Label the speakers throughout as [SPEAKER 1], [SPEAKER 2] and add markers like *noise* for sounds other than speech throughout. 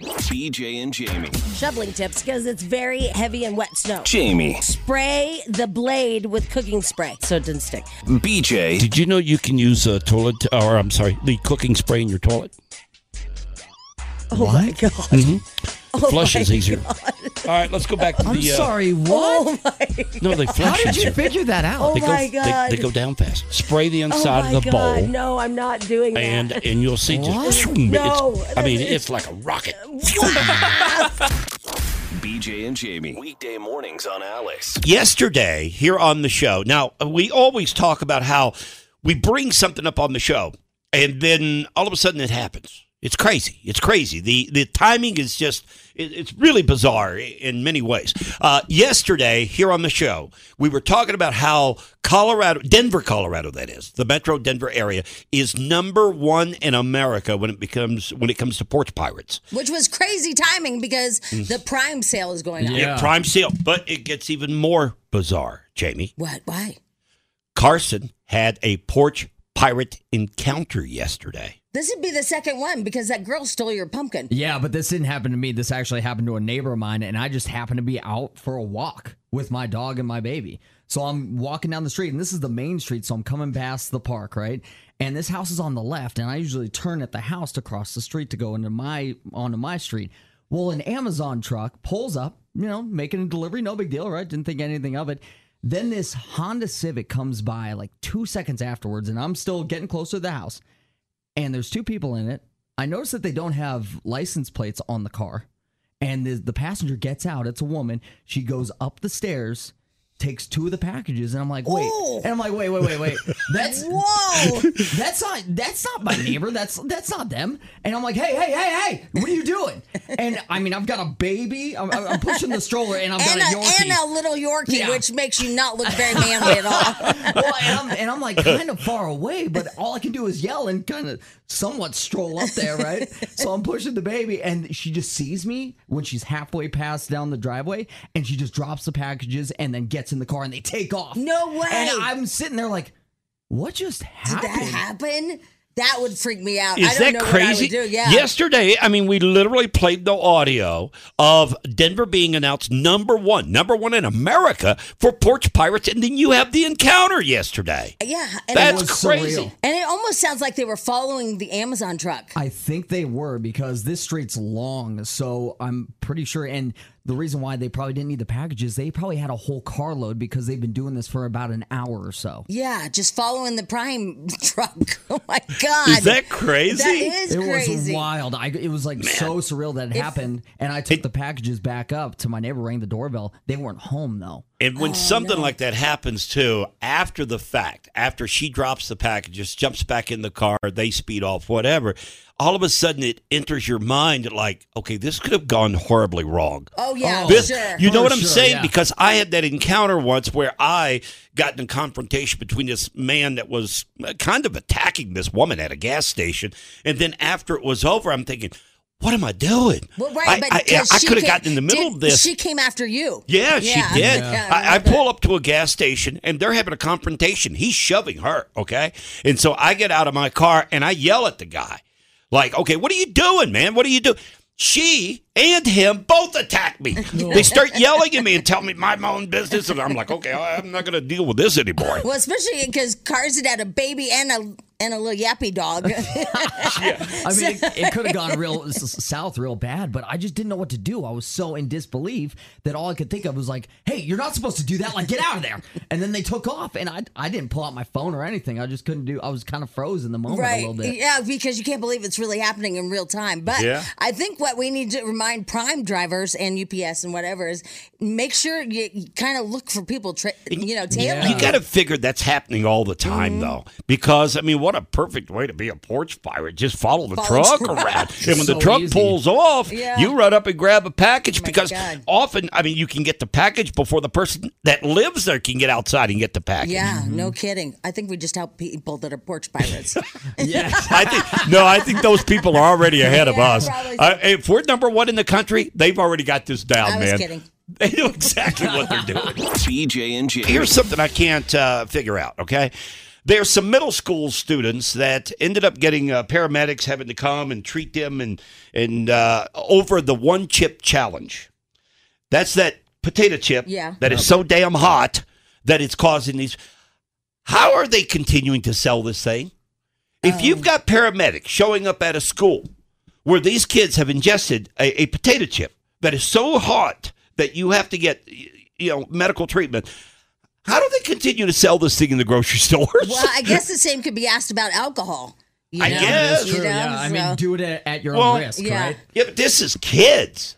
[SPEAKER 1] BJ and Jamie.
[SPEAKER 2] shoveling tips because it's very heavy and wet snow.
[SPEAKER 1] Jamie.
[SPEAKER 2] Spray the blade with cooking spray so it doesn't stick.
[SPEAKER 1] BJ.
[SPEAKER 3] Did you know you can use a toilet, or I'm sorry, the cooking spray in your toilet?
[SPEAKER 2] Oh my god!
[SPEAKER 3] Mm-hmm.
[SPEAKER 2] Oh
[SPEAKER 3] Flushes
[SPEAKER 2] my
[SPEAKER 3] easier.
[SPEAKER 2] God.
[SPEAKER 3] All right, let's go back to
[SPEAKER 4] I'm
[SPEAKER 3] the. Uh,
[SPEAKER 4] sorry, what?
[SPEAKER 2] Oh my!
[SPEAKER 3] No, they
[SPEAKER 4] How
[SPEAKER 3] flush
[SPEAKER 4] did you
[SPEAKER 3] easier.
[SPEAKER 4] figure that out?
[SPEAKER 3] They go,
[SPEAKER 2] Oh, my
[SPEAKER 3] they-
[SPEAKER 2] God.
[SPEAKER 3] They, go down fast. Spray the
[SPEAKER 2] Oh
[SPEAKER 3] inside
[SPEAKER 2] my
[SPEAKER 3] of the
[SPEAKER 2] god!
[SPEAKER 3] bowl,
[SPEAKER 2] No, I'm not doing that.
[SPEAKER 3] and and you'll see just.
[SPEAKER 2] No,
[SPEAKER 3] it's, I mean,
[SPEAKER 2] that's-
[SPEAKER 3] it's like a rocket.
[SPEAKER 1] BJ and Jamie. Weekday mornings on Alice.
[SPEAKER 3] yesterday here on the show. Now, we always talk about how we bring something up on the show and then all of a sudden it happens. It's crazy. It's crazy. The the timing is just it, it's really bizarre i- in many ways. Uh, yesterday here on the show, we were talking about how Colorado, Denver, Colorado, that is the Metro Denver area, is number one in America when it becomes when it comes to porch pirates.
[SPEAKER 2] *laughs* Which was crazy timing because the prime sale is going on.
[SPEAKER 3] Mm. Yeah, prime seal. But it gets even more bizarre, Jamie.
[SPEAKER 2] What? Why?
[SPEAKER 3] Carson had a porch pirate encounter yesterday.
[SPEAKER 2] This would be the second one because that girl stole your pumpkin.
[SPEAKER 4] Yeah, but this didn't happen to me. This actually happened to a neighbor of mine, and I just happened to be out for a walk with my dog and my baby. So I'm walking down the street, and this is the main street, so I'm coming past the park, right? And this house is on the left, and I usually turn at the house to cross the street to go into my onto my street. Well, an Amazon truck pulls up, you know, making a delivery, no big deal, right? Didn't think anything of it. Then this Honda Civic comes by like two seconds afterwards, and I'm still getting closer to the house and there's two people in it. I notice that they don't have license plates on the car. And the, the passenger gets out. It's a woman. She goes up the stairs, takes two of the packages, and I'm like, wait.
[SPEAKER 2] Ooh.
[SPEAKER 4] And I'm like, wait, wait, wait, wait. That's
[SPEAKER 2] *laughs* Whoa!
[SPEAKER 4] *laughs* that's not that's not my neighbor. That's that's not them. And I'm like, hey, hey, hey, hey, what are you doing? And I mean, I've got a baby. I'm, I'm pushing the stroller, and I've
[SPEAKER 2] and,
[SPEAKER 4] got a
[SPEAKER 2] a,
[SPEAKER 4] Yorkie.
[SPEAKER 2] and a little Yorkie,
[SPEAKER 4] Yeah.
[SPEAKER 2] which makes you not look
[SPEAKER 4] *laughs*
[SPEAKER 2] very manly at all.
[SPEAKER 4] well, and I'm, and I'm like kind of far away, but all I can do is yell and kind of somewhat stroll up there, right? so I'm pushing the baby, and she just sees me when she's halfway past down the driveway, and she just drops the packages and then gets in the car and they take off.
[SPEAKER 2] No way.
[SPEAKER 4] And I'm sitting there like, what just
[SPEAKER 2] Did
[SPEAKER 4] happened?
[SPEAKER 2] that happen? That would freak me out. I
[SPEAKER 3] Is
[SPEAKER 2] don't
[SPEAKER 3] that
[SPEAKER 2] know
[SPEAKER 3] crazy?
[SPEAKER 2] What I would do. Yeah.
[SPEAKER 3] Yesterday, I mean, we literally played the audio of Denver being announced number one, number one in America for porch pirates, and then you have the encounter yesterday.
[SPEAKER 2] Yeah. And it
[SPEAKER 3] That's
[SPEAKER 2] was-
[SPEAKER 4] so
[SPEAKER 3] crazy.
[SPEAKER 4] real.
[SPEAKER 2] and it almost sounds like they were following the Amazon truck.
[SPEAKER 4] I think they were because this street's long, so I'm pretty sure. And the reason why they probably didn't need the packages, they probably had a whole carload because they've been doing this for about an hour or so.
[SPEAKER 2] Yeah, just following the prime *laughs* truck. Oh my God.
[SPEAKER 3] Is that crazy?
[SPEAKER 2] That is
[SPEAKER 4] it was
[SPEAKER 2] crazy.
[SPEAKER 4] wild. I, it was like so surreal that it happened. And I took the packages back up to my neighbor, rang the doorbell. They weren't home though.
[SPEAKER 3] And
[SPEAKER 2] Oh,
[SPEAKER 3] when something like that happens too, after the fact, after she drops the packages, jumps back in the car, they speed off, whatever, all of a sudden it enters your mind like, okay, this could have gone horribly wrong.
[SPEAKER 2] Oh yeah,
[SPEAKER 3] This-
[SPEAKER 2] sure.
[SPEAKER 3] You know
[SPEAKER 4] For
[SPEAKER 3] what I'm
[SPEAKER 4] sure,
[SPEAKER 3] saying?
[SPEAKER 4] yeah.
[SPEAKER 3] Because I had that encounter once where I got in a confrontation between this man that was uh, kind of attacking this woman at a gas station. And then after it was over, I'm thinking, what am I doing?
[SPEAKER 2] well,
[SPEAKER 3] I,
[SPEAKER 2] right, but
[SPEAKER 3] I-
[SPEAKER 2] because
[SPEAKER 3] I
[SPEAKER 2] she
[SPEAKER 3] could have
[SPEAKER 2] came-
[SPEAKER 3] gotten in the middle
[SPEAKER 2] did-
[SPEAKER 3] of this.
[SPEAKER 2] She came after you.
[SPEAKER 3] Yeah, she did.
[SPEAKER 2] Yeah,
[SPEAKER 3] I, I
[SPEAKER 2] remember.
[SPEAKER 3] pull up to a gas station and they're having a confrontation. He's shoving her, okay? And so I get out of my car and I yell at the guy, like, okay, what are you doing, man? What are you doing? She and him both attack *laughs* me. They start yelling at me and tell me mind my own business, and I'm like, okay, I'm not going to deal with this anymore.
[SPEAKER 2] Well, especially because Cars had had a baby and a and a little yappy
[SPEAKER 3] *laughs*
[SPEAKER 2] dog.
[SPEAKER 4] I mean, it, it could
[SPEAKER 2] *laughs*
[SPEAKER 4] have gone real s- s- south real bad, but I just didn't know what to do. I was so in disbelief that all I could think of was like, "Hey, you're not supposed to do that! Like, get out of there!" And then they took off, and I I didn't pull out my phone or anything. I just couldn't do. I was kind of frozen in the moment a
[SPEAKER 2] Right.
[SPEAKER 4] little bit.
[SPEAKER 2] Yeah, because you can't believe it's really happening in real time. But
[SPEAKER 3] Yeah.
[SPEAKER 2] I think what we need to remind Prime drivers and UPS and whatever is make sure you, kind of look for people, tra- you know, tailing.
[SPEAKER 3] You got to figure that's happening all the time,
[SPEAKER 2] Mm-hmm.
[SPEAKER 3] though, because I mean, what a perfect way to be a porch pirate! Just follow the
[SPEAKER 2] Follow
[SPEAKER 3] truck
[SPEAKER 2] the truck. *laughs*
[SPEAKER 3] around, and when the
[SPEAKER 4] So
[SPEAKER 3] truck
[SPEAKER 4] easy.
[SPEAKER 3] pulls off,
[SPEAKER 2] Yeah. Oh
[SPEAKER 3] you run up and grab a package because
[SPEAKER 2] God.
[SPEAKER 3] often, I mean, you can get the package before the person that lives there can get outside and get the package.
[SPEAKER 2] Yeah, no kidding. I think we just help people that are porch pirates. *laughs*
[SPEAKER 4] Yes.
[SPEAKER 3] I think no, I think those people are
[SPEAKER 2] *laughs*
[SPEAKER 3] already ahead of
[SPEAKER 2] Yeah,
[SPEAKER 3] us.
[SPEAKER 2] probably.
[SPEAKER 3] I, if we're number one in the country, they've already got this down,
[SPEAKER 2] I was
[SPEAKER 3] man.
[SPEAKER 2] kidding.
[SPEAKER 3] *laughs* They know exactly what they're doing.
[SPEAKER 1] BJ and Jamie.
[SPEAKER 3] Here's
[SPEAKER 2] *laughs*
[SPEAKER 3] something I can't uh, figure out. Okay, there's some middle school students that ended up getting uh, paramedics having to come and treat them, and and uh, over the one chip challenge. That's that potato chip
[SPEAKER 2] Yeah.
[SPEAKER 3] that is so damn hot that it's causing these. How are they continuing to sell this thing? If
[SPEAKER 2] Um,
[SPEAKER 3] you've got paramedics showing up at a school where these kids have ingested a, a potato chip that is so hot that you have to get y- you know medical treatment, how do they continue to sell this thing in the grocery *laughs* stores?
[SPEAKER 2] Well, I guess the same could be asked about alcohol. You
[SPEAKER 3] I
[SPEAKER 2] know?
[SPEAKER 3] guess.
[SPEAKER 4] That's
[SPEAKER 2] You
[SPEAKER 4] true.
[SPEAKER 2] know,
[SPEAKER 4] yeah. I mean,
[SPEAKER 2] so-
[SPEAKER 4] do it at, at your
[SPEAKER 3] Well,
[SPEAKER 4] own risk,
[SPEAKER 2] yeah.
[SPEAKER 4] right?
[SPEAKER 3] yeah, but this is kids.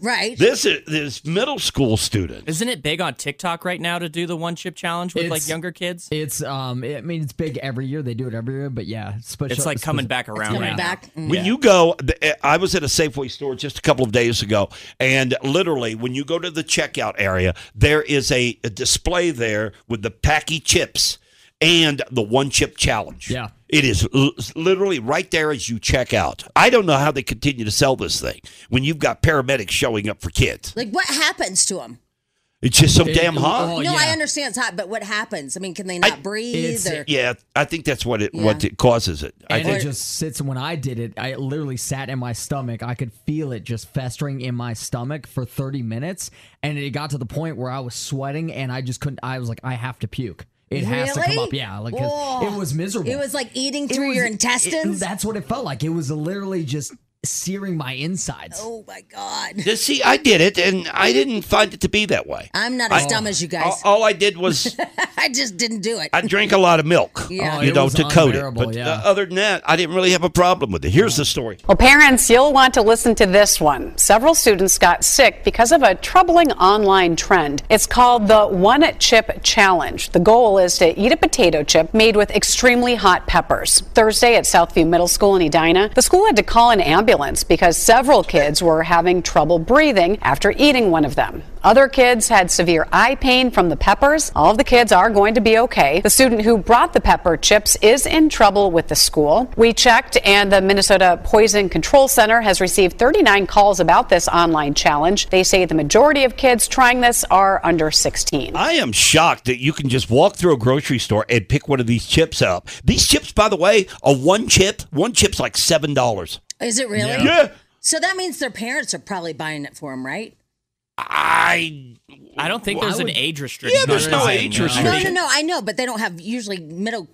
[SPEAKER 2] right.
[SPEAKER 3] This is this middle school student.
[SPEAKER 5] Isn't it big on TikTok right now to do the one chip challenge with
[SPEAKER 4] It's-
[SPEAKER 5] like younger kids?
[SPEAKER 4] It's um, I mean, it's big every year. They do it every year, but yeah, speci-
[SPEAKER 5] It's like coming back around
[SPEAKER 2] Coming
[SPEAKER 5] right
[SPEAKER 2] back. Mm.
[SPEAKER 3] When you go, th- I was at a Safeway store just a couple of days ago, and literally, when you go to the checkout area, there is a, a display there with the packy chips and the one chip challenge.
[SPEAKER 4] Yeah.
[SPEAKER 3] It is l- literally right there as you check out. I don't know how they continue to sell this thing when you've got paramedics showing up for kids.
[SPEAKER 2] Like, what happens to them?
[SPEAKER 3] It's just so
[SPEAKER 4] It-
[SPEAKER 3] damn hot.
[SPEAKER 4] oh,
[SPEAKER 2] no, I
[SPEAKER 4] yeah.
[SPEAKER 2] understand it's hot, but what happens? I mean, can they not breathe?
[SPEAKER 4] it's-
[SPEAKER 2] Or,
[SPEAKER 3] Yeah, I think that's what it what it causes it. I
[SPEAKER 4] And
[SPEAKER 3] think
[SPEAKER 4] it just sits. When I did it, I literally sat in my stomach. I could feel it just festering in my stomach for 30 minutes, and it got to the point where I was sweating, and I just couldn't. I was like, I have to puke. It has to come
[SPEAKER 2] Really?
[SPEAKER 4] up. Yeah, like 'cause
[SPEAKER 2] Oh.
[SPEAKER 4] it was miserable.
[SPEAKER 2] It was like eating
[SPEAKER 4] It
[SPEAKER 2] through
[SPEAKER 4] was-
[SPEAKER 2] your
[SPEAKER 4] it-
[SPEAKER 2] intestines.
[SPEAKER 4] that's what it felt like. It was literally just searing my insides.
[SPEAKER 2] oh my god!
[SPEAKER 3] Just see, I did it, and I didn't find it to be that way.
[SPEAKER 2] I'm not as dumb as you guys.
[SPEAKER 3] All- all I did
[SPEAKER 2] *laughs*
[SPEAKER 3] was
[SPEAKER 2] I just didn't do it.
[SPEAKER 3] I drank a lot of milk,
[SPEAKER 2] *laughs* Yeah. Oh,
[SPEAKER 3] you
[SPEAKER 4] it
[SPEAKER 3] know,
[SPEAKER 4] was
[SPEAKER 3] to coat it.
[SPEAKER 4] unbearable,
[SPEAKER 3] But
[SPEAKER 4] yeah.
[SPEAKER 3] uh, other than that, I didn't really have a problem with it. Here's the story.
[SPEAKER 6] Well, parents, you'll want to listen to this one. Several students got sick because of a troubling online trend. It's called the One Chip Challenge. The goal is to eat a potato chip made with extremely hot peppers. Thursday at Southview Middle School in Edina, the school had to call an ambulance because several kids were having trouble breathing after eating one of them. Other kids had severe eye pain from the peppers. All of the kids are going to be okay. The student who brought the pepper chips is in trouble with the school. We checked, and the Minnesota Poison Control Center has received 39 calls about this online challenge. They say the majority of kids trying this are under 16.
[SPEAKER 3] I am shocked that you can just walk through a grocery store and pick one of these chips up. These chips, by the way, are one chip. One chip's like seven dollars.
[SPEAKER 2] Is it really?
[SPEAKER 3] Yeah,
[SPEAKER 2] So that means their parents are probably buying it for them, right?
[SPEAKER 3] I.
[SPEAKER 5] now. I don't think there's an
[SPEAKER 4] would-
[SPEAKER 5] age restriction.
[SPEAKER 3] Yeah, there's
[SPEAKER 5] on
[SPEAKER 3] no
[SPEAKER 5] this thing,
[SPEAKER 3] age
[SPEAKER 5] you know?
[SPEAKER 3] restriction.
[SPEAKER 2] No, no, no. I know, but they don't have usually middle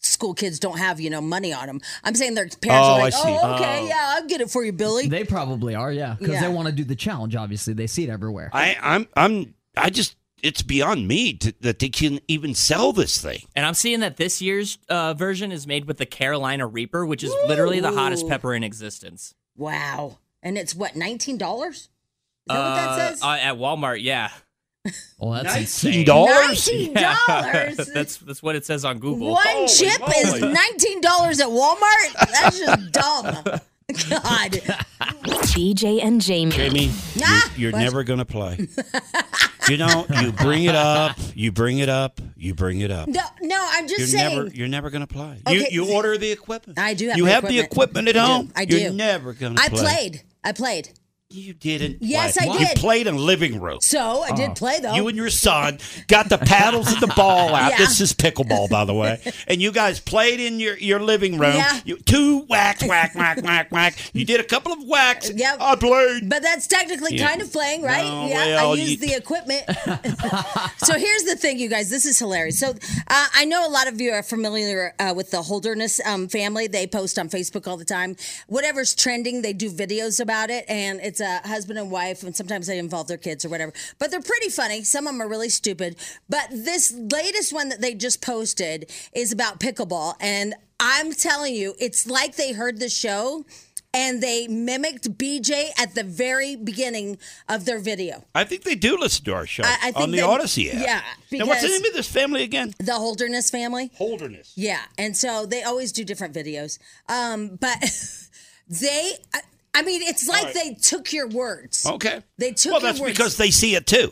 [SPEAKER 2] school kids don't have you know money on them. I'm saying their parents
[SPEAKER 3] Oh,
[SPEAKER 2] are like,
[SPEAKER 3] I see.
[SPEAKER 2] oh, okay, yeah, I'll get it for you, Billy.
[SPEAKER 4] They probably are, yeah, because
[SPEAKER 2] Yeah.
[SPEAKER 4] they want to do the challenge. Obviously, they see it everywhere.
[SPEAKER 3] I, I'm. I'm. I just. It's beyond me to, that they can even sell this thing.
[SPEAKER 5] And I'm seeing that this year's uh, version is made with the Carolina Reaper, which is literally the hottest pepper in existence.
[SPEAKER 2] wow. And it's what nineteen dollars? Is that what that
[SPEAKER 5] Uh,
[SPEAKER 2] says?
[SPEAKER 5] uh, at Walmart, yeah.
[SPEAKER 4] Well, that's
[SPEAKER 3] Nineteen
[SPEAKER 4] insane.
[SPEAKER 3] dollars.
[SPEAKER 2] Nineteen
[SPEAKER 5] *laughs* Yeah.
[SPEAKER 2] dollars.
[SPEAKER 5] that's that's what it says on Google.
[SPEAKER 2] One chip is nineteen dollars at Walmart. *laughs* That's just dumb.
[SPEAKER 3] *laughs*
[SPEAKER 2] God.
[SPEAKER 7] BJ and Jamie.
[SPEAKER 3] Jamie,
[SPEAKER 2] Nah,
[SPEAKER 3] you're, you're
[SPEAKER 2] but-
[SPEAKER 3] never going to
[SPEAKER 2] *laughs*
[SPEAKER 3] play. you know, you bring it up, you bring it up, you bring it up.
[SPEAKER 2] No, no. I'm just
[SPEAKER 3] You're
[SPEAKER 2] saying.
[SPEAKER 3] never you're never going to play.
[SPEAKER 2] Okay.
[SPEAKER 3] You you order the equipment.
[SPEAKER 2] I do have
[SPEAKER 3] You
[SPEAKER 2] the
[SPEAKER 3] have the equipment
[SPEAKER 2] equipment.
[SPEAKER 3] at
[SPEAKER 2] I do.
[SPEAKER 3] home.
[SPEAKER 2] I do.
[SPEAKER 3] You're never going to
[SPEAKER 2] I
[SPEAKER 3] play.
[SPEAKER 2] played. I played.
[SPEAKER 3] You didn't.
[SPEAKER 2] Yes,
[SPEAKER 3] play.
[SPEAKER 2] I
[SPEAKER 3] You
[SPEAKER 2] did.
[SPEAKER 3] played in a living room.
[SPEAKER 2] So, I did Oh. play, though.
[SPEAKER 3] You and your son got the paddles and the ball out.
[SPEAKER 2] Yeah.
[SPEAKER 3] This is pickleball, by the
[SPEAKER 2] *laughs*
[SPEAKER 3] way. And you guys played in your, your living room.
[SPEAKER 2] Yeah.
[SPEAKER 3] You, two whacks, whack, whack, whack, whack. You did a couple of whacks.
[SPEAKER 2] Yep.
[SPEAKER 3] I played.
[SPEAKER 2] But that's technically
[SPEAKER 3] Yeah.
[SPEAKER 2] kind of playing, right?
[SPEAKER 3] No,
[SPEAKER 2] yeah,
[SPEAKER 3] well,
[SPEAKER 2] I used
[SPEAKER 3] you-
[SPEAKER 2] the equipment. so here's the thing, you guys. This is hilarious. So uh, I know a lot of you are familiar uh, with the Holderness um, family. They post on Facebook all the time. Whatever's trending, they do videos about it, and it's a husband and wife, and sometimes they involve their kids or whatever. But they're pretty funny. Some of them are really stupid. But this latest one that they just posted is about pickleball, and I'm telling you, it's like they heard the show and they mimicked BJ at the very beginning of their video.
[SPEAKER 3] I think they do listen to our show
[SPEAKER 2] I- I think
[SPEAKER 3] on the
[SPEAKER 2] they-
[SPEAKER 3] Odyssey app.
[SPEAKER 2] yeah,
[SPEAKER 3] Now, what's the
[SPEAKER 2] because-
[SPEAKER 3] name of this family again?
[SPEAKER 2] The Holderness family.
[SPEAKER 3] Holderness.
[SPEAKER 2] Yeah, and so they always do different videos. Um, but *laughs* they, I, I mean, it's like
[SPEAKER 3] right.
[SPEAKER 2] they took your words.
[SPEAKER 3] Okay.
[SPEAKER 2] They took
[SPEAKER 3] Well,
[SPEAKER 2] your
[SPEAKER 3] that's
[SPEAKER 2] words.
[SPEAKER 3] because they see it
[SPEAKER 2] *laughs*
[SPEAKER 3] too.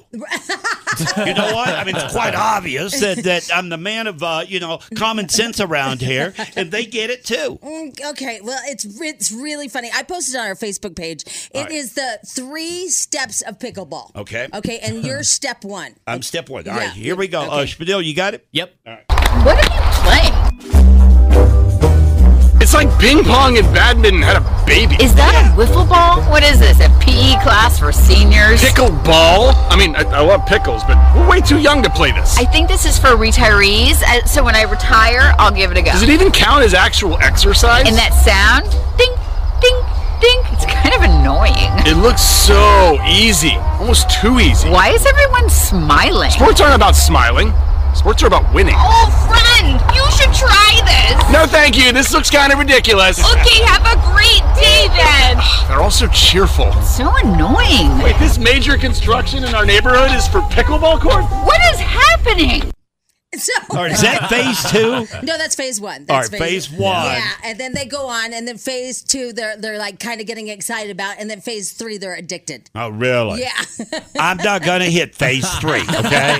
[SPEAKER 3] you know what? I mean, it's quite obvious that, that I'm the man of uh, you know common sense around here, and they get it too.
[SPEAKER 2] Mm, okay, well, it's it's really funny. I posted on our Facebook page. It is
[SPEAKER 3] All right.
[SPEAKER 2] the three steps of pickleball.
[SPEAKER 3] Okay.
[SPEAKER 2] Okay, and you're step one.
[SPEAKER 3] I'm step one. All right,
[SPEAKER 2] Yeah.
[SPEAKER 3] here we go. Uh, Spadil, you got it. Yep. All right.
[SPEAKER 8] It's like ping pong and badminton had a baby.
[SPEAKER 9] Is that a wiffle ball? What is this? A PE class for seniors?
[SPEAKER 8] Pickleball? I mean, I, I love pickles, but we're way too young to play this.
[SPEAKER 9] I think this is for retirees. uh, So when I retire, I'll give it a go.
[SPEAKER 8] Does it even count as actual exercise?
[SPEAKER 9] And that sound? Ding, ding, ding. It's kind of annoying.
[SPEAKER 8] It looks so easy. Almost too easy.
[SPEAKER 9] Why is everyone smiling?
[SPEAKER 8] Sports aren't about smiling. Sports are about winning.
[SPEAKER 9] Oh, friend, you should try this.
[SPEAKER 8] No, thank you. This looks kind of ridiculous.
[SPEAKER 9] Okay, have a great day then.
[SPEAKER 8] They're all so cheerful.
[SPEAKER 9] So annoying.
[SPEAKER 8] Wait, this major construction in our neighborhood is for pickleball court?
[SPEAKER 9] What is happening?
[SPEAKER 2] So,
[SPEAKER 3] All right, is that phase two?
[SPEAKER 2] No, that's phase one.
[SPEAKER 3] All
[SPEAKER 2] That's
[SPEAKER 3] right, phase one.
[SPEAKER 2] Yeah, and then they go on, and then phase two, they're they're like kind of getting excited about, and then phase three, they're addicted.
[SPEAKER 3] Oh, really?
[SPEAKER 2] Yeah.
[SPEAKER 3] *laughs* I'm not gonna hit phase three.
[SPEAKER 2] *laughs*
[SPEAKER 3] Okay.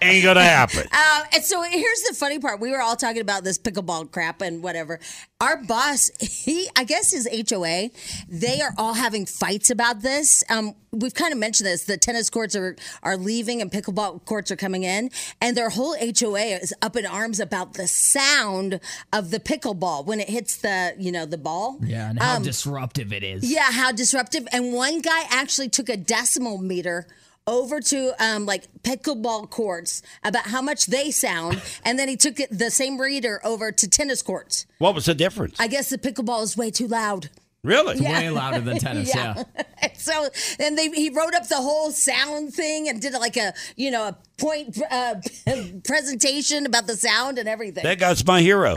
[SPEAKER 3] Ain't gonna happen.
[SPEAKER 2] Um, and so here's the funny part. We were all talking about this pickleball crap and whatever. Our boss, he, I guess his HOA, they are all having fights about this. Um, we've kind of mentioned this. The tennis courts are, are leaving and pickleball courts are coming in. And their whole HOA is up in arms about the sound of the pickleball when it hits the, you know, the ball.
[SPEAKER 4] Yeah, and how
[SPEAKER 2] Um,
[SPEAKER 4] disruptive it is.
[SPEAKER 2] Yeah, how disruptive. And one guy actually took a decimal meter over to um, like pickleball courts about how much they sound. And then he took it, the same reader over to tennis courts.
[SPEAKER 3] What was the difference?
[SPEAKER 2] I guess the pickleball is way too loud.
[SPEAKER 3] Really?
[SPEAKER 2] Yeah. *laughs* And so and they he wrote up the whole sound thing and did like a you know a point uh, *laughs* presentation about the sound and everything.
[SPEAKER 3] That guy's my *laughs* hero.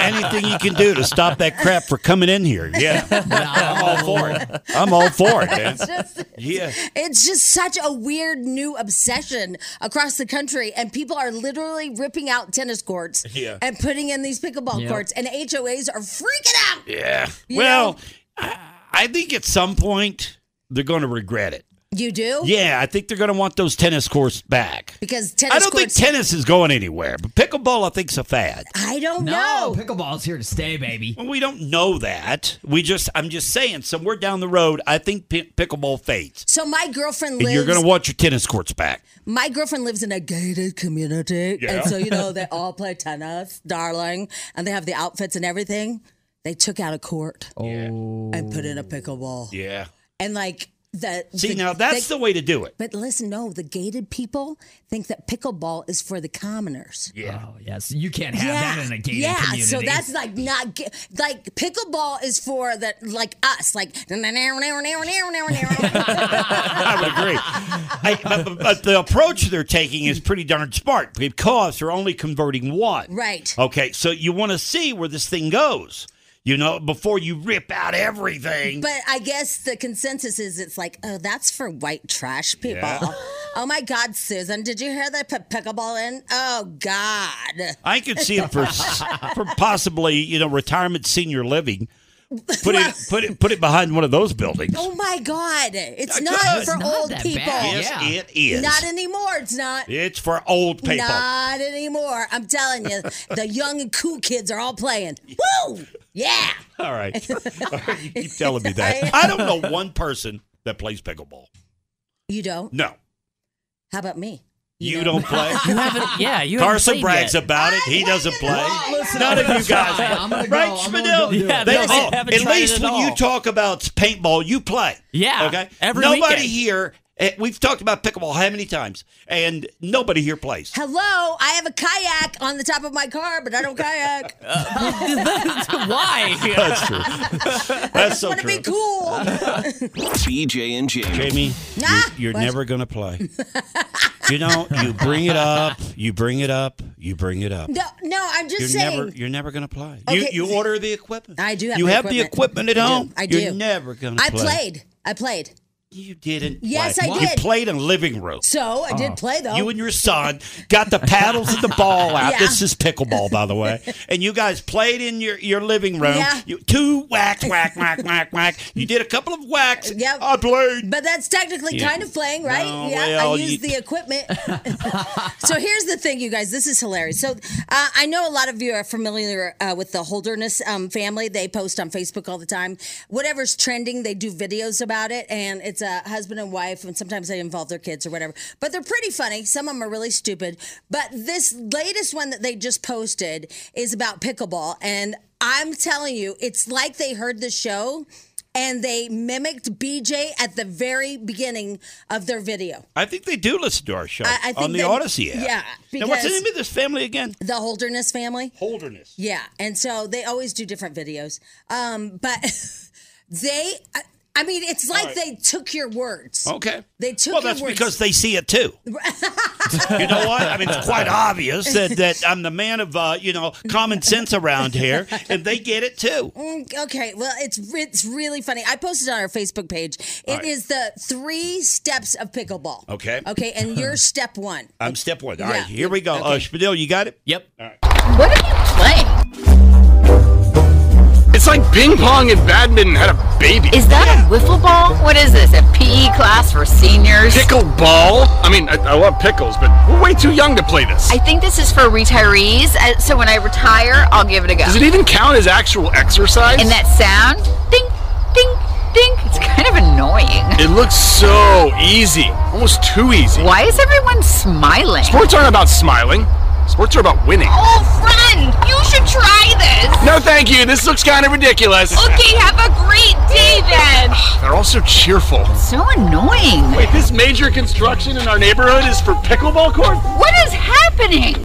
[SPEAKER 3] Anything you can do to stop that crap from coming in here. *laughs* Yeah. I'm all for it. I'm all for it, man.
[SPEAKER 2] It's just-
[SPEAKER 3] *laughs* Yeah.
[SPEAKER 2] It's just such a weird new obsession across the country, and people are literally ripping out tennis courts
[SPEAKER 3] Yeah.
[SPEAKER 2] and putting in these pickleball
[SPEAKER 3] Yeah.
[SPEAKER 2] courts, and HOAs are freaking out.
[SPEAKER 3] Yeah.
[SPEAKER 2] You
[SPEAKER 3] well, I, I think at some point they're going to regret it.
[SPEAKER 2] You do?
[SPEAKER 3] Yeah, I think they're going to want those tennis courts back.
[SPEAKER 2] Because tennis
[SPEAKER 3] I don't
[SPEAKER 2] courts.
[SPEAKER 3] think tennis is going anywhere, but pickleball, I think's a fad.
[SPEAKER 2] I don't
[SPEAKER 4] no, pickleball's here to stay, baby.
[SPEAKER 3] Well, we don't know that. We just, I'm just saying, somewhere down the road, I think pi- pickleball fades.
[SPEAKER 2] so my girlfriend
[SPEAKER 3] And
[SPEAKER 2] lives.
[SPEAKER 3] you're going to want your tennis courts back.
[SPEAKER 2] My girlfriend lives in a gated community,
[SPEAKER 3] Yeah.
[SPEAKER 2] and so you
[SPEAKER 3] *laughs*
[SPEAKER 2] know they all play tennis, darling, and they have the outfits and everything. They took out a court
[SPEAKER 4] Oh.
[SPEAKER 2] and put in a pickleball,
[SPEAKER 3] Oh. Yeah.
[SPEAKER 2] and like the
[SPEAKER 3] See,
[SPEAKER 2] the-
[SPEAKER 3] now that's
[SPEAKER 2] they-
[SPEAKER 3] the way to do it.
[SPEAKER 2] But listen, no, the gated people think that pickleball is for the commoners.
[SPEAKER 3] Yeah.
[SPEAKER 4] Oh, yes. You can't have that in a gated
[SPEAKER 2] yeah.
[SPEAKER 4] community.
[SPEAKER 2] So that's like not ga- like pickleball is for the like us, like
[SPEAKER 3] I would agree. I, but- but, but the approach they're taking is pretty darn smart because they're only converting one.
[SPEAKER 2] right.
[SPEAKER 3] Okay, so you want to see where this thing goes, you know, before you rip out everything.
[SPEAKER 2] But I guess the consensus is it's like, oh, that's for white trash people.
[SPEAKER 3] Yeah.
[SPEAKER 2] Oh my God, Susan, did you hear they put pickleball in? Oh God. *laughs*
[SPEAKER 3] I could see it for, s- for possibly, you know, retirement senior living Put it put it put it behind one of those buildings.
[SPEAKER 2] Oh my God! It's
[SPEAKER 3] I
[SPEAKER 2] not
[SPEAKER 3] could.
[SPEAKER 2] for
[SPEAKER 3] Not
[SPEAKER 2] old
[SPEAKER 3] that
[SPEAKER 2] people.
[SPEAKER 3] bad. Yes, Yeah. it is.
[SPEAKER 2] Not anymore. It's not.
[SPEAKER 3] It's for old people.
[SPEAKER 2] Not anymore. I'm telling you, the young and cool kids are all playing. Woo! Yeah.
[SPEAKER 3] All
[SPEAKER 2] *laughs*
[SPEAKER 3] right. *laughs* All right, You keep telling me that. I don't know one person that plays pickleball.
[SPEAKER 2] You don't.
[SPEAKER 3] No.
[SPEAKER 2] How about me?
[SPEAKER 3] You, don't play.
[SPEAKER 2] *laughs* You haven't- yeah, you haven't
[SPEAKER 3] Carson
[SPEAKER 2] played
[SPEAKER 3] brags
[SPEAKER 2] yet.
[SPEAKER 3] about it. He doesn't play.
[SPEAKER 2] Listen,
[SPEAKER 3] None
[SPEAKER 2] I'm
[SPEAKER 3] of
[SPEAKER 2] gonna
[SPEAKER 3] you guys.
[SPEAKER 2] try. I'm gonna go.
[SPEAKER 3] right,
[SPEAKER 2] I'm gonna
[SPEAKER 3] Spadil?
[SPEAKER 2] go do it. Yeah,
[SPEAKER 3] They
[SPEAKER 2] no, I
[SPEAKER 3] all-
[SPEAKER 2] haven't
[SPEAKER 3] at
[SPEAKER 2] tried
[SPEAKER 3] least
[SPEAKER 2] it
[SPEAKER 3] when
[SPEAKER 2] at
[SPEAKER 3] you
[SPEAKER 2] all.
[SPEAKER 3] talk about paintball, you play.
[SPEAKER 5] Yeah,
[SPEAKER 3] Okay.
[SPEAKER 5] every
[SPEAKER 3] nobody
[SPEAKER 5] weekend.
[SPEAKER 3] here. eh, We've talked about pickleball how many times, and nobody here
[SPEAKER 2] *laughs*
[SPEAKER 3] plays.
[SPEAKER 2] Hello, I have a kayak on the top of my car, but I don't kayak.
[SPEAKER 3] *laughs*
[SPEAKER 5] Why?
[SPEAKER 3] That's true. That's so
[SPEAKER 2] Wanna
[SPEAKER 3] true.
[SPEAKER 2] be cool.
[SPEAKER 1] *laughs* BJ and Jamie.
[SPEAKER 3] Jamie,
[SPEAKER 2] Ah,
[SPEAKER 3] you're, you're
[SPEAKER 2] what?
[SPEAKER 3] never gonna play. you know, you bring it up, you bring it up, you bring it up.
[SPEAKER 2] No, no, I'm just
[SPEAKER 3] you're *laughs*
[SPEAKER 2] saying.
[SPEAKER 3] never you're never gonna play.
[SPEAKER 2] Okay.
[SPEAKER 3] You you order the equipment.
[SPEAKER 2] I do have.
[SPEAKER 3] you
[SPEAKER 2] my
[SPEAKER 3] have the equipment at
[SPEAKER 2] I do.
[SPEAKER 3] home.
[SPEAKER 2] I do.
[SPEAKER 3] You're never gonna.
[SPEAKER 2] I
[SPEAKER 3] play.
[SPEAKER 2] played. I played.
[SPEAKER 3] You didn't.
[SPEAKER 2] Yes,
[SPEAKER 3] play.
[SPEAKER 2] I did.
[SPEAKER 3] You played in a living room. Uh-huh.
[SPEAKER 2] So I did play though.
[SPEAKER 3] You and your son got the paddles and the ball out.
[SPEAKER 2] *laughs* Yeah.
[SPEAKER 3] This is pickleball, by the
[SPEAKER 2] *laughs*
[SPEAKER 3] way. And you guys played in your, your living room.
[SPEAKER 2] Yeah.
[SPEAKER 3] You, two whack, whack, whack, whack, whack. You did a couple of whacks.
[SPEAKER 2] Yeah.
[SPEAKER 3] I played.
[SPEAKER 2] But that's technically
[SPEAKER 3] Yeah.
[SPEAKER 2] kind of playing, right?
[SPEAKER 3] No,
[SPEAKER 2] yeah,
[SPEAKER 3] well,
[SPEAKER 2] I used
[SPEAKER 3] you-
[SPEAKER 2] the equipment. so here's the thing, you guys. This is hilarious. So uh, I know a lot of you are familiar uh, with the Holderness um, family. They post on Facebook all the time. Whatever's trending, they do videos about it, and it's a husband and wife, and sometimes they involve their kids or whatever. But they're pretty funny. Some of them are really stupid. But this latest one that they just posted is about pickleball, and I'm telling you, it's like they heard the show and they mimicked BJ at the very beginning of their video.
[SPEAKER 3] I think they do listen to our show
[SPEAKER 2] I- I think
[SPEAKER 3] on the
[SPEAKER 2] they-
[SPEAKER 3] Odyssey app.
[SPEAKER 2] yeah,
[SPEAKER 3] Now, what's the
[SPEAKER 2] because-
[SPEAKER 3] name of this family again?
[SPEAKER 2] The Holderness family.
[SPEAKER 3] Holderness.
[SPEAKER 2] Yeah, and so they always do different videos. Um, but *laughs* they, I, I mean, it's like
[SPEAKER 3] right.
[SPEAKER 2] they took your words.
[SPEAKER 3] Okay.
[SPEAKER 2] They took
[SPEAKER 3] Well,
[SPEAKER 2] your
[SPEAKER 3] that's
[SPEAKER 2] words.
[SPEAKER 3] because they see it
[SPEAKER 2] *laughs*
[SPEAKER 3] too. you know what? I mean, it's quite obvious that, that I'm the man of, uh, you know, common sense around here, and they get it too.
[SPEAKER 2] Mm, Okay, well, it's it's really funny. I posted on our Facebook page. It
[SPEAKER 3] All
[SPEAKER 2] is
[SPEAKER 3] right.
[SPEAKER 2] the three steps of pickleball.
[SPEAKER 3] Okay.
[SPEAKER 2] Okay, and
[SPEAKER 3] *laughs*
[SPEAKER 2] you're step one.
[SPEAKER 3] I'm step one. All right,
[SPEAKER 2] Yeah.
[SPEAKER 3] here we go. Uh, Spadil, you got it? Yep. All right.
[SPEAKER 9] What are you playing?
[SPEAKER 8] It's like ping pong and badminton had a baby.
[SPEAKER 9] Is that a wiffle ball? What is this? A PE class for seniors?
[SPEAKER 8] pickleball? I mean, I, I love pickles, but we're way too young to play this.
[SPEAKER 9] I think this is for retirees. uh, So when I retire, I'll give it a go.
[SPEAKER 8] Does it even count as actual exercise?
[SPEAKER 9] And that sound? Ding, ding, ding. It's kind of annoying.
[SPEAKER 8] It looks so easy, almost too easy.
[SPEAKER 9] Why is everyone smiling?
[SPEAKER 8] Sports aren't about smiling. Sports are about winning.
[SPEAKER 9] Oh, friend, you should try this.
[SPEAKER 8] No, thank you. This looks kind of ridiculous.
[SPEAKER 9] Okay, have a great day then.
[SPEAKER 8] They're all so cheerful.
[SPEAKER 9] So annoying.
[SPEAKER 8] Wait, this major construction in our neighborhood is for pickleball court?
[SPEAKER 9] What is happening?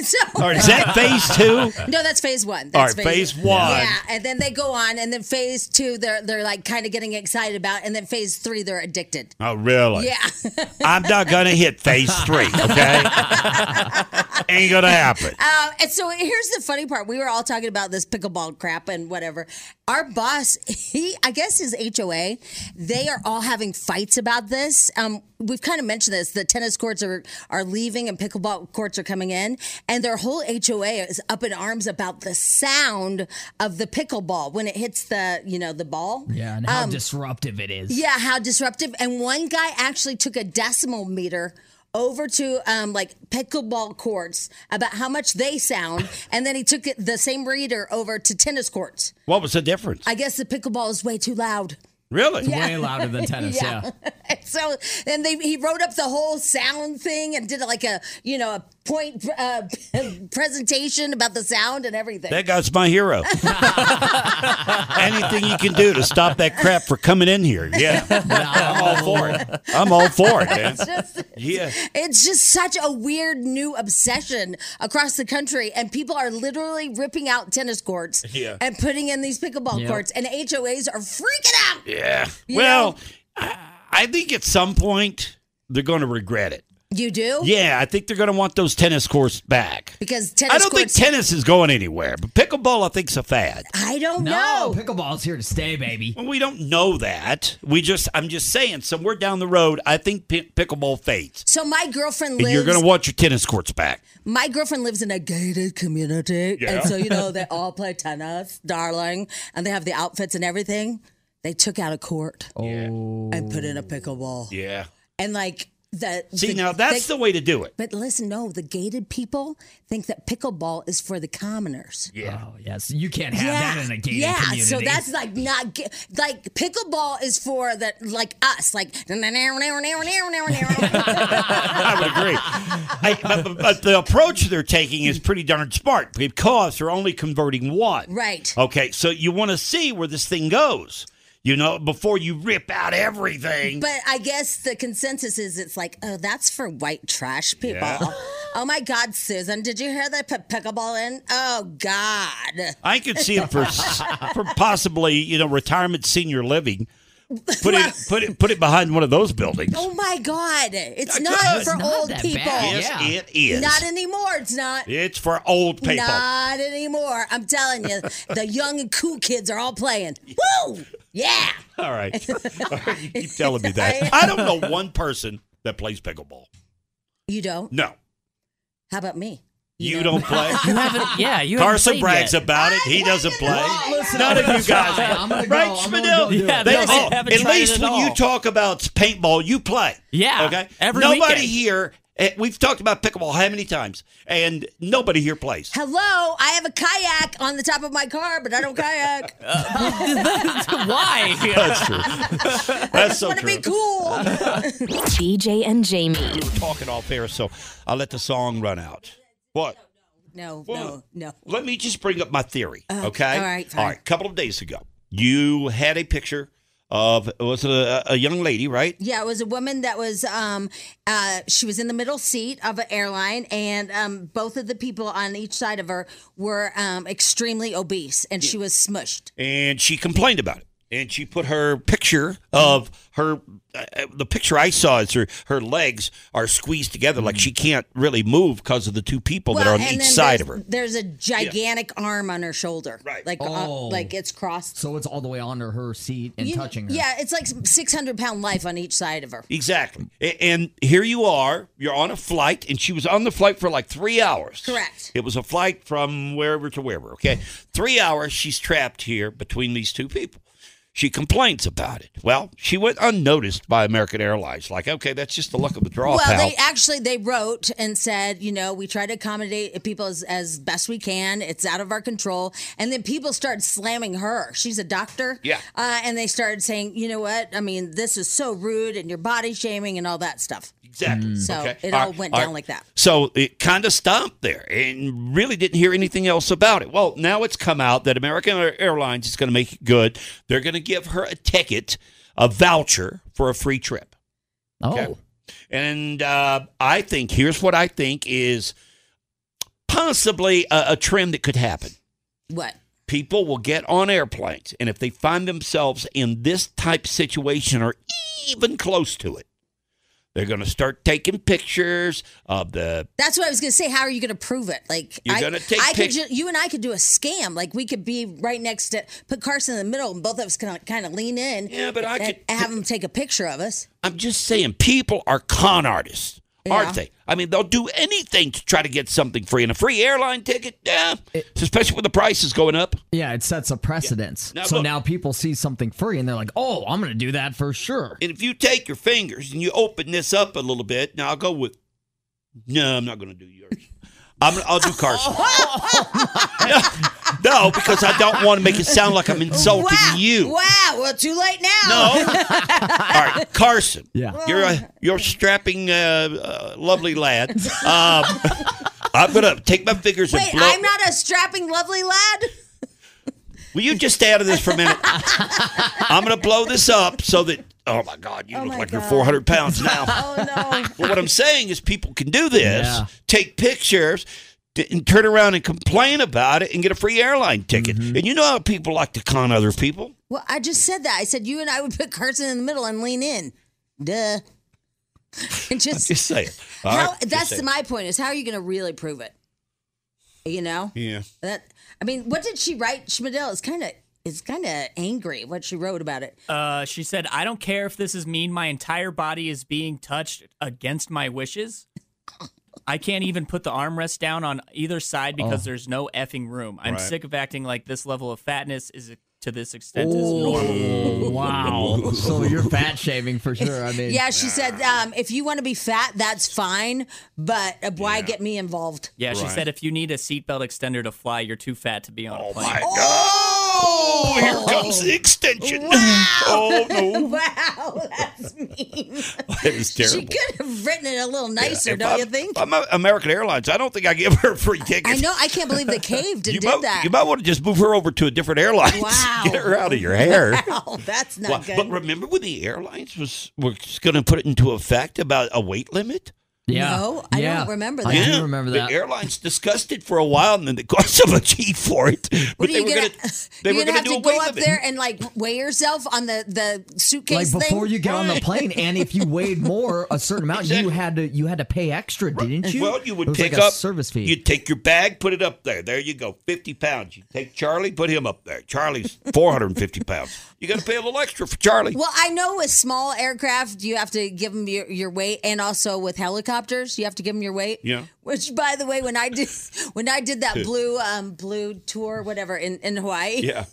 [SPEAKER 2] So,
[SPEAKER 3] All right, is that phase two?
[SPEAKER 2] *laughs* No, that's phase one.
[SPEAKER 3] All
[SPEAKER 2] That's
[SPEAKER 3] right, phase one.
[SPEAKER 2] Yeah, and then they go on, and then phase two, they're they're like kind of getting excited about, and then phase three, they're addicted.
[SPEAKER 3] Oh, really?
[SPEAKER 2] Yeah, *laughs*
[SPEAKER 3] I'm not going to hit phase three, okay? Ain't going to happen.
[SPEAKER 2] um, and so here's the funny part: we were all talking about this pickleball crap and whatever. Our boss, he, I guess his HOA, they are all having fights about this. Um, we've kind of mentioned this: the tennis courts are are leaving, and pickleball courts are coming in, and their whole HOA is up in arms about the sound of the pickleball when it hits the you know the ball.
[SPEAKER 4] Yeah, and how
[SPEAKER 2] Um,
[SPEAKER 4] disruptive it is.
[SPEAKER 2] Yeah, how disruptive. And one guy actually took a decimal meter over to um, like pickleball courts about how much they sound. and then he took it, the same reader over to tennis courts.
[SPEAKER 3] What was the difference?
[SPEAKER 2] I guess the pickleball is way too loud.
[SPEAKER 3] Really?
[SPEAKER 4] It's way louder than tennis.
[SPEAKER 2] *laughs*
[SPEAKER 4] yeah.
[SPEAKER 2] So then they he wrote up the whole sound thing and did like a you know a point uh, *laughs* presentation about the sound and everything.
[SPEAKER 3] That guy's my
[SPEAKER 2] *laughs*
[SPEAKER 3] hero. Anything you can do to stop that crap from coming in here. Yeah. I'm all for it. I'm all for it, man.
[SPEAKER 2] It's just-
[SPEAKER 3] Yeah.
[SPEAKER 2] It's just such a weird new obsession across the country, and people are literally ripping out tennis courts
[SPEAKER 3] *laughs* Yeah.
[SPEAKER 2] and putting in these pickleball
[SPEAKER 3] Yep.
[SPEAKER 2] courts, and HOAs are freaking out.
[SPEAKER 3] Yeah.
[SPEAKER 2] You
[SPEAKER 3] well,
[SPEAKER 2] know?
[SPEAKER 3] I, I think at some point they're going to regret it.
[SPEAKER 2] You do?
[SPEAKER 3] Yeah, I think they're going to want those tennis courts back.
[SPEAKER 2] Because tennis
[SPEAKER 3] I don't
[SPEAKER 2] courts,
[SPEAKER 3] think tennis is going anywhere, but pickleball I think's a fad.
[SPEAKER 2] I don't
[SPEAKER 4] no, know. Pickleball's here to stay, baby.
[SPEAKER 3] Well, we don't know that. We just I'm just saying somewhere down the road, I think pi- pickleball fades.
[SPEAKER 2] So my girlfriend
[SPEAKER 3] And
[SPEAKER 2] lives.
[SPEAKER 3] you're going to want your tennis courts back.
[SPEAKER 2] My girlfriend lives in a gated community,
[SPEAKER 3] Yeah.
[SPEAKER 2] and so
[SPEAKER 3] *laughs*
[SPEAKER 2] you know they all play tennis, darling, and they have the outfits and everything. They took out a court
[SPEAKER 4] Oh.
[SPEAKER 2] and put in a pickleball,
[SPEAKER 3] Yeah.
[SPEAKER 2] and like the
[SPEAKER 3] See,
[SPEAKER 2] the-
[SPEAKER 3] now that's
[SPEAKER 2] they-
[SPEAKER 3] the way to do it.
[SPEAKER 2] But listen, no, the gated people think that pickleball is for the commoners.
[SPEAKER 3] Yeah.
[SPEAKER 4] Oh, yes. You can't have that in a gated
[SPEAKER 2] yeah.
[SPEAKER 4] community.
[SPEAKER 2] So that's like not ga- like pickleball is for the like us, like
[SPEAKER 3] I would agree. I- but, but- but the approach they're taking is pretty darn smart because they're only converting one.
[SPEAKER 2] right.
[SPEAKER 3] Okay, so you want to see where this thing goes, you know, before you rip out everything.
[SPEAKER 2] But I guess the consensus is it's like, oh, that's for white trash people.
[SPEAKER 3] Yeah.
[SPEAKER 2] Oh my God, Susan, did you hear they put pickleball in? Oh God.
[SPEAKER 3] I could see it for, s-
[SPEAKER 2] *laughs*
[SPEAKER 3] for possibly, you know, retirement senior living. Put it, put it, put it behind one of those buildings.
[SPEAKER 2] Oh my God. It's
[SPEAKER 3] I
[SPEAKER 2] not
[SPEAKER 3] could.
[SPEAKER 2] for
[SPEAKER 3] It's
[SPEAKER 4] not
[SPEAKER 2] old
[SPEAKER 4] that
[SPEAKER 2] people.
[SPEAKER 4] bad.
[SPEAKER 3] Yes, Yeah. it is.
[SPEAKER 2] Not anymore. It's not.
[SPEAKER 3] It's for old people.
[SPEAKER 2] Not anymore. I'm
[SPEAKER 3] *laughs*
[SPEAKER 2] telling you, the young and cool kids are all playing. Woo! Yeah.
[SPEAKER 3] All
[SPEAKER 2] *laughs*
[SPEAKER 3] right. All right, you keep telling me that. I don't know one person that plays pickleball.
[SPEAKER 2] You don't?
[SPEAKER 3] No.
[SPEAKER 2] How about me?
[SPEAKER 3] You, don't play.
[SPEAKER 5] *laughs* You haven't- yeah, you haven't
[SPEAKER 3] Carson
[SPEAKER 5] played
[SPEAKER 3] brags
[SPEAKER 5] yet.
[SPEAKER 3] about it. He doesn't play.
[SPEAKER 4] Listen,
[SPEAKER 3] None
[SPEAKER 4] I'm
[SPEAKER 3] of
[SPEAKER 4] gonna
[SPEAKER 3] you
[SPEAKER 4] try.
[SPEAKER 3] guys,
[SPEAKER 4] I'm gonna go.
[SPEAKER 3] right,
[SPEAKER 4] I'm gonna
[SPEAKER 3] Spadil?
[SPEAKER 4] go do it.
[SPEAKER 5] Yeah,
[SPEAKER 3] they
[SPEAKER 5] no, they
[SPEAKER 3] all.
[SPEAKER 5] haven't
[SPEAKER 3] At
[SPEAKER 5] tried it
[SPEAKER 3] least
[SPEAKER 5] at
[SPEAKER 3] when you
[SPEAKER 5] all.
[SPEAKER 3] talk about paintball, you play.
[SPEAKER 5] Yeah,
[SPEAKER 3] Okay.
[SPEAKER 5] every
[SPEAKER 3] nobody
[SPEAKER 5] weekend.
[SPEAKER 3] here. eh, We've talked about pickleball how many times, and nobody here plays.
[SPEAKER 2] Hello, I have a kayak on the top of my car, but I
[SPEAKER 3] *laughs*
[SPEAKER 2] don't kayak.
[SPEAKER 5] Uh, *laughs* Why?
[SPEAKER 3] That's true. That's so
[SPEAKER 2] want to
[SPEAKER 3] true.
[SPEAKER 2] be cool.
[SPEAKER 7] *laughs* BJ and Jamie.
[SPEAKER 3] We're talking off air, so I'll let the song run out. What?
[SPEAKER 2] No, no,
[SPEAKER 3] Well,
[SPEAKER 2] no.
[SPEAKER 3] Let me just bring up my theory,
[SPEAKER 2] Uh,
[SPEAKER 3] okay?
[SPEAKER 2] all right, fine.
[SPEAKER 3] All right. A couple of days ago, you had a picture of was it a, a young lady, right?
[SPEAKER 2] Yeah, it was a woman that was um uh she was in the middle seat of an airline and um both of the people on each side of her were um extremely obese and she was smushed.
[SPEAKER 3] And she complained about it. And she put her picture of her uh, uh, the picture I saw is her her legs are squeezed together like she can't really move because of the two people that are on
[SPEAKER 2] Mm. and
[SPEAKER 3] each
[SPEAKER 2] then
[SPEAKER 3] side of
[SPEAKER 2] there's-
[SPEAKER 3] her.
[SPEAKER 2] There's a gigantic arm on her shoulder.
[SPEAKER 3] Right.
[SPEAKER 2] Like uh,
[SPEAKER 4] Oh.
[SPEAKER 2] like it's crossed.
[SPEAKER 4] So it's all the way under her seat and
[SPEAKER 2] You-
[SPEAKER 4] touching her.
[SPEAKER 2] Yeah, it's like 600 pound life on each side of her.
[SPEAKER 3] Exactly. A- And here you are, you're on a flight and she was on the flight for like 3 hours.
[SPEAKER 2] Correct.
[SPEAKER 3] It was a flight from wherever to wherever. Okay. Three hours she's trapped here between these two people. She complains about it. Well, she went unnoticed by American Airlines. Like, okay, that's just the luck of the draw,
[SPEAKER 2] well,
[SPEAKER 3] pal.
[SPEAKER 2] they actually they wrote and said, you know, we try to accommodate people as, as best we can. It's out of our control, and then people started slamming her. She's a doctor,
[SPEAKER 3] Yeah.
[SPEAKER 2] uh, and they started saying, you know what? I mean, this is so rude, and your body shaming and all that stuff.
[SPEAKER 3] exactly.
[SPEAKER 2] So
[SPEAKER 3] Okay.
[SPEAKER 2] it all
[SPEAKER 3] right,
[SPEAKER 2] went
[SPEAKER 3] all
[SPEAKER 2] down
[SPEAKER 3] right.
[SPEAKER 2] like that.
[SPEAKER 3] So it kind of stopped there and really didn't hear anything else about it. Well, now it's come out that American Airlines is going to make it good. They're going to give her a ticket, a voucher for a free trip.
[SPEAKER 4] Oh.
[SPEAKER 3] Okay. And uh, I think here's what I think is possibly a, a trend that could happen.
[SPEAKER 2] What?
[SPEAKER 3] People will get on airplanes, and if they find themselves in this type situation or even close to it, they're going to start taking pictures of the.
[SPEAKER 2] That's what I was gonna say. How are you gonna prove it? Like
[SPEAKER 3] You're
[SPEAKER 2] I,
[SPEAKER 3] gonna take
[SPEAKER 2] I could
[SPEAKER 3] pic-
[SPEAKER 2] ju- you and I could do a scam. Like we could be right next to put Carson in the middle, and both of us can kind of lean in.
[SPEAKER 3] Yeah, but I
[SPEAKER 2] and,
[SPEAKER 3] could-
[SPEAKER 2] and have him take a picture of us.
[SPEAKER 3] I'm just saying, people are con artists,
[SPEAKER 2] Yeah.
[SPEAKER 3] aren't they? I mean, they'll do anything to try to get something free, and a free airline ticket, yeah, especially when the price is going up.
[SPEAKER 4] Yeah, it sets a precedence.
[SPEAKER 3] Now
[SPEAKER 4] so
[SPEAKER 3] look-
[SPEAKER 4] now people see something free and they're like, "Oh, I'm going to do that for sure."
[SPEAKER 3] And if you take your fingers and you open this up a little bit, now I'll go with. No, I'm not going to do yours. *laughs* I'm, I'll do
[SPEAKER 2] *laughs*
[SPEAKER 3] Carson.
[SPEAKER 2] Oh,
[SPEAKER 3] *laughs* no, because I don't want to make it sound like I'm insulting
[SPEAKER 2] wow,
[SPEAKER 3] you.
[SPEAKER 2] Wow. Well, too late now.
[SPEAKER 3] No.
[SPEAKER 2] *laughs*
[SPEAKER 3] All right, Carson.
[SPEAKER 4] Yeah.
[SPEAKER 3] You're a you're a strapping, uh, uh, lovely lad. Um, *laughs* I'm gonna take my fingers
[SPEAKER 2] Wait,
[SPEAKER 3] and blow.
[SPEAKER 2] I'm not a strapping, lovely lad.
[SPEAKER 3] Will you just stay out of this for a minute? I'm gonna blow this up so that. Oh my God, you
[SPEAKER 2] Oh
[SPEAKER 3] look
[SPEAKER 2] my
[SPEAKER 3] like you're
[SPEAKER 2] God.
[SPEAKER 3] 400
[SPEAKER 2] *laughs*
[SPEAKER 3] pounds now.
[SPEAKER 2] Oh no.
[SPEAKER 3] Well, what I'm saying is people can do this,
[SPEAKER 4] Yeah.
[SPEAKER 3] take pictures, t- and turn around and complain about it and get a free airline ticket. And you know how people like to con other people? *laughs*
[SPEAKER 2] Well, I just said that. I said you and I would put Carson in the middle and lean in. Duh. *laughs* And just,
[SPEAKER 3] just saying. All
[SPEAKER 2] how,
[SPEAKER 3] right, just
[SPEAKER 2] that's
[SPEAKER 3] saying.
[SPEAKER 2] my point is how are you going to really prove it? You know?
[SPEAKER 3] Yeah.
[SPEAKER 2] That I mean, what did she write? Schmidl is kind of is kind of angry what she wrote about it.
[SPEAKER 5] Uh, she said, I don't care if this is mean. My entire body is being touched against my wishes. I can't even put the armrest down on either side because
[SPEAKER 4] Oh.
[SPEAKER 5] there's no effing room. I'm
[SPEAKER 4] Right.
[SPEAKER 5] sick of acting like this level of fatness is to this extent is
[SPEAKER 4] Oh,
[SPEAKER 5] normal.
[SPEAKER 4] *laughs* wow. so you're fat shaming for sure. I mean,
[SPEAKER 2] Yeah, she said, um, if you want to be fat, that's fine, but uh, why get me involved?
[SPEAKER 5] Yeah, she
[SPEAKER 3] Right.
[SPEAKER 5] said if you need a seatbelt extender to fly, you're too fat to be on a plane.
[SPEAKER 3] Oh, here comes the extension. *laughs* Oh no,
[SPEAKER 2] *laughs* wow, that's mean.
[SPEAKER 3] it was terrible.
[SPEAKER 2] She could have written it a little nicer,
[SPEAKER 3] If
[SPEAKER 2] don't
[SPEAKER 3] I'm-
[SPEAKER 2] you think?
[SPEAKER 3] if I'm a- American Airlines. I don't think I give her a free ticket.
[SPEAKER 2] I know. I can't believe they caved and
[SPEAKER 3] You
[SPEAKER 2] did
[SPEAKER 3] might,
[SPEAKER 2] that.
[SPEAKER 3] you might want to just move her over to a different airline. *laughs*
[SPEAKER 2] Wow.
[SPEAKER 3] Get her out of your hair.
[SPEAKER 2] *laughs* Wow, that's not
[SPEAKER 3] Well,
[SPEAKER 2] good.
[SPEAKER 3] But remember when the airlines was were going to put it into effect about a weight limit?
[SPEAKER 4] Yeah.
[SPEAKER 2] No, I don't remember that.
[SPEAKER 3] Yeah. The airlines discussed it for a while, and then they *laughs* got some cheap for it. But
[SPEAKER 2] What are
[SPEAKER 3] they
[SPEAKER 2] you
[SPEAKER 3] were
[SPEAKER 2] gonna?
[SPEAKER 3] going *laughs* they
[SPEAKER 2] you're
[SPEAKER 3] were
[SPEAKER 2] gonna
[SPEAKER 3] going
[SPEAKER 2] have
[SPEAKER 3] to do a
[SPEAKER 2] to
[SPEAKER 3] weight
[SPEAKER 2] go up
[SPEAKER 3] limit.
[SPEAKER 2] there and like weigh yourself on the the
[SPEAKER 4] like
[SPEAKER 2] suitcase
[SPEAKER 4] before
[SPEAKER 2] thing.
[SPEAKER 4] you get on the plane, and if you weighed more a certain amount, you had to you had to pay extra, didn't you?
[SPEAKER 3] Well, you
[SPEAKER 4] It
[SPEAKER 3] would
[SPEAKER 4] was
[SPEAKER 3] pick
[SPEAKER 4] like a
[SPEAKER 3] up
[SPEAKER 4] service fee.
[SPEAKER 3] You'd take your bag, put it up there. There you go, fifty pounds. You take Charlie, put him up there. Charlie's four hundred and fifty pounds. You got to pay a little extra for Charlie.
[SPEAKER 2] Well, I know with small aircraft you have to give them your, your weight, and also with helicopters you have to give them your weight.
[SPEAKER 3] Yeah.
[SPEAKER 2] Which, by the way, when I did *laughs* when I did that blue um blue tour whatever in in Hawaii,
[SPEAKER 3] *laughs* Yeah.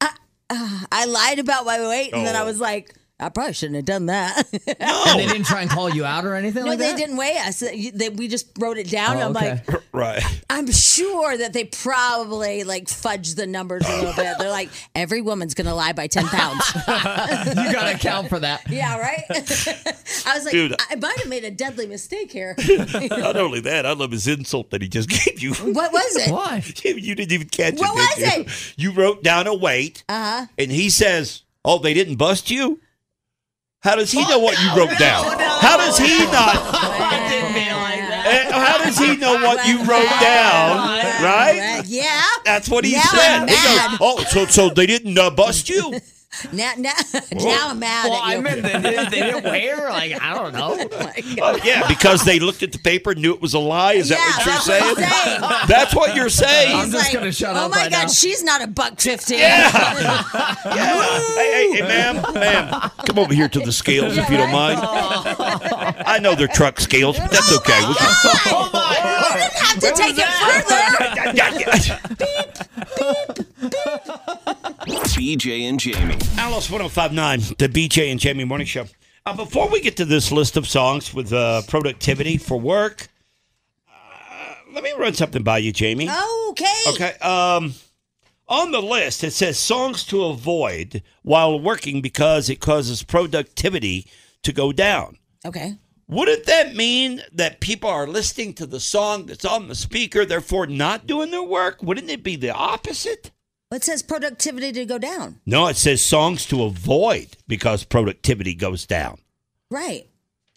[SPEAKER 2] uh, I lied about my weight, and then I
[SPEAKER 4] Oh.
[SPEAKER 2] was like, I probably shouldn't have done that. *laughs*
[SPEAKER 4] And they didn't try and call you out or anything
[SPEAKER 2] no,
[SPEAKER 4] like
[SPEAKER 2] they
[SPEAKER 4] that.
[SPEAKER 2] didn't weigh us. They, they- we just wrote it down.
[SPEAKER 4] Oh,
[SPEAKER 2] I'm
[SPEAKER 4] okay.
[SPEAKER 2] like,
[SPEAKER 3] *laughs* right.
[SPEAKER 2] I'm sure that they probably like fudge the numbers a little bit. They're like, every woman's gonna lie by ten
[SPEAKER 3] *laughs*
[SPEAKER 2] pounds.
[SPEAKER 4] *laughs*
[SPEAKER 2] *laughs*
[SPEAKER 4] you gotta account for that.
[SPEAKER 2] Yeah, right. I was like,
[SPEAKER 3] Dude.
[SPEAKER 2] I might have made a deadly mistake
[SPEAKER 3] *laughs*
[SPEAKER 2] here.
[SPEAKER 3] Not only that, I love his insult that he just *laughs* gave you.
[SPEAKER 2] What was it?
[SPEAKER 3] *laughs*
[SPEAKER 4] Why?
[SPEAKER 3] You, you didn't even catch
[SPEAKER 2] What
[SPEAKER 3] it. did
[SPEAKER 2] was
[SPEAKER 3] you? You wrote down a weight,
[SPEAKER 2] Uh huh.
[SPEAKER 3] and he says, "Oh, they didn't bust you." How does he know what you wrote down? How does
[SPEAKER 2] *laughs*
[SPEAKER 3] he
[SPEAKER 2] Oh,
[SPEAKER 3] not?
[SPEAKER 5] I didn't mean like that.
[SPEAKER 3] eh, How does he know what you wrote down? Right?
[SPEAKER 2] Yeah.
[SPEAKER 3] That's what he
[SPEAKER 2] Now
[SPEAKER 3] said.
[SPEAKER 2] I'm
[SPEAKER 3] He goes, oh, so so they didn't uh, bust you?
[SPEAKER 2] Now, now, *laughs* now I'm mad
[SPEAKER 4] Well,
[SPEAKER 2] at you.
[SPEAKER 4] I meant they, didn't- they didn't wear. Like I don't
[SPEAKER 2] *laughs*
[SPEAKER 4] know.
[SPEAKER 3] Oh, yeah, because they looked at the paper and knew it was a lie. Is that what you're saying? That's what you're saying.
[SPEAKER 4] I'm just gonna shut
[SPEAKER 2] oh
[SPEAKER 4] up
[SPEAKER 2] my
[SPEAKER 4] right
[SPEAKER 2] God,
[SPEAKER 4] now.
[SPEAKER 2] she's not a buck fifty. *laughs*
[SPEAKER 3] Hey, hey, hey, ma'am, ma'am, come over here to the scales if you don't mind. I know they're truck scales, but that's okay. We can-
[SPEAKER 2] You didn't have to take
[SPEAKER 3] *laughs*
[SPEAKER 2] it further.
[SPEAKER 1] BJ and Jamie.
[SPEAKER 3] Alice 1059, the BJ and Jamie Morning Show. Uh, before we get to this list of songs with uh, productivity for work, uh, let me run something by you, Jamie.
[SPEAKER 10] Oh,
[SPEAKER 2] Okay.
[SPEAKER 3] Okay. Um, on the list, it says songs to avoid while working because it causes productivity to go down.
[SPEAKER 2] Okay.
[SPEAKER 3] Wouldn't that mean that people are listening to the song that's on the speaker, therefore not doing their work? Wouldn't it be the opposite?
[SPEAKER 2] It says productivity to go down.
[SPEAKER 3] No, it says songs to avoid because productivity goes down.
[SPEAKER 2] Right.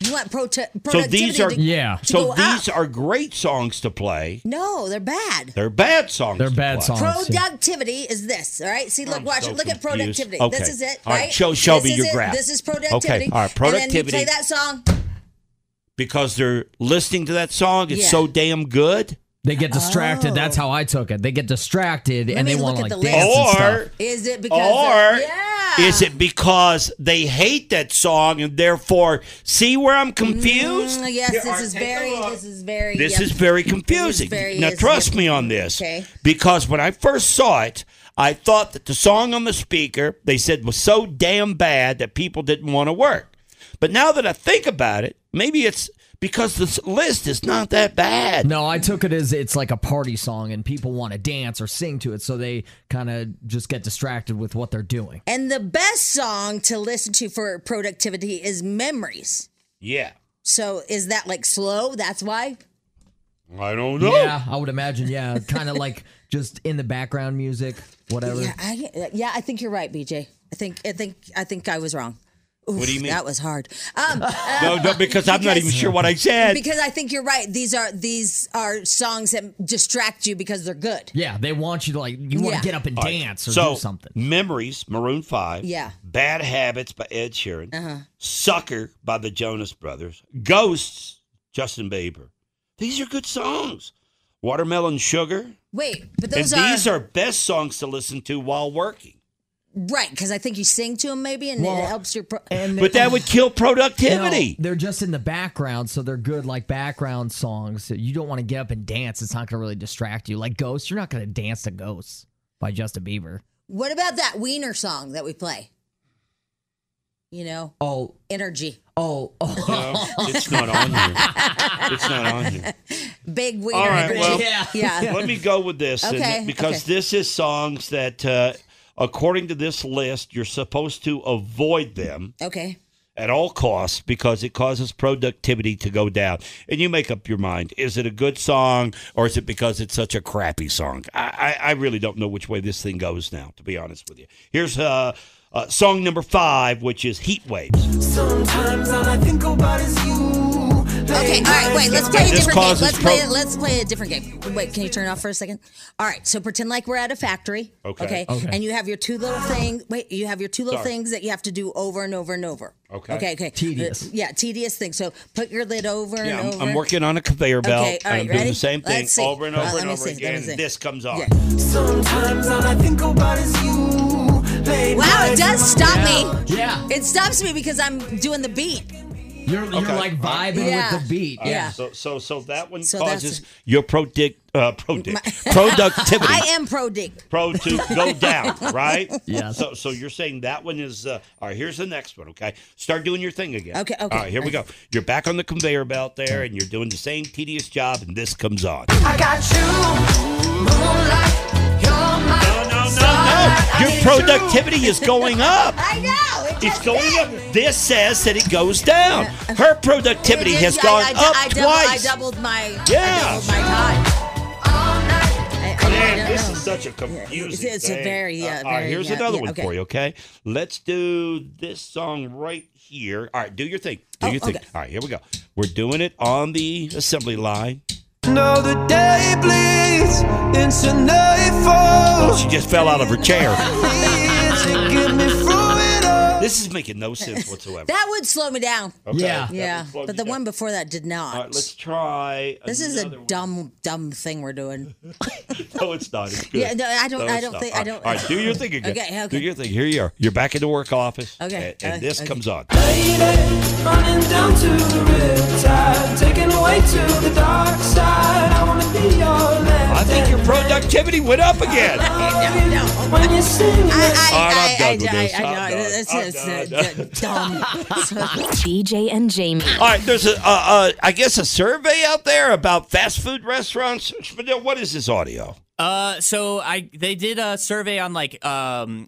[SPEAKER 2] You want pro- productivity
[SPEAKER 3] So these are
[SPEAKER 2] to, to
[SPEAKER 3] So
[SPEAKER 2] go
[SPEAKER 3] these
[SPEAKER 2] up.
[SPEAKER 3] are great songs to play.
[SPEAKER 2] No, they're bad.
[SPEAKER 3] They're bad songs. They're bad
[SPEAKER 2] Productivity is this, all right? See, look,
[SPEAKER 3] I'm
[SPEAKER 2] watch
[SPEAKER 3] so
[SPEAKER 2] it. Look at
[SPEAKER 3] confused.
[SPEAKER 2] productivity.
[SPEAKER 3] Mm. Okay.
[SPEAKER 2] This is it,
[SPEAKER 3] All right,
[SPEAKER 2] right?
[SPEAKER 3] show- show me
[SPEAKER 2] This is
[SPEAKER 3] your
[SPEAKER 2] it.
[SPEAKER 3] graph.
[SPEAKER 2] This is productivity.
[SPEAKER 3] Okay, all right,
[SPEAKER 2] And then
[SPEAKER 3] productivity.
[SPEAKER 2] you play that song.
[SPEAKER 3] because they're listening to that song. It's
[SPEAKER 2] Yeah. Oh.
[SPEAKER 3] so damn good.
[SPEAKER 4] They get distracted. That's how I took it. They get distracted and they want to like
[SPEAKER 2] the
[SPEAKER 4] dance and
[SPEAKER 3] list.
[SPEAKER 4] stuff.
[SPEAKER 3] Or-
[SPEAKER 2] Is it because
[SPEAKER 3] Or
[SPEAKER 2] of- yeah.
[SPEAKER 3] is it because they hate that song and therefore see where I'm confused?
[SPEAKER 2] Mm, yes, this is very this is very
[SPEAKER 3] This
[SPEAKER 2] Mm, yep.
[SPEAKER 3] is very confusing.
[SPEAKER 2] very-
[SPEAKER 3] now
[SPEAKER 2] is-
[SPEAKER 3] trust me on this.
[SPEAKER 2] Okay.
[SPEAKER 3] Because when I first saw it, I thought that the song on the speaker they said was so damn bad that people didn't want to work. But now that I think about it, maybe it's because this list is not that bad.
[SPEAKER 4] No, I took it as it's like a party song and people want to dance or sing to it, so they kind of just get distracted with what they're doing.
[SPEAKER 2] And the best song to listen to for productivity is Memories.
[SPEAKER 3] Yeah.
[SPEAKER 2] So is that like slow? That's why?
[SPEAKER 3] I don't
[SPEAKER 4] Yeah, I would imagine. Yeah, kind of like just in the background music, whatever.
[SPEAKER 2] Yeah, I yeah, I think you're right, BJ. I think I think I think I was wrong.
[SPEAKER 3] what do you mean?
[SPEAKER 2] That was hard.
[SPEAKER 3] *laughs*
[SPEAKER 2] Um,
[SPEAKER 3] no, no, because I'm not even sure what I said.
[SPEAKER 2] because I think you're right. These are these are songs that distract you because they're good.
[SPEAKER 4] Yeah, they want you to like you want
[SPEAKER 2] Yeah.
[SPEAKER 4] to get up and
[SPEAKER 3] All right.
[SPEAKER 4] dance or
[SPEAKER 3] so,
[SPEAKER 4] do something.
[SPEAKER 3] Memories, Maroon 5.
[SPEAKER 2] Yeah.
[SPEAKER 3] Bad Habits by Ed Sheeran.
[SPEAKER 2] Uh-huh.
[SPEAKER 3] Sucker by the Jonas Brothers. Ghosts, Justin Bieber. These are good songs. Watermelon Sugar.
[SPEAKER 2] Wait, but those
[SPEAKER 3] and
[SPEAKER 2] are,
[SPEAKER 3] these are best songs to listen to while working.
[SPEAKER 2] right because I think you sing to them maybe and
[SPEAKER 4] Well,
[SPEAKER 2] it helps your. Pro-
[SPEAKER 3] But that would kill
[SPEAKER 4] No,
[SPEAKER 3] productivity.
[SPEAKER 4] they're just in the background, so they're good like background songs. You don't want to get up and dance. It's not going to really distract you. Like Ghosts, you're not going to dance to Ghosts by Justin Bieber.
[SPEAKER 2] What about that Wiener song that we play? You know,
[SPEAKER 4] Oh,
[SPEAKER 2] energy,
[SPEAKER 4] oh, oh.
[SPEAKER 3] *laughs*
[SPEAKER 2] *laughs*
[SPEAKER 3] it's not on here. It's not on here.
[SPEAKER 2] big Wiener.
[SPEAKER 3] All right,
[SPEAKER 2] energy.
[SPEAKER 3] well,
[SPEAKER 2] *laughs* yeah,
[SPEAKER 3] let me go with this and-
[SPEAKER 2] Okay,
[SPEAKER 3] because
[SPEAKER 2] okay.
[SPEAKER 3] this is songs that, uh, according to this list, you're supposed to avoid them.
[SPEAKER 2] Okay.
[SPEAKER 3] at all costs because it causes productivity to go down. And you make up your mind: is it a good song or is it because it's such a crappy song? I, I, I really don't know which way this thing goes now. To be honest with you, here's uh, uh, song number five, which is Heat Waves.
[SPEAKER 10] Sometimes all I think about is you.
[SPEAKER 2] Okay, all right, wait, let's play a
[SPEAKER 3] This
[SPEAKER 2] different game.
[SPEAKER 3] causes
[SPEAKER 2] Let's play
[SPEAKER 3] pro-
[SPEAKER 2] let's play a different game. Wait, can you turn it off for a second? All right, so pretend like we're at a factory.
[SPEAKER 3] Okay.
[SPEAKER 2] Okay.
[SPEAKER 3] Okay.
[SPEAKER 2] And you have your two little things wait, you have your two little
[SPEAKER 3] Sorry.
[SPEAKER 2] things that you have to do over and over and over.
[SPEAKER 3] Okay.
[SPEAKER 2] Okay, okay.
[SPEAKER 3] Tedious.
[SPEAKER 2] Uh, yeah, tedious thing. So put your lid over
[SPEAKER 3] Yeah,
[SPEAKER 2] and
[SPEAKER 3] I'm,
[SPEAKER 2] over.
[SPEAKER 3] I'm working on a conveyor belt.
[SPEAKER 2] Okay, all right,
[SPEAKER 3] I'm
[SPEAKER 2] ready?
[SPEAKER 3] doing the same thing
[SPEAKER 2] Let's see.
[SPEAKER 3] over and
[SPEAKER 2] All
[SPEAKER 3] over
[SPEAKER 2] right,
[SPEAKER 3] and
[SPEAKER 2] let me
[SPEAKER 3] over
[SPEAKER 2] see, let me
[SPEAKER 3] again.
[SPEAKER 2] see.
[SPEAKER 3] and this comes on.
[SPEAKER 10] Sometimes all I think about is you. Late
[SPEAKER 2] Wow, it
[SPEAKER 10] nights
[SPEAKER 2] does
[SPEAKER 10] in my
[SPEAKER 2] stop
[SPEAKER 10] bed.
[SPEAKER 2] me. Yeah. It stops me because I'm doing the beat. *laughs*
[SPEAKER 4] You're,
[SPEAKER 3] Okay.
[SPEAKER 4] you're like vibing
[SPEAKER 2] Yeah.
[SPEAKER 4] with the beat.
[SPEAKER 3] All right,
[SPEAKER 2] Yeah.
[SPEAKER 3] So so so that one
[SPEAKER 2] So that's-
[SPEAKER 3] causes your prodict uh, prodict
[SPEAKER 2] *laughs*
[SPEAKER 3] productivity.
[SPEAKER 2] I am pro dick.
[SPEAKER 3] pro to
[SPEAKER 2] *laughs*
[SPEAKER 3] go down, right?
[SPEAKER 2] Yes.
[SPEAKER 3] So, so you're saying that one is uh, all right. Here's the next one. Okay, start doing your thing again.
[SPEAKER 2] Okay, okay.
[SPEAKER 3] All right, here we go. You're back on the conveyor belt there, and you're doing the same tedious job, and this comes on.
[SPEAKER 10] I got you. Moonlight, you're
[SPEAKER 3] No,
[SPEAKER 10] my
[SPEAKER 3] your productivity is going up.
[SPEAKER 2] I know. It
[SPEAKER 3] It's going up. This says that it goes down. Her productivity
[SPEAKER 2] uh, It
[SPEAKER 3] has
[SPEAKER 2] is-
[SPEAKER 3] gone
[SPEAKER 2] I, I,
[SPEAKER 3] up
[SPEAKER 2] I, double- I
[SPEAKER 3] twice.
[SPEAKER 2] doubled my I
[SPEAKER 3] Yeah.
[SPEAKER 2] doubled my time. I- I
[SPEAKER 3] Man,
[SPEAKER 2] don't
[SPEAKER 3] this
[SPEAKER 2] know.
[SPEAKER 3] is such a confusing
[SPEAKER 2] it's- it's a
[SPEAKER 3] thing.
[SPEAKER 2] very, yeah,
[SPEAKER 3] Uh, all right,
[SPEAKER 2] very,
[SPEAKER 3] here's
[SPEAKER 2] yeah,
[SPEAKER 3] another
[SPEAKER 2] yeah,
[SPEAKER 3] one
[SPEAKER 2] okay.
[SPEAKER 3] for you, okay? Let's do this song right here. All right, do your thing.
[SPEAKER 2] Oh,
[SPEAKER 3] Do your thing. All right, here we go. We're doing it on the assembly line.
[SPEAKER 10] Now the day bleeds into nightfall.
[SPEAKER 3] Oh, she just fell out of her
[SPEAKER 2] *laughs*
[SPEAKER 3] chair.
[SPEAKER 10] Needs to get me through it all.
[SPEAKER 3] this is making no sense whatsoever.
[SPEAKER 2] That would slow me down.
[SPEAKER 3] Okay, Yeah. that would
[SPEAKER 2] Yeah.
[SPEAKER 3] slow
[SPEAKER 2] But
[SPEAKER 3] you
[SPEAKER 2] the
[SPEAKER 3] down.
[SPEAKER 2] one before that did not.
[SPEAKER 3] all right, let's try.
[SPEAKER 2] this is a
[SPEAKER 3] another one.
[SPEAKER 2] dumb, dumb thing we're doing.
[SPEAKER 3] *laughs* No, it's not. It's good.
[SPEAKER 2] Yeah, no, I
[SPEAKER 3] No,
[SPEAKER 2] don't- I
[SPEAKER 3] it's
[SPEAKER 2] don't
[SPEAKER 3] not.
[SPEAKER 2] think-
[SPEAKER 3] All
[SPEAKER 2] I
[SPEAKER 3] right,
[SPEAKER 2] don't-
[SPEAKER 3] All right, do your thing again.
[SPEAKER 2] Okay, okay.
[SPEAKER 3] Do your thing. Here you are. You're back in the work office.
[SPEAKER 2] Okay,
[SPEAKER 3] And, and
[SPEAKER 2] okay,
[SPEAKER 3] this
[SPEAKER 2] okay.
[SPEAKER 3] comes on.
[SPEAKER 10] Lady, running down to the riptide, taken away to the dark side. I wanna be your man.
[SPEAKER 3] I think your productivity went up
[SPEAKER 2] *laughs*
[SPEAKER 3] again.
[SPEAKER 10] When you sing
[SPEAKER 2] I,
[SPEAKER 3] All right, I'm
[SPEAKER 2] I,
[SPEAKER 3] done
[SPEAKER 2] I,
[SPEAKER 3] with this.
[SPEAKER 2] I, I,
[SPEAKER 3] I'm
[SPEAKER 2] I,
[SPEAKER 3] done.
[SPEAKER 2] it's,
[SPEAKER 3] I'm
[SPEAKER 2] it's,
[SPEAKER 3] done.
[SPEAKER 2] it's uh, dumb.
[SPEAKER 7] *laughs* BJ and Jamie.
[SPEAKER 3] All right, there's a, uh, uh, I guess, a survey out there about fast food restaurants. Spadil, What is this audio?
[SPEAKER 5] Uh, so I they did a survey on like um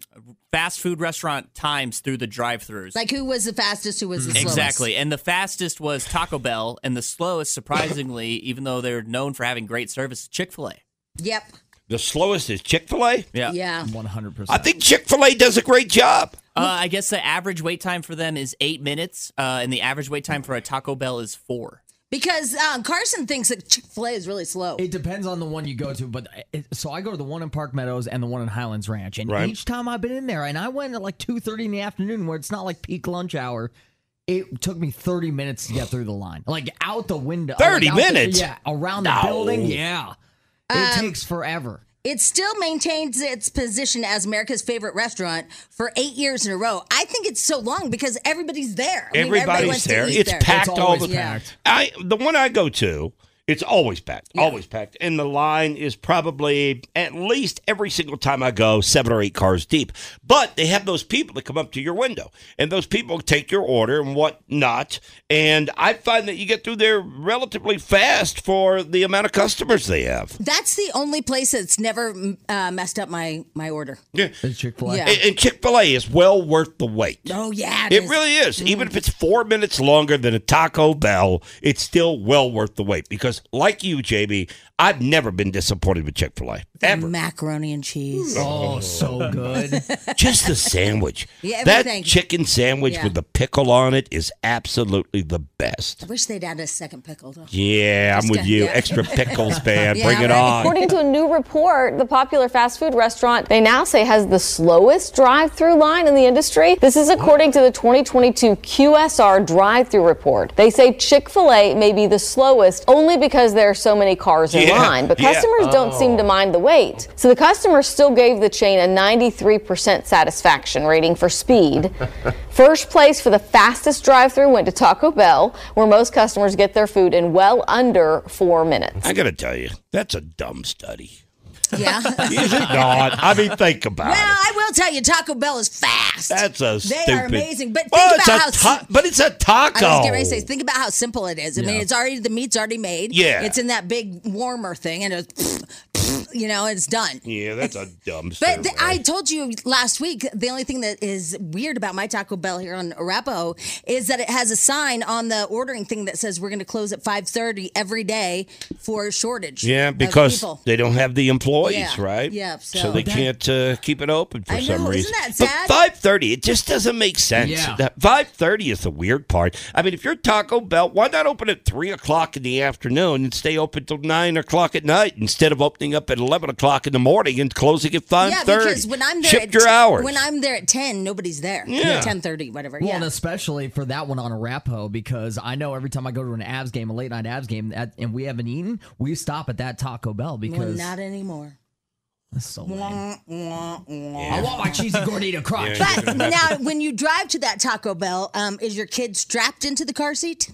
[SPEAKER 5] fast food restaurant times through the drive-throughs.
[SPEAKER 2] like who was the fastest? Who was the slowest?
[SPEAKER 5] Exactly, and the fastest was Taco Bell, and the slowest, surprisingly, *laughs* even though they're known for having great service, Uh, Chick Fil A.
[SPEAKER 2] Yep.
[SPEAKER 3] The slowest is Chick Fil A.
[SPEAKER 5] Yeah,
[SPEAKER 2] Yeah.
[SPEAKER 5] one hundred
[SPEAKER 3] I think Chick Fil A does a great job.
[SPEAKER 5] Uh, I guess the average wait time for them is eight minutes, uh, and the average wait time for a Taco Bell is four.
[SPEAKER 2] Because um, Carson thinks that Chick Fil A is really slow.
[SPEAKER 4] It depends on the one you go to, but it, so I go to the one in Park Meadows and the one in Highlands Ranch, and
[SPEAKER 3] Right.
[SPEAKER 4] each time I've been in there, and I went at like two thirty in the afternoon, where it's not like peak lunch hour. It took me thirty minutes to get through the line, like out the window. like,
[SPEAKER 3] 30
[SPEAKER 4] out the-
[SPEAKER 3] minutes?
[SPEAKER 4] yeah, around the
[SPEAKER 3] No.
[SPEAKER 4] building. Yeah,
[SPEAKER 2] Um,
[SPEAKER 4] it takes forever.
[SPEAKER 2] It still maintains its position as America's favorite restaurant for eight years in a row. I think it's so long because everybody's there. I mean, everybody
[SPEAKER 3] Everybody's
[SPEAKER 2] wants to
[SPEAKER 3] there.
[SPEAKER 2] eat
[SPEAKER 3] It's
[SPEAKER 2] there.
[SPEAKER 3] packed all the
[SPEAKER 2] Yeah.
[SPEAKER 3] time. I the one I go to, it's always packed, always packed, and the line is probably at least every single time I go seven or eight cars deep. But they have those people that come up to your window, and those people take your order and whatnot. And I find that you get through there relatively fast for the amount of customers they have.
[SPEAKER 2] That's the only place that's never mm, uh, messed up my my order.
[SPEAKER 3] Yeah.
[SPEAKER 4] Chick Fil
[SPEAKER 2] A. Yeah.
[SPEAKER 3] And, Chick Fil A is well worth the wait.
[SPEAKER 2] Oh yeah,
[SPEAKER 3] It really is. Even if it's four minutes longer than a Taco Bell, it's still well worth the wait. Because, like you, JB, I've never been disappointed with Chick
[SPEAKER 2] *laughs*
[SPEAKER 3] Fil A.
[SPEAKER 2] Ever. Macaroni and cheese.
[SPEAKER 3] Oh, *laughs* so
[SPEAKER 4] good.
[SPEAKER 3] Just the sandwich.
[SPEAKER 2] Yeah, everything.
[SPEAKER 3] that chicken sandwich
[SPEAKER 2] Yeah.
[SPEAKER 3] with the pickle on it is absolutely the best.
[SPEAKER 2] I wish they'd add a second pickle though.
[SPEAKER 3] Yeah, I'm
[SPEAKER 2] Just
[SPEAKER 3] with
[SPEAKER 2] a-
[SPEAKER 3] you.
[SPEAKER 2] *laughs* yeah.
[SPEAKER 3] Extra pickles,
[SPEAKER 2] *laughs*
[SPEAKER 3] man.
[SPEAKER 2] Yeah,
[SPEAKER 3] Bring it
[SPEAKER 2] right.
[SPEAKER 3] on.
[SPEAKER 11] According to a new report, the popular fast food restaurant they now say has the slowest drive-through line in the industry. This is according to the 2022 QSR drive-through report. They say Chick-fil-A may be the slowest only because there are so many cars in
[SPEAKER 12] Yeah,
[SPEAKER 11] line, but
[SPEAKER 12] yeah.
[SPEAKER 11] customers
[SPEAKER 3] Oh.
[SPEAKER 11] don't seem to mind the wait. So the customers still gave the chain a 93% satisfaction rating for speed. First place for the fastest drive-through went to Taco Bell, where most customers get their food in well under 4 minutes.
[SPEAKER 3] I got to tell you, that's a dumb study.
[SPEAKER 2] Yeah.
[SPEAKER 3] *laughs* Is it not? I mean, think
[SPEAKER 2] *laughs*
[SPEAKER 3] about
[SPEAKER 2] Well,
[SPEAKER 3] it.
[SPEAKER 2] I will tell you, Taco Bell is fast.
[SPEAKER 3] That's a
[SPEAKER 2] they
[SPEAKER 3] stupid.
[SPEAKER 2] are amazing. But think
[SPEAKER 3] Well,
[SPEAKER 2] about how.
[SPEAKER 3] it's a ta- but it's a taco.
[SPEAKER 2] I was getting ready to say, think about how simple it is. I mean,
[SPEAKER 3] Yeah.
[SPEAKER 2] it's already the meat's already made.
[SPEAKER 3] Yeah.
[SPEAKER 2] it's in that big warmer thing, and it's *laughs* you know, it's done.
[SPEAKER 3] yeah, that's a dumb.
[SPEAKER 2] But
[SPEAKER 3] statement.
[SPEAKER 2] th- I told you last week, the only thing that is weird about my Taco Bell here on Arapaho is that it has a sign on the ordering thing that says we're going to close at 5.30 every day for a shortage
[SPEAKER 3] yeah,
[SPEAKER 2] of
[SPEAKER 3] because
[SPEAKER 2] people.
[SPEAKER 3] they don't have the employees,
[SPEAKER 2] Yeah,
[SPEAKER 3] right?
[SPEAKER 2] yeah, so-
[SPEAKER 3] they
[SPEAKER 2] That-
[SPEAKER 3] can't uh, keep it open for
[SPEAKER 2] I
[SPEAKER 3] some
[SPEAKER 2] know, isn't
[SPEAKER 3] reason.
[SPEAKER 2] that sad?
[SPEAKER 3] But five thirty, it just doesn't make sense.
[SPEAKER 2] Yeah.
[SPEAKER 3] Five thirty is the weird part. I mean, if you're Taco Bell, why not open at three o'clock in the afternoon and stay open till nine o'clock at night instead of opening up at eleven o'clock in the morning and closing at five
[SPEAKER 2] yeah,
[SPEAKER 3] thirty?
[SPEAKER 2] because when I'm there,
[SPEAKER 3] shift
[SPEAKER 2] at,
[SPEAKER 3] your hours.
[SPEAKER 2] When I'm there at ten, nobody's there.
[SPEAKER 4] Yeah.
[SPEAKER 2] ten thirty, whatever.
[SPEAKER 4] Well,
[SPEAKER 2] yeah,
[SPEAKER 4] and especially for that one on Arapaho, because I know every time I go to an Abs game, a late night Abs game, at, and we haven't eaten, we stop at that Taco Bell
[SPEAKER 2] well,
[SPEAKER 4] because
[SPEAKER 2] not anymore.
[SPEAKER 4] that's so lame.
[SPEAKER 2] I
[SPEAKER 4] I want my cheesy *laughs* gordita crunch.
[SPEAKER 2] But now, when you drive to that Taco Bell, um, is your kid strapped into the car seat?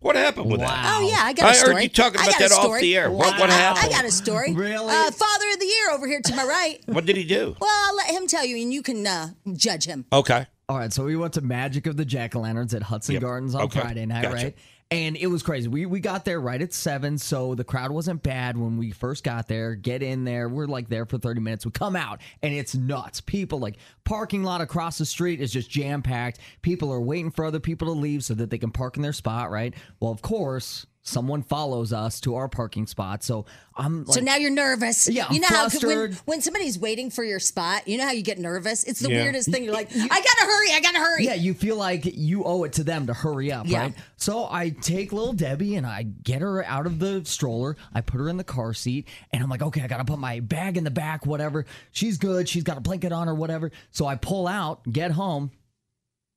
[SPEAKER 3] what happened with that?
[SPEAKER 2] Oh yeah, I got a story.
[SPEAKER 3] heard you talking
[SPEAKER 2] I
[SPEAKER 3] about
[SPEAKER 2] got a
[SPEAKER 3] that off
[SPEAKER 2] story.
[SPEAKER 3] the air. What, what
[SPEAKER 2] I- I-
[SPEAKER 3] happened?
[SPEAKER 2] I got a story. Really? Uh, Father of the Year over here to my right.
[SPEAKER 3] What did he do?
[SPEAKER 2] Well, I'll let him tell you, and you can uh, judge him.
[SPEAKER 3] Okay.
[SPEAKER 4] All right. So we went to Magic of the Jack O' Lanterns at Hudson Gardens on
[SPEAKER 3] Okay.
[SPEAKER 4] Friday night,
[SPEAKER 3] Gotcha.
[SPEAKER 4] right? And it was crazy. We we got there right at seven, so the crowd wasn't bad when we first got there. Get in there. We're like there for 30 minutes. We come out and it's nuts. People like parking lot across the street is just jam-packed. People are waiting for other people to leave so that they can park in their spot, right? Well, of course, someone follows us to our parking spot. So I'm like
[SPEAKER 2] so now you're nervous.
[SPEAKER 4] Yeah, I'm
[SPEAKER 2] you know how when,
[SPEAKER 4] flustered.
[SPEAKER 2] when somebody's waiting for your spot, you know how you get nervous. It's the
[SPEAKER 4] Yeah.
[SPEAKER 2] weirdest thing. You're like, I gotta hurry, I gotta hurry.
[SPEAKER 4] Yeah, you feel like you owe it to them to hurry up,
[SPEAKER 2] Yeah.
[SPEAKER 4] right? So I take little Debbie and I get her out of the stroller. I put her in the car seat and I'm like, okay, I gotta put my bag in the back, whatever. She's good. She's got a blanket on or whatever. So I pull out, get home,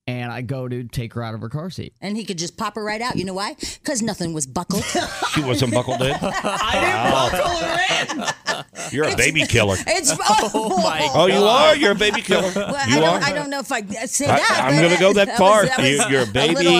[SPEAKER 4] and I go to take her out of her car seat.
[SPEAKER 2] And he could just pop her right out. You know why? Because nothing was
[SPEAKER 4] *laughs*
[SPEAKER 2] buckled.
[SPEAKER 3] She wasn't buckled in. I
[SPEAKER 2] *laughs* didn't
[SPEAKER 3] buckle her in. You're
[SPEAKER 2] *laughs*
[SPEAKER 3] a baby killer.
[SPEAKER 2] It's oh, *laughs*
[SPEAKER 3] Oh, you are. You're a baby killer.
[SPEAKER 2] Well, I,
[SPEAKER 3] you
[SPEAKER 2] don't,
[SPEAKER 3] are.
[SPEAKER 2] I don't know if I say
[SPEAKER 3] I-
[SPEAKER 2] that.
[SPEAKER 3] I'm
[SPEAKER 2] but
[SPEAKER 3] going to go that,
[SPEAKER 2] was-
[SPEAKER 3] far.
[SPEAKER 2] *laughs* that was
[SPEAKER 3] you, you're a baby.
[SPEAKER 2] little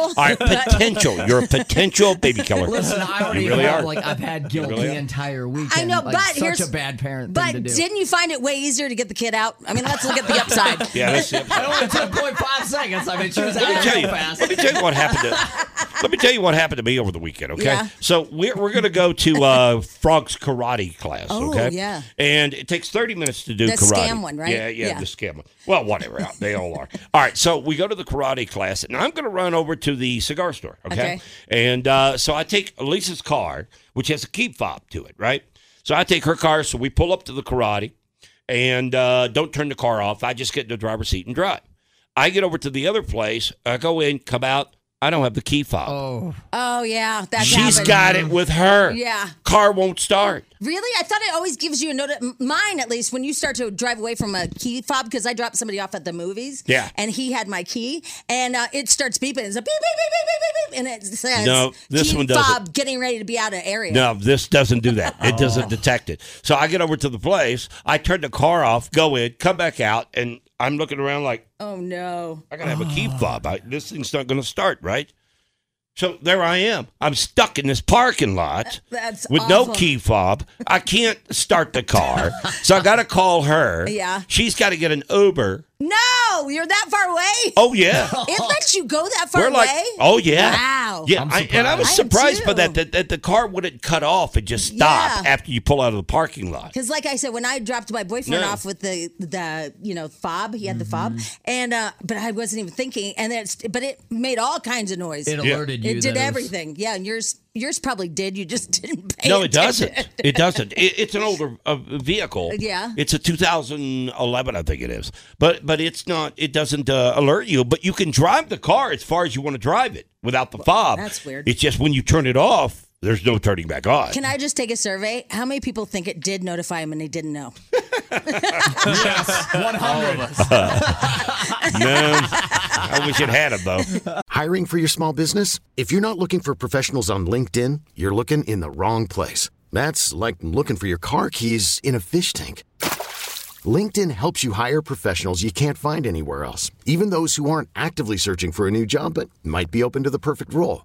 [SPEAKER 3] *laughs* All right, potential. You're a potential baby killer.
[SPEAKER 4] Listen, I already
[SPEAKER 3] you really
[SPEAKER 4] have,
[SPEAKER 3] are.
[SPEAKER 4] like I've had guilt
[SPEAKER 3] really
[SPEAKER 4] the
[SPEAKER 3] are.
[SPEAKER 4] entire week.
[SPEAKER 2] I know,
[SPEAKER 4] like,
[SPEAKER 2] but
[SPEAKER 4] such
[SPEAKER 2] here's-
[SPEAKER 4] a bad
[SPEAKER 2] *laughs*
[SPEAKER 4] parent
[SPEAKER 2] But
[SPEAKER 4] thing to do.
[SPEAKER 2] didn't you find it way easier to get the kid out? I mean, let's look at the
[SPEAKER 4] *laughs*
[SPEAKER 2] upside.
[SPEAKER 3] Yeah, that's it.
[SPEAKER 4] I only took 0.5 seconds. I mean, she was
[SPEAKER 3] Let me
[SPEAKER 4] out
[SPEAKER 3] tell
[SPEAKER 4] real
[SPEAKER 3] you.
[SPEAKER 4] fast.
[SPEAKER 3] Let me tell you what happened
[SPEAKER 2] *laughs*
[SPEAKER 3] to. Let me tell you what happened to me over the weekend. Okay,
[SPEAKER 4] Yeah.
[SPEAKER 3] so we're we're gonna go to uh, Frog's karate class.
[SPEAKER 2] Oh,
[SPEAKER 3] okay,
[SPEAKER 2] yeah.
[SPEAKER 3] and it takes thirty minutes to do
[SPEAKER 2] The
[SPEAKER 3] karate.
[SPEAKER 2] scam one, right?
[SPEAKER 3] Yeah, yeah,
[SPEAKER 2] Yeah.
[SPEAKER 3] the scam one. Well, whatever, they all are. All right, so we go to the karate class, and I'm gonna run over to the cigar store. Okay,
[SPEAKER 2] Okay.
[SPEAKER 3] and uh, so I take Lisa's car, which has a key fob to it, right? So I take her car. So we pull up to the karate, and uh, don't turn the car off. I just get in the driver's seat and drive. I get over to the other place. I go in, come out. I don't have the key fob.
[SPEAKER 4] Oh,
[SPEAKER 2] Oh yeah, that
[SPEAKER 3] she's
[SPEAKER 2] happened.
[SPEAKER 3] got it with her.
[SPEAKER 2] Yeah.
[SPEAKER 3] car won't start.
[SPEAKER 2] Really? I thought it always gives you a notice. Mine, at least, when you start to drive away from a key fob, because I dropped somebody off at the movies.
[SPEAKER 3] Yeah.
[SPEAKER 2] And he had my key, and uh, it starts beeping. It's a beep, beep, beep, beep, beep, beep, beep, and it says,
[SPEAKER 3] No, this
[SPEAKER 2] key
[SPEAKER 3] one doesn't.
[SPEAKER 2] fob getting ready to be out of area.
[SPEAKER 3] No, this doesn't do that. It doesn't detect it. So I get over to the place. I turn the car off. Go in. Come back out. And I'm looking around like
[SPEAKER 2] Oh no.
[SPEAKER 3] I gotta have a key fob. I, this thing's not gonna start, right? So there I am. I'm stuck in this parking lot
[SPEAKER 2] That's
[SPEAKER 3] with no
[SPEAKER 2] awful.
[SPEAKER 3] key fob. I can't start the car. so I gotta call her.
[SPEAKER 2] Yeah.
[SPEAKER 3] She's gotta get an Uber.
[SPEAKER 2] *gasps* No, you're that far away.
[SPEAKER 3] Oh, yeah.
[SPEAKER 2] it lets you go that far
[SPEAKER 3] We're like,
[SPEAKER 2] away.
[SPEAKER 3] oh yeah,
[SPEAKER 2] Wow.
[SPEAKER 3] yeah. I, and I was surprised by that, that that the car wouldn't cut off and just stop
[SPEAKER 2] Yeah.
[SPEAKER 3] after you pull out of the parking lot.
[SPEAKER 2] Because, like I said, when I dropped my boyfriend
[SPEAKER 3] No.
[SPEAKER 2] off with the the you know fob, he had the fob,
[SPEAKER 3] Mm-hmm.
[SPEAKER 2] and uh, but I wasn't even thinking, and then it's, but it made all kinds of noise.
[SPEAKER 4] It Yeah. alerted you
[SPEAKER 2] It
[SPEAKER 4] that
[SPEAKER 2] did
[SPEAKER 4] it was-
[SPEAKER 2] everything. Yeah, and yours yours probably did. You just *laughs* didn't pay.
[SPEAKER 3] No, it doesn't.
[SPEAKER 2] attention.
[SPEAKER 3] It doesn't. It, it's an older uh, vehicle.
[SPEAKER 2] Yeah.
[SPEAKER 3] It's a 2011, I think it is. But but it's not. It doesn't uh, alert you. But you can drive the car as far as you want to drive it without the fob.
[SPEAKER 2] that's weird.
[SPEAKER 3] It's just when you turn it off, there's no turning back on.
[SPEAKER 2] *laughs* Can I just take a survey? How many people think it did notify him and they didn't know?
[SPEAKER 4] One hundred.
[SPEAKER 3] *laughs*
[SPEAKER 2] *laughs*
[SPEAKER 13] *laughs*
[SPEAKER 3] no, I wish it had it though.
[SPEAKER 12] Hiring for your small business? If you're not looking for professionals on LinkedIn, you're looking in the wrong place. That's like looking for your car keys in a fish tank. LinkedIn helps you hire professionals you can't find anywhere else, even those who aren't actively searching for a new job but might be open to the perfect role.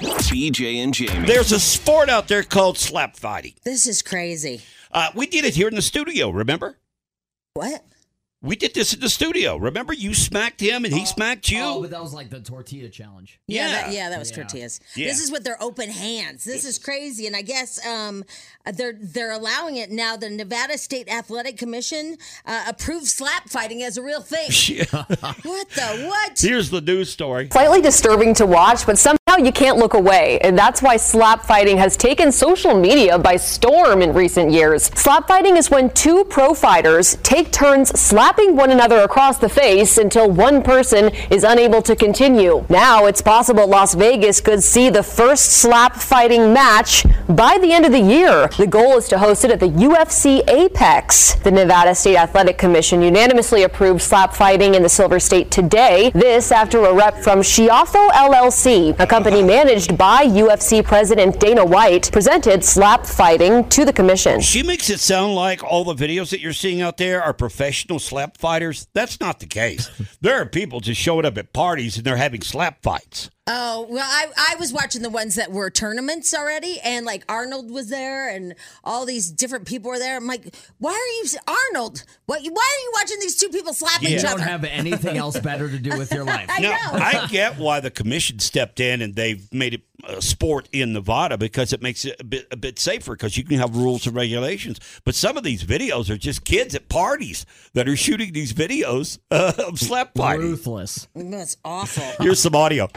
[SPEAKER 1] BJ and Jamie.
[SPEAKER 3] There's a sport out there called slap fighting.
[SPEAKER 2] This is crazy.
[SPEAKER 3] Uh, we did it here in the studio. Remember?
[SPEAKER 2] What?
[SPEAKER 3] We did this in the studio. Remember? You smacked him and he smacked you.
[SPEAKER 4] Oh, but that was like the tortilla challenge.
[SPEAKER 2] Yeah, that, yeah, that was tortillas.
[SPEAKER 3] Yeah.
[SPEAKER 2] This is with their open hands. This is crazy, and I guess um, they're they're allowing it now. The Nevada State Athletic Commission uh, approved slap fighting as a real thing.
[SPEAKER 3] *laughs*
[SPEAKER 2] what the what?
[SPEAKER 3] Here's the news story.
[SPEAKER 11] Slightly disturbing to watch, but somehow you can't look away. And that's why slap fighting has taken social media by storm in recent years. Slap fighting is when two pro fighters take turns slapping one another across the face until one person is unable to continue. Now it's possible Las Vegas could see the first slap fighting match by the end of the year. The goal is to host it at the UFC Apex. The Nevada State Athletic Commission unanimously approved slap fighting in the Silver State today. This after a rep from Schiaffo LLC, a company managed by UFC President Dana White, presented slap fighting to the commission.
[SPEAKER 3] She makes it sound like all the videos that you're seeing out there are professional slap fighters. That's not the
[SPEAKER 2] *laughs*
[SPEAKER 3] case. there are people just showing up at parties and they're having slap fights.
[SPEAKER 2] Oh well, I I was watching the ones that were tournaments already, and like Arnold was there, and all these different people were there. I'm like, why are you Arnold? What? Why are you watching these two people slapping
[SPEAKER 4] You
[SPEAKER 2] each
[SPEAKER 4] don't
[SPEAKER 2] other?
[SPEAKER 4] have anything else better to do
[SPEAKER 2] *laughs*
[SPEAKER 4] with your life.
[SPEAKER 2] I
[SPEAKER 3] Now,
[SPEAKER 2] know.
[SPEAKER 3] I get why the commission stepped in and they've made it a sport in Nevada because it makes it a bit, a bit safer because you can have rules and regulations. But some of these videos are just kids at parties that are shooting these videos uh, of slap fighting.
[SPEAKER 4] Ruthless.
[SPEAKER 2] That's awful.
[SPEAKER 3] Here's some audio.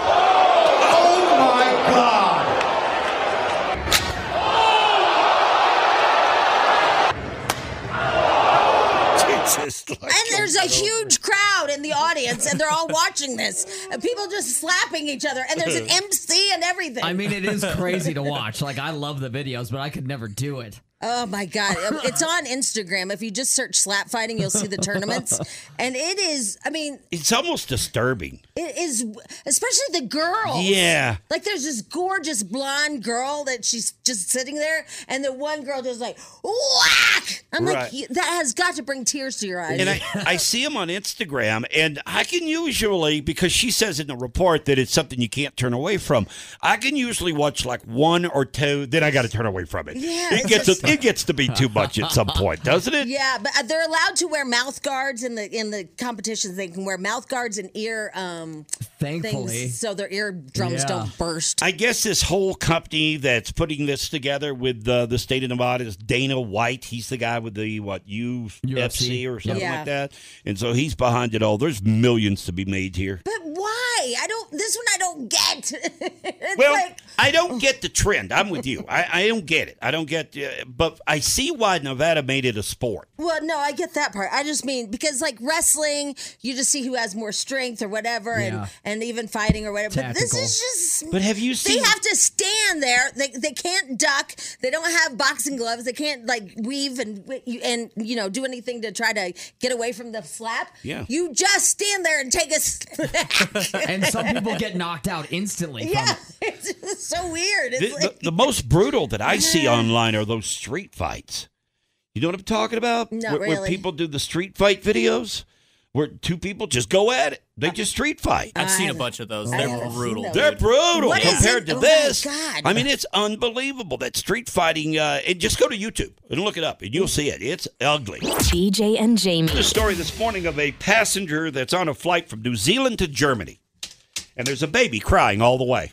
[SPEAKER 13] Oh,
[SPEAKER 3] Jesus.
[SPEAKER 2] And there's a huge crowd in the audience, and they're all watching this. And people just slapping each other, and there's
[SPEAKER 4] *laughs*
[SPEAKER 2] an MC and everything.
[SPEAKER 4] I mean, it is crazy to watch. Like, I love the videos, but I could never do it.
[SPEAKER 2] *laughs* Oh my God. It's on Instagram. If you just search slap fighting, you'll see the
[SPEAKER 4] *laughs*
[SPEAKER 2] tournaments. And it is, I mean,
[SPEAKER 3] It's almost disturbing.
[SPEAKER 2] it is, especially the girls.
[SPEAKER 3] Yeah.
[SPEAKER 2] Like there's this gorgeous blonde girl that she's just sitting there, and the one girl just like, whack. I'm
[SPEAKER 3] Right.
[SPEAKER 2] like, "You- that has got to bring tears to your eyes.
[SPEAKER 3] And I, I see him on Instagram, and I can usually, because she says in the report that it's something you can't turn away from, I can usually watch like one or two, then I got to turn away from it.
[SPEAKER 2] Yeah,
[SPEAKER 3] it,
[SPEAKER 2] it's
[SPEAKER 3] gets
[SPEAKER 2] just-
[SPEAKER 3] it gets to be too much at some point, doesn't it?
[SPEAKER 2] Yeah, but uh, they're allowed to wear mouth guards in the in the competitions. They can wear mouth guards and ear um
[SPEAKER 4] Thankfully.
[SPEAKER 2] things so their eardrums don't burst.
[SPEAKER 3] I guess this whole company that's putting this together with uh, the state of Nevada is Dana White. He's the guy with the what UFC, or something
[SPEAKER 2] Yeah.
[SPEAKER 3] like that, and so he's behind it all. There's millions to be made here.
[SPEAKER 2] But why? I don't don't. This one I don't get. *laughs* It's
[SPEAKER 3] well,
[SPEAKER 2] like-
[SPEAKER 3] I don't get the trend. I'm with you. I, I don't get it. I don't get. Uh, but I see why Nevada made it a sport.
[SPEAKER 2] well, no, I get that part. I just mean because like wrestling, you just see who has more strength or whatever,
[SPEAKER 3] Yeah.
[SPEAKER 2] and and even fighting or whatever. But this
[SPEAKER 3] Tactical.
[SPEAKER 2] is just.
[SPEAKER 3] But have you
[SPEAKER 2] They
[SPEAKER 3] seen-
[SPEAKER 2] have to stand there. They, they can't duck. They don't have boxing gloves. They can't like weave and and you know do anything to try to get away from the slap.
[SPEAKER 4] Yeah.
[SPEAKER 2] You just stand there and take a. Slap.
[SPEAKER 4] and some people get knocked out instantly. from
[SPEAKER 2] yeah,
[SPEAKER 4] it.
[SPEAKER 2] *laughs* it's just so weird. It's
[SPEAKER 3] The,
[SPEAKER 2] like,
[SPEAKER 3] the- the most brutal that I
[SPEAKER 5] *laughs*
[SPEAKER 3] see online are those street fights. You know what I'm talking about?
[SPEAKER 2] Not
[SPEAKER 3] where, where
[SPEAKER 2] really.
[SPEAKER 3] people do the street fight videos, where two people just go at it. They just street fight.
[SPEAKER 5] I've seen a bunch of those. They're brutal.
[SPEAKER 3] They're
[SPEAKER 5] dude.
[SPEAKER 3] brutal
[SPEAKER 5] What is
[SPEAKER 3] compared
[SPEAKER 5] it?
[SPEAKER 3] to
[SPEAKER 5] Oh my
[SPEAKER 3] this.
[SPEAKER 5] God.
[SPEAKER 3] I mean, it's unbelievable that street fighting. Uh, and just go to YouTube and look it up, and you'll see it. It's ugly.
[SPEAKER 7] BJ and Jamie.
[SPEAKER 3] The story this morning of a passenger that's on a flight from New Zealand to Germany, and there's a baby crying all the way.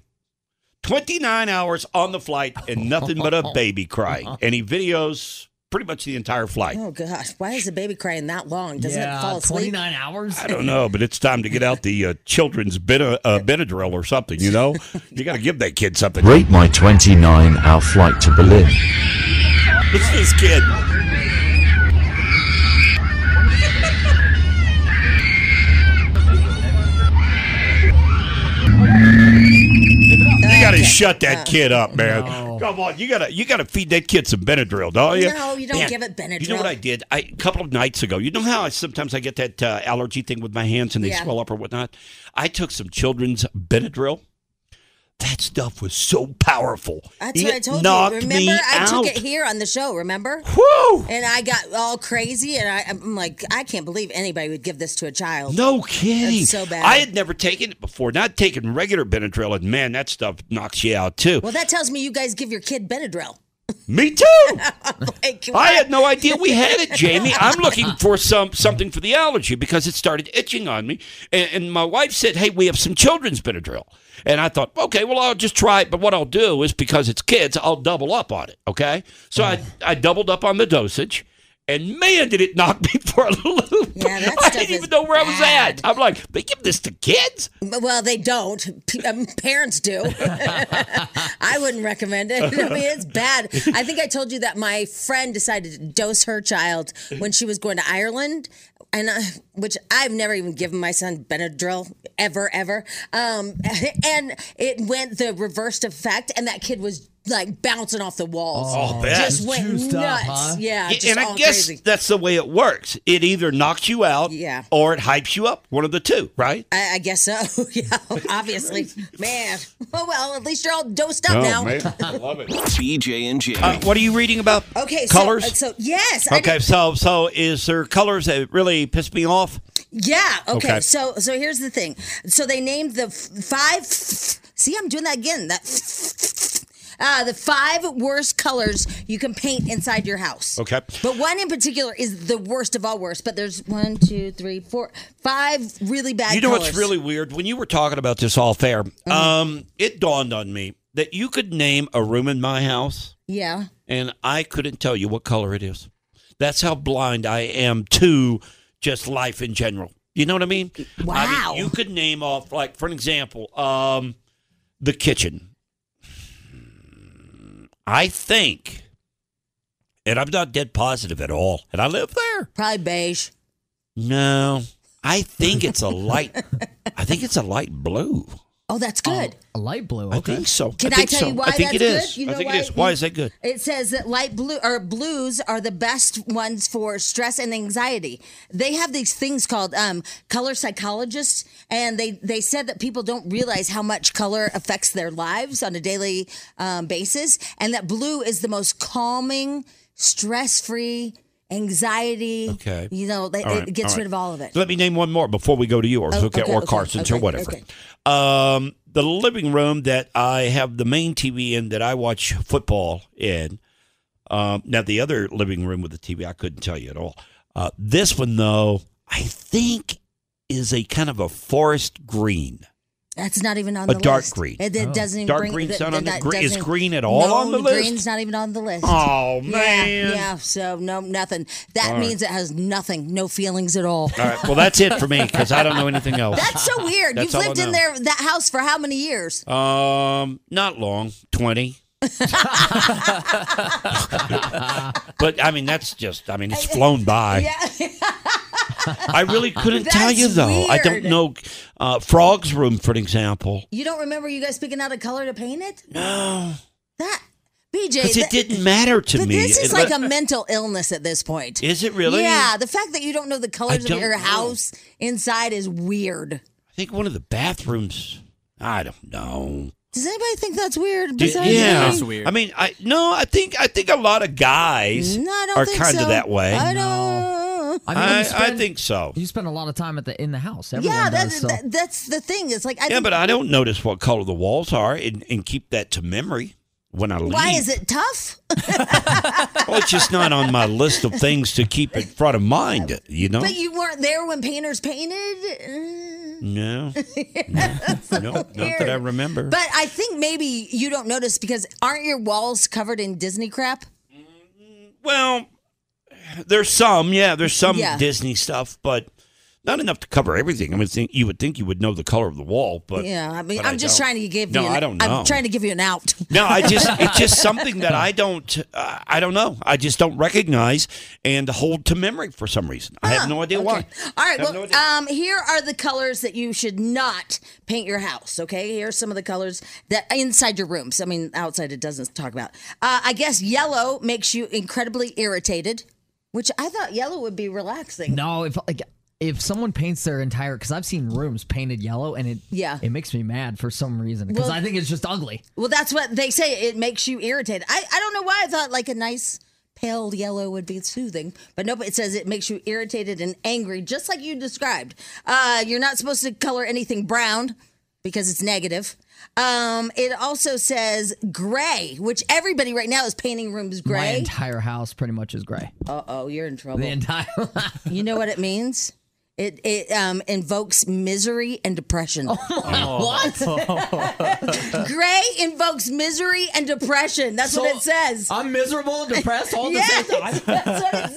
[SPEAKER 3] 29 hours on the flight and nothing but a baby crying. And he videos pretty much the entire flight.
[SPEAKER 2] oh gosh, why is the baby crying that long? Doesn't
[SPEAKER 4] yeah,
[SPEAKER 2] it fall asleep?
[SPEAKER 4] 29 hours?
[SPEAKER 3] I don't know, but it's time to get out the uh, children's ben- uh, Benadryl or something, you know? You got to give that kid something.
[SPEAKER 14] Rate my 29 hour flight to Berlin.
[SPEAKER 3] It's this kid. You gotta shut that *laughs* kid up, man. Come on, you gotta you gotta feed that kid some Benadryl, don't you?
[SPEAKER 2] No, you don't
[SPEAKER 3] Man,
[SPEAKER 2] give it Benadryl.
[SPEAKER 3] You know what I did? I, a couple of nights ago, you know how I, sometimes I get that uh, allergy thing with my hands and they
[SPEAKER 2] Yeah.
[SPEAKER 3] swell up or whatnot. I took some children's Benadryl. That stuff was so powerful.
[SPEAKER 2] That's
[SPEAKER 3] it
[SPEAKER 2] what I told
[SPEAKER 3] knocked
[SPEAKER 2] you.
[SPEAKER 3] me
[SPEAKER 2] Remember, I
[SPEAKER 3] out.
[SPEAKER 2] took it here on the show. Remember?
[SPEAKER 3] Woo!
[SPEAKER 2] And I got all crazy, and I, I'm like, I can't believe anybody would give this to a child.
[SPEAKER 3] No kidding.
[SPEAKER 2] That's so bad.
[SPEAKER 3] I had never taken it before. Not taken regular Benadryl, and man, that stuff knocks you out too.
[SPEAKER 2] Well, that tells me you guys give your kid Benadryl. *laughs*
[SPEAKER 3] Me too.
[SPEAKER 2] Like,
[SPEAKER 3] I had no idea we had it, Jamie. I'm looking for some something for the allergy because it started itching on me. And, and my wife said, "Hey, we have some children's Benadryl." And I thought, "Okay, well, I'll just try it." But what I'll do is because it's kids, I'll double up on it. Okay, so I I doubled up on the dosage. And man, did it knock me *laughs* for a loop! *laughs* I didn't even know where I was at. I'm like, they give this to kids?
[SPEAKER 2] But- Well, they don't. P- um, parents do. *laughs* I wouldn't recommend it. *laughs* I mean, it's bad. I think I told you that my friend decided to dose her child when she was going to Ireland, and I, which I've never even given my son Benadryl ever, ever. Um, *laughs* and it went the reversed effect, and that kid was like bouncing off the walls.
[SPEAKER 3] Oh, bet.
[SPEAKER 2] just went
[SPEAKER 3] Juiced
[SPEAKER 2] nuts.
[SPEAKER 3] up, huh?
[SPEAKER 2] Yeah, just
[SPEAKER 3] and I
[SPEAKER 2] all
[SPEAKER 3] guess
[SPEAKER 2] crazy.
[SPEAKER 3] that's the way it works. It either knocks you out,
[SPEAKER 2] Yeah.
[SPEAKER 3] or it hypes you up. One of the two, right?
[SPEAKER 2] I, I guess so. *laughs* yeah, obviously, man. Oh well, at least you're all dosed up
[SPEAKER 1] Oh,
[SPEAKER 2] now.
[SPEAKER 1] man. I love it. BJ and Jamie.
[SPEAKER 3] Uh, what are you reading about?
[SPEAKER 2] *laughs* Okay, so- uh,
[SPEAKER 3] colors.
[SPEAKER 2] So, yes. I
[SPEAKER 3] okay,
[SPEAKER 2] did-
[SPEAKER 3] so so is there colors that really piss me off?
[SPEAKER 2] yeah. Okay,
[SPEAKER 3] Okay.
[SPEAKER 2] So so here's the thing. So they named the f- five. See, I'm doing that again. That. Uh, the five worst colors you can paint inside your house.
[SPEAKER 3] Okay.
[SPEAKER 2] But one in particular is the worst of all worst. But there's one, two, three, four, five really bad.
[SPEAKER 3] you know
[SPEAKER 2] colors.
[SPEAKER 3] what's
[SPEAKER 2] Mm-hmm.
[SPEAKER 3] really weird? When you were talking about this all fair, um, it dawned on me that you could name a room in my house,
[SPEAKER 2] Yeah.
[SPEAKER 3] and I couldn't tell you what color it is. That's how blind I am to just life in general. You know what I mean? I
[SPEAKER 2] Wow.
[SPEAKER 3] mean, you could name off, like, for an example, um, the kitchen. I think, and I'm not dead positive at all, and I live there.
[SPEAKER 2] Probably beige.
[SPEAKER 3] No, I think it's a light. I think it's a light blue.
[SPEAKER 2] Oh, that's good.
[SPEAKER 3] A light blue. I think so.
[SPEAKER 2] Can I,
[SPEAKER 3] think
[SPEAKER 2] tell
[SPEAKER 3] so.
[SPEAKER 2] you why
[SPEAKER 3] I think
[SPEAKER 2] that's
[SPEAKER 3] it is.
[SPEAKER 2] good? You
[SPEAKER 3] I
[SPEAKER 2] know
[SPEAKER 3] think
[SPEAKER 2] why?
[SPEAKER 3] it is. Why is that good?
[SPEAKER 2] It says that light blue or blues are the best ones for stress and anxiety. They have these things called um, color psychologists, and they they said that people don't realize how much color affects their lives on a daily um, basis, and that blue is the most calming, stress free. Anxiety,
[SPEAKER 3] Okay.
[SPEAKER 2] you know, they,
[SPEAKER 3] All right,
[SPEAKER 2] it gets
[SPEAKER 3] all right.
[SPEAKER 2] rid of all of it.
[SPEAKER 3] Let me name one more before we go to yours,
[SPEAKER 2] Oh,
[SPEAKER 3] okay,
[SPEAKER 2] okay,
[SPEAKER 3] or
[SPEAKER 2] okay,
[SPEAKER 3] Carson's or
[SPEAKER 2] okay,
[SPEAKER 3] whatever.
[SPEAKER 2] okay.
[SPEAKER 3] Um, the living room that I have the main TV in that I watch football in. Um, now the other living room with the TV, I couldn't tell you at all. Uh, this one though, I think is a kind of a forest green.
[SPEAKER 2] That's not even on
[SPEAKER 3] A
[SPEAKER 2] the
[SPEAKER 3] dark
[SPEAKER 2] list.
[SPEAKER 3] green.
[SPEAKER 2] It, it
[SPEAKER 3] Oh.
[SPEAKER 2] doesn't even
[SPEAKER 3] Dark
[SPEAKER 2] bring,
[SPEAKER 3] green's
[SPEAKER 2] th-
[SPEAKER 3] not
[SPEAKER 2] th-
[SPEAKER 3] on the
[SPEAKER 2] that
[SPEAKER 3] gr- is
[SPEAKER 2] doesn't-
[SPEAKER 3] green at all
[SPEAKER 2] no,
[SPEAKER 3] on the list?
[SPEAKER 2] green's not even on the list.
[SPEAKER 3] Oh,
[SPEAKER 2] Yeah,
[SPEAKER 3] man.
[SPEAKER 2] Yeah, so no nothing. That
[SPEAKER 3] All right.
[SPEAKER 2] means it has nothing, no feelings at all.
[SPEAKER 3] All right. Well, that's it for me because I don't know anything else.
[SPEAKER 2] That's so weird.
[SPEAKER 3] That's
[SPEAKER 2] You've
[SPEAKER 3] all I
[SPEAKER 2] lived in
[SPEAKER 3] know.
[SPEAKER 2] there that house for how many years?
[SPEAKER 3] Um, not long,
[SPEAKER 2] *laughs*
[SPEAKER 3] twenty. *laughs* but I mean, that's just. I mean, it's flown by.
[SPEAKER 2] Yeah.
[SPEAKER 3] I
[SPEAKER 2] *laughs*
[SPEAKER 3] really couldn't
[SPEAKER 2] That's
[SPEAKER 3] tell you though. I
[SPEAKER 2] weird.
[SPEAKER 3] don't know. Uh, Frog's room, for example.
[SPEAKER 2] You don't remember you guys picking out a color to paint it?
[SPEAKER 3] No.
[SPEAKER 2] That BJ.
[SPEAKER 3] Because it
[SPEAKER 2] that-
[SPEAKER 3] didn't matter to
[SPEAKER 2] but
[SPEAKER 3] me.
[SPEAKER 2] This is
[SPEAKER 3] It
[SPEAKER 2] like
[SPEAKER 3] le-
[SPEAKER 2] a mental illness at this point.
[SPEAKER 3] Is it really?
[SPEAKER 2] Yeah. The fact that you don't know the colors of
[SPEAKER 3] don't
[SPEAKER 2] your
[SPEAKER 3] know.
[SPEAKER 2] house inside is weird.
[SPEAKER 3] I think one of the bathrooms. I don't know.
[SPEAKER 2] Does anybody think that's weird?
[SPEAKER 3] D-
[SPEAKER 2] Besides
[SPEAKER 3] yeah,
[SPEAKER 2] me?
[SPEAKER 3] I mean, I no. I think I think a lot of guys
[SPEAKER 2] No, I don't
[SPEAKER 3] are
[SPEAKER 2] think
[SPEAKER 3] kind
[SPEAKER 2] so.
[SPEAKER 3] of that way.
[SPEAKER 2] I *laughs*
[SPEAKER 4] don't.
[SPEAKER 3] I,
[SPEAKER 4] you
[SPEAKER 3] I,
[SPEAKER 4] spend-
[SPEAKER 3] think so.
[SPEAKER 4] You spend a lot of time at the in the house. Everyone
[SPEAKER 2] yeah,
[SPEAKER 4] does,
[SPEAKER 2] that's
[SPEAKER 4] so.
[SPEAKER 2] that, that's the thing. It's like I
[SPEAKER 3] yeah,
[SPEAKER 2] think,
[SPEAKER 3] but I don't notice what color the walls are, and, and keep that to memory when I leave.
[SPEAKER 2] Why is it tough?
[SPEAKER 3] Well, it's just not on my list of things to keep in front of mind. You know?
[SPEAKER 2] But you weren't there when painters painted. *laughs*
[SPEAKER 3] no,
[SPEAKER 2] no,
[SPEAKER 3] no, not that I remember.
[SPEAKER 2] But I think maybe you don't notice because aren't your walls covered in Disney crap?
[SPEAKER 3] well, there's some, yeah, there's some
[SPEAKER 2] Yeah.
[SPEAKER 3] Disney stuff, but not enough to cover everything. I mean, think, you would think you would know the color of the wall, but
[SPEAKER 2] yeah, I mean,
[SPEAKER 3] but
[SPEAKER 2] I'm just
[SPEAKER 3] don't.
[SPEAKER 2] trying to give
[SPEAKER 3] No,
[SPEAKER 2] you. an-
[SPEAKER 3] I don't know.
[SPEAKER 2] I'm trying to give you an out.
[SPEAKER 3] No, I just it's
[SPEAKER 2] *laughs*
[SPEAKER 3] just something that I don't uh, I don't know. I just don't recognize and hold to memory for some reason. I
[SPEAKER 2] Ah,
[SPEAKER 3] have no idea why.
[SPEAKER 2] All right.
[SPEAKER 3] I have no
[SPEAKER 2] Well, um, here are the colors that you should not paint your house. Okay. Here are some of the colors that inside your rooms. I mean, outside it doesn't talk about. Uh, I guess yellow makes you incredibly irritated, which I thought yellow would be relaxing.
[SPEAKER 4] No, if like if someone paints their entire because I've seen rooms painted yellow and it
[SPEAKER 2] Yeah.
[SPEAKER 4] it makes me mad for some reason because
[SPEAKER 2] Well-
[SPEAKER 4] I think it's just ugly.
[SPEAKER 2] Well, that's what they say. It makes you irritated. I, I don't know why I thought like a nice pale yellow would be soothing, but nope, it says it makes you irritated and angry, just like you described. Uh, you're not supposed to color anything brown because it's negative. Um, it also says gray, which everybody right now is painting rooms
[SPEAKER 4] My
[SPEAKER 2] gray.
[SPEAKER 4] entire house pretty much is gray.
[SPEAKER 2] Uh oh, you're in trouble.
[SPEAKER 4] The entire *laughs*
[SPEAKER 2] you know what it means? It it um, invokes misery and depression.
[SPEAKER 4] Oh,
[SPEAKER 3] Oh.
[SPEAKER 2] what? *laughs* Gray invokes misery and depression. That's what
[SPEAKER 4] So,
[SPEAKER 2] it says.
[SPEAKER 4] I'm miserable and depressed all at the
[SPEAKER 2] yes,
[SPEAKER 4] same time.
[SPEAKER 2] *laughs* That's what it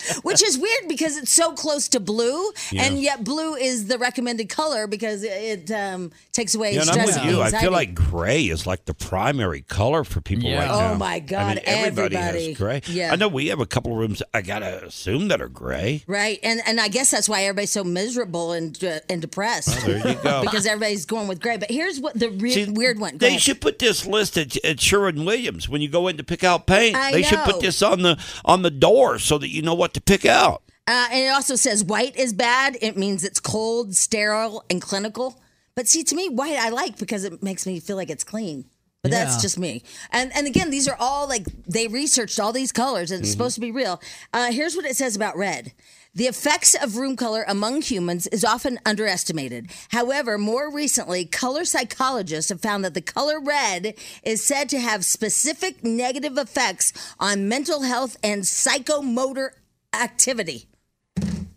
[SPEAKER 2] says.
[SPEAKER 4] *laughs*
[SPEAKER 2] Which is weird because it's so close to blue,
[SPEAKER 3] Yeah.
[SPEAKER 2] and yet blue is the recommended color because it um, takes away
[SPEAKER 3] Yeah, and
[SPEAKER 2] stress
[SPEAKER 3] I'm with
[SPEAKER 2] and
[SPEAKER 3] you. I
[SPEAKER 2] anxiety.
[SPEAKER 3] feel like gray is like the primary color for people
[SPEAKER 2] Yeah.
[SPEAKER 3] right
[SPEAKER 2] Oh,
[SPEAKER 3] now.
[SPEAKER 2] my God,
[SPEAKER 3] I mean, everybody,
[SPEAKER 2] everybody.
[SPEAKER 3] has gray.
[SPEAKER 2] Yeah.
[SPEAKER 3] I know we have a couple of rooms. I gotta assume that are gray.
[SPEAKER 2] Right, and and I guess that's why everybody's so miserable and uh, and depressed.
[SPEAKER 3] Well, there you go.
[SPEAKER 2] *laughs* because everybody's going with gray. But here's what the real
[SPEAKER 3] See,
[SPEAKER 2] weird one. Go
[SPEAKER 3] They
[SPEAKER 2] ahead.
[SPEAKER 3] should put this list at, at Sherwin Williams when you go in to pick out paint.
[SPEAKER 2] I
[SPEAKER 3] they should
[SPEAKER 2] know.
[SPEAKER 3] put this on the on the door so that you know what to pick out.
[SPEAKER 2] Uh, and it also says white is bad. It means it's cold, sterile, and clinical. But see, to me, white I like because it makes me feel like it's clean. But
[SPEAKER 15] Yeah.
[SPEAKER 2] that's just me. And and again, these are all like they researched all these colors, and it's
[SPEAKER 15] Mhm.
[SPEAKER 2] supposed to be real. Uh, here's what it says about red. The effects of room color among humans is often underestimated. However, more recently, color psychologists have found that the color red is said to have specific negative effects on mental health and psychomotor activity.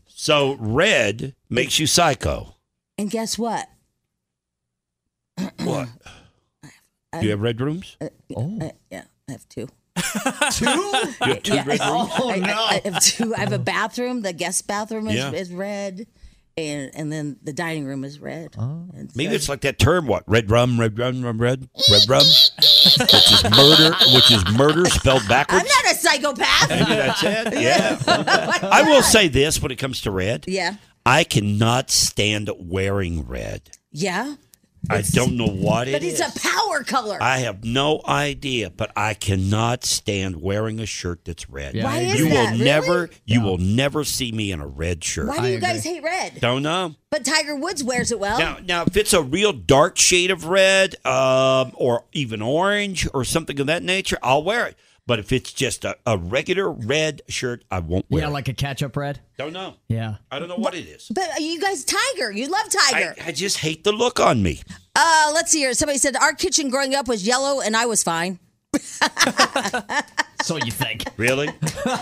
[SPEAKER 3] So red makes you psycho.
[SPEAKER 2] And guess what?
[SPEAKER 3] What? Do you have red rooms?
[SPEAKER 2] Oh. yeah, I have
[SPEAKER 3] *laughs*
[SPEAKER 2] two.
[SPEAKER 3] two? *laughs* You have two red rooms? Oh,
[SPEAKER 2] I, I, I have two. I have a bathroom. The guest bathroom is,
[SPEAKER 3] Yeah.
[SPEAKER 2] is red, and and then the dining room is red.
[SPEAKER 3] Oh.
[SPEAKER 2] And
[SPEAKER 3] Maybe
[SPEAKER 2] so-
[SPEAKER 3] it's like that term, what? Red rum, red rum, rum, red, red rum, which is murder, which is murder spelled backwards.
[SPEAKER 2] *laughs* I'm not a psychopath.
[SPEAKER 3] Maybe that's it. Yeah.
[SPEAKER 2] *laughs*
[SPEAKER 3] I will say this when it comes to red.
[SPEAKER 2] Yeah.
[SPEAKER 3] I cannot stand wearing red.
[SPEAKER 2] Yeah.
[SPEAKER 3] I don't know what it
[SPEAKER 2] But it's
[SPEAKER 3] is.
[SPEAKER 2] a power color.
[SPEAKER 3] I have no idea, but I cannot stand wearing a shirt that's red.
[SPEAKER 2] Yeah, Why I is
[SPEAKER 3] you
[SPEAKER 2] that?
[SPEAKER 3] will
[SPEAKER 2] Really?
[SPEAKER 3] never you will never see me in a red shirt.
[SPEAKER 2] Why do you guys hate red?
[SPEAKER 3] Don't know.
[SPEAKER 2] But Tiger Woods wears it well.
[SPEAKER 3] Now, now, if it's a real dark shade of red, um, or even orange, or something of that nature, I'll wear it. But if it's just a, a regular red shirt, I won't wear
[SPEAKER 4] yeah,
[SPEAKER 3] it.
[SPEAKER 4] like a catch up red.
[SPEAKER 3] Don't know.
[SPEAKER 4] Yeah.
[SPEAKER 3] I don't know what it is.
[SPEAKER 2] But you guys, Tiger, you love Tiger.
[SPEAKER 3] I just hate the look on me.
[SPEAKER 2] uh, let's see here. Somebody said our kitchen growing up was yellow, and I was fine.
[SPEAKER 4] So you think?
[SPEAKER 3] *laughs* Really?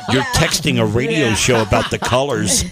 [SPEAKER 3] You're texting a radio show
[SPEAKER 2] *laughs*
[SPEAKER 3] about the colors.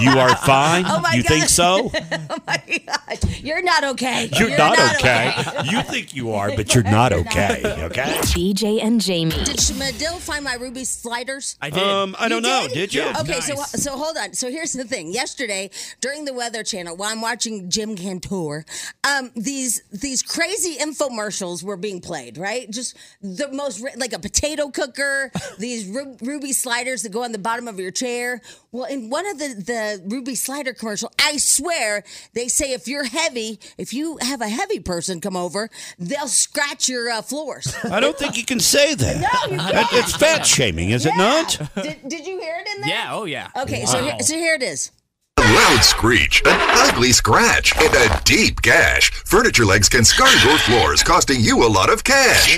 [SPEAKER 3] You are fine.
[SPEAKER 2] Oh my
[SPEAKER 3] you
[SPEAKER 2] God.
[SPEAKER 3] think so?
[SPEAKER 2] *laughs* oh my God. You're not okay.
[SPEAKER 3] You're, not, okay. you think you are, but you're not okay. Okay.
[SPEAKER 7] BJ and Jamie.
[SPEAKER 2] Did Shmadil find my ruby sliders?
[SPEAKER 3] I did. Um, I don't know. Did you? Yeah.
[SPEAKER 2] Okay, so
[SPEAKER 3] Nice.
[SPEAKER 2] so hold on. So here's the thing. Yesterday, during the Weather Channel, while I'm watching Jim Cantor, um, these these crazy infomercials were being played. Right, just the most ri- like a potato
[SPEAKER 3] *laughs*
[SPEAKER 2] cooker. these ru- ruby sliders that go on the bottom of your chair. Well, in one of the the ruby slider commercial, I swear they say if you're heavy, if you have a heavy person come over, they'll scratch your uh, floors.
[SPEAKER 3] I don't think you can say that.
[SPEAKER 2] No, you
[SPEAKER 3] That-
[SPEAKER 2] can't.
[SPEAKER 3] It's fat shaming, is it not?
[SPEAKER 2] Did, did you hear it in there?
[SPEAKER 5] Yeah. Oh yeah.
[SPEAKER 2] Okay, so here, so here it is.
[SPEAKER 15] A loud screech, an ugly scratch, and a deep gash. Furniture legs can scar your floors, costing you a lot of cash.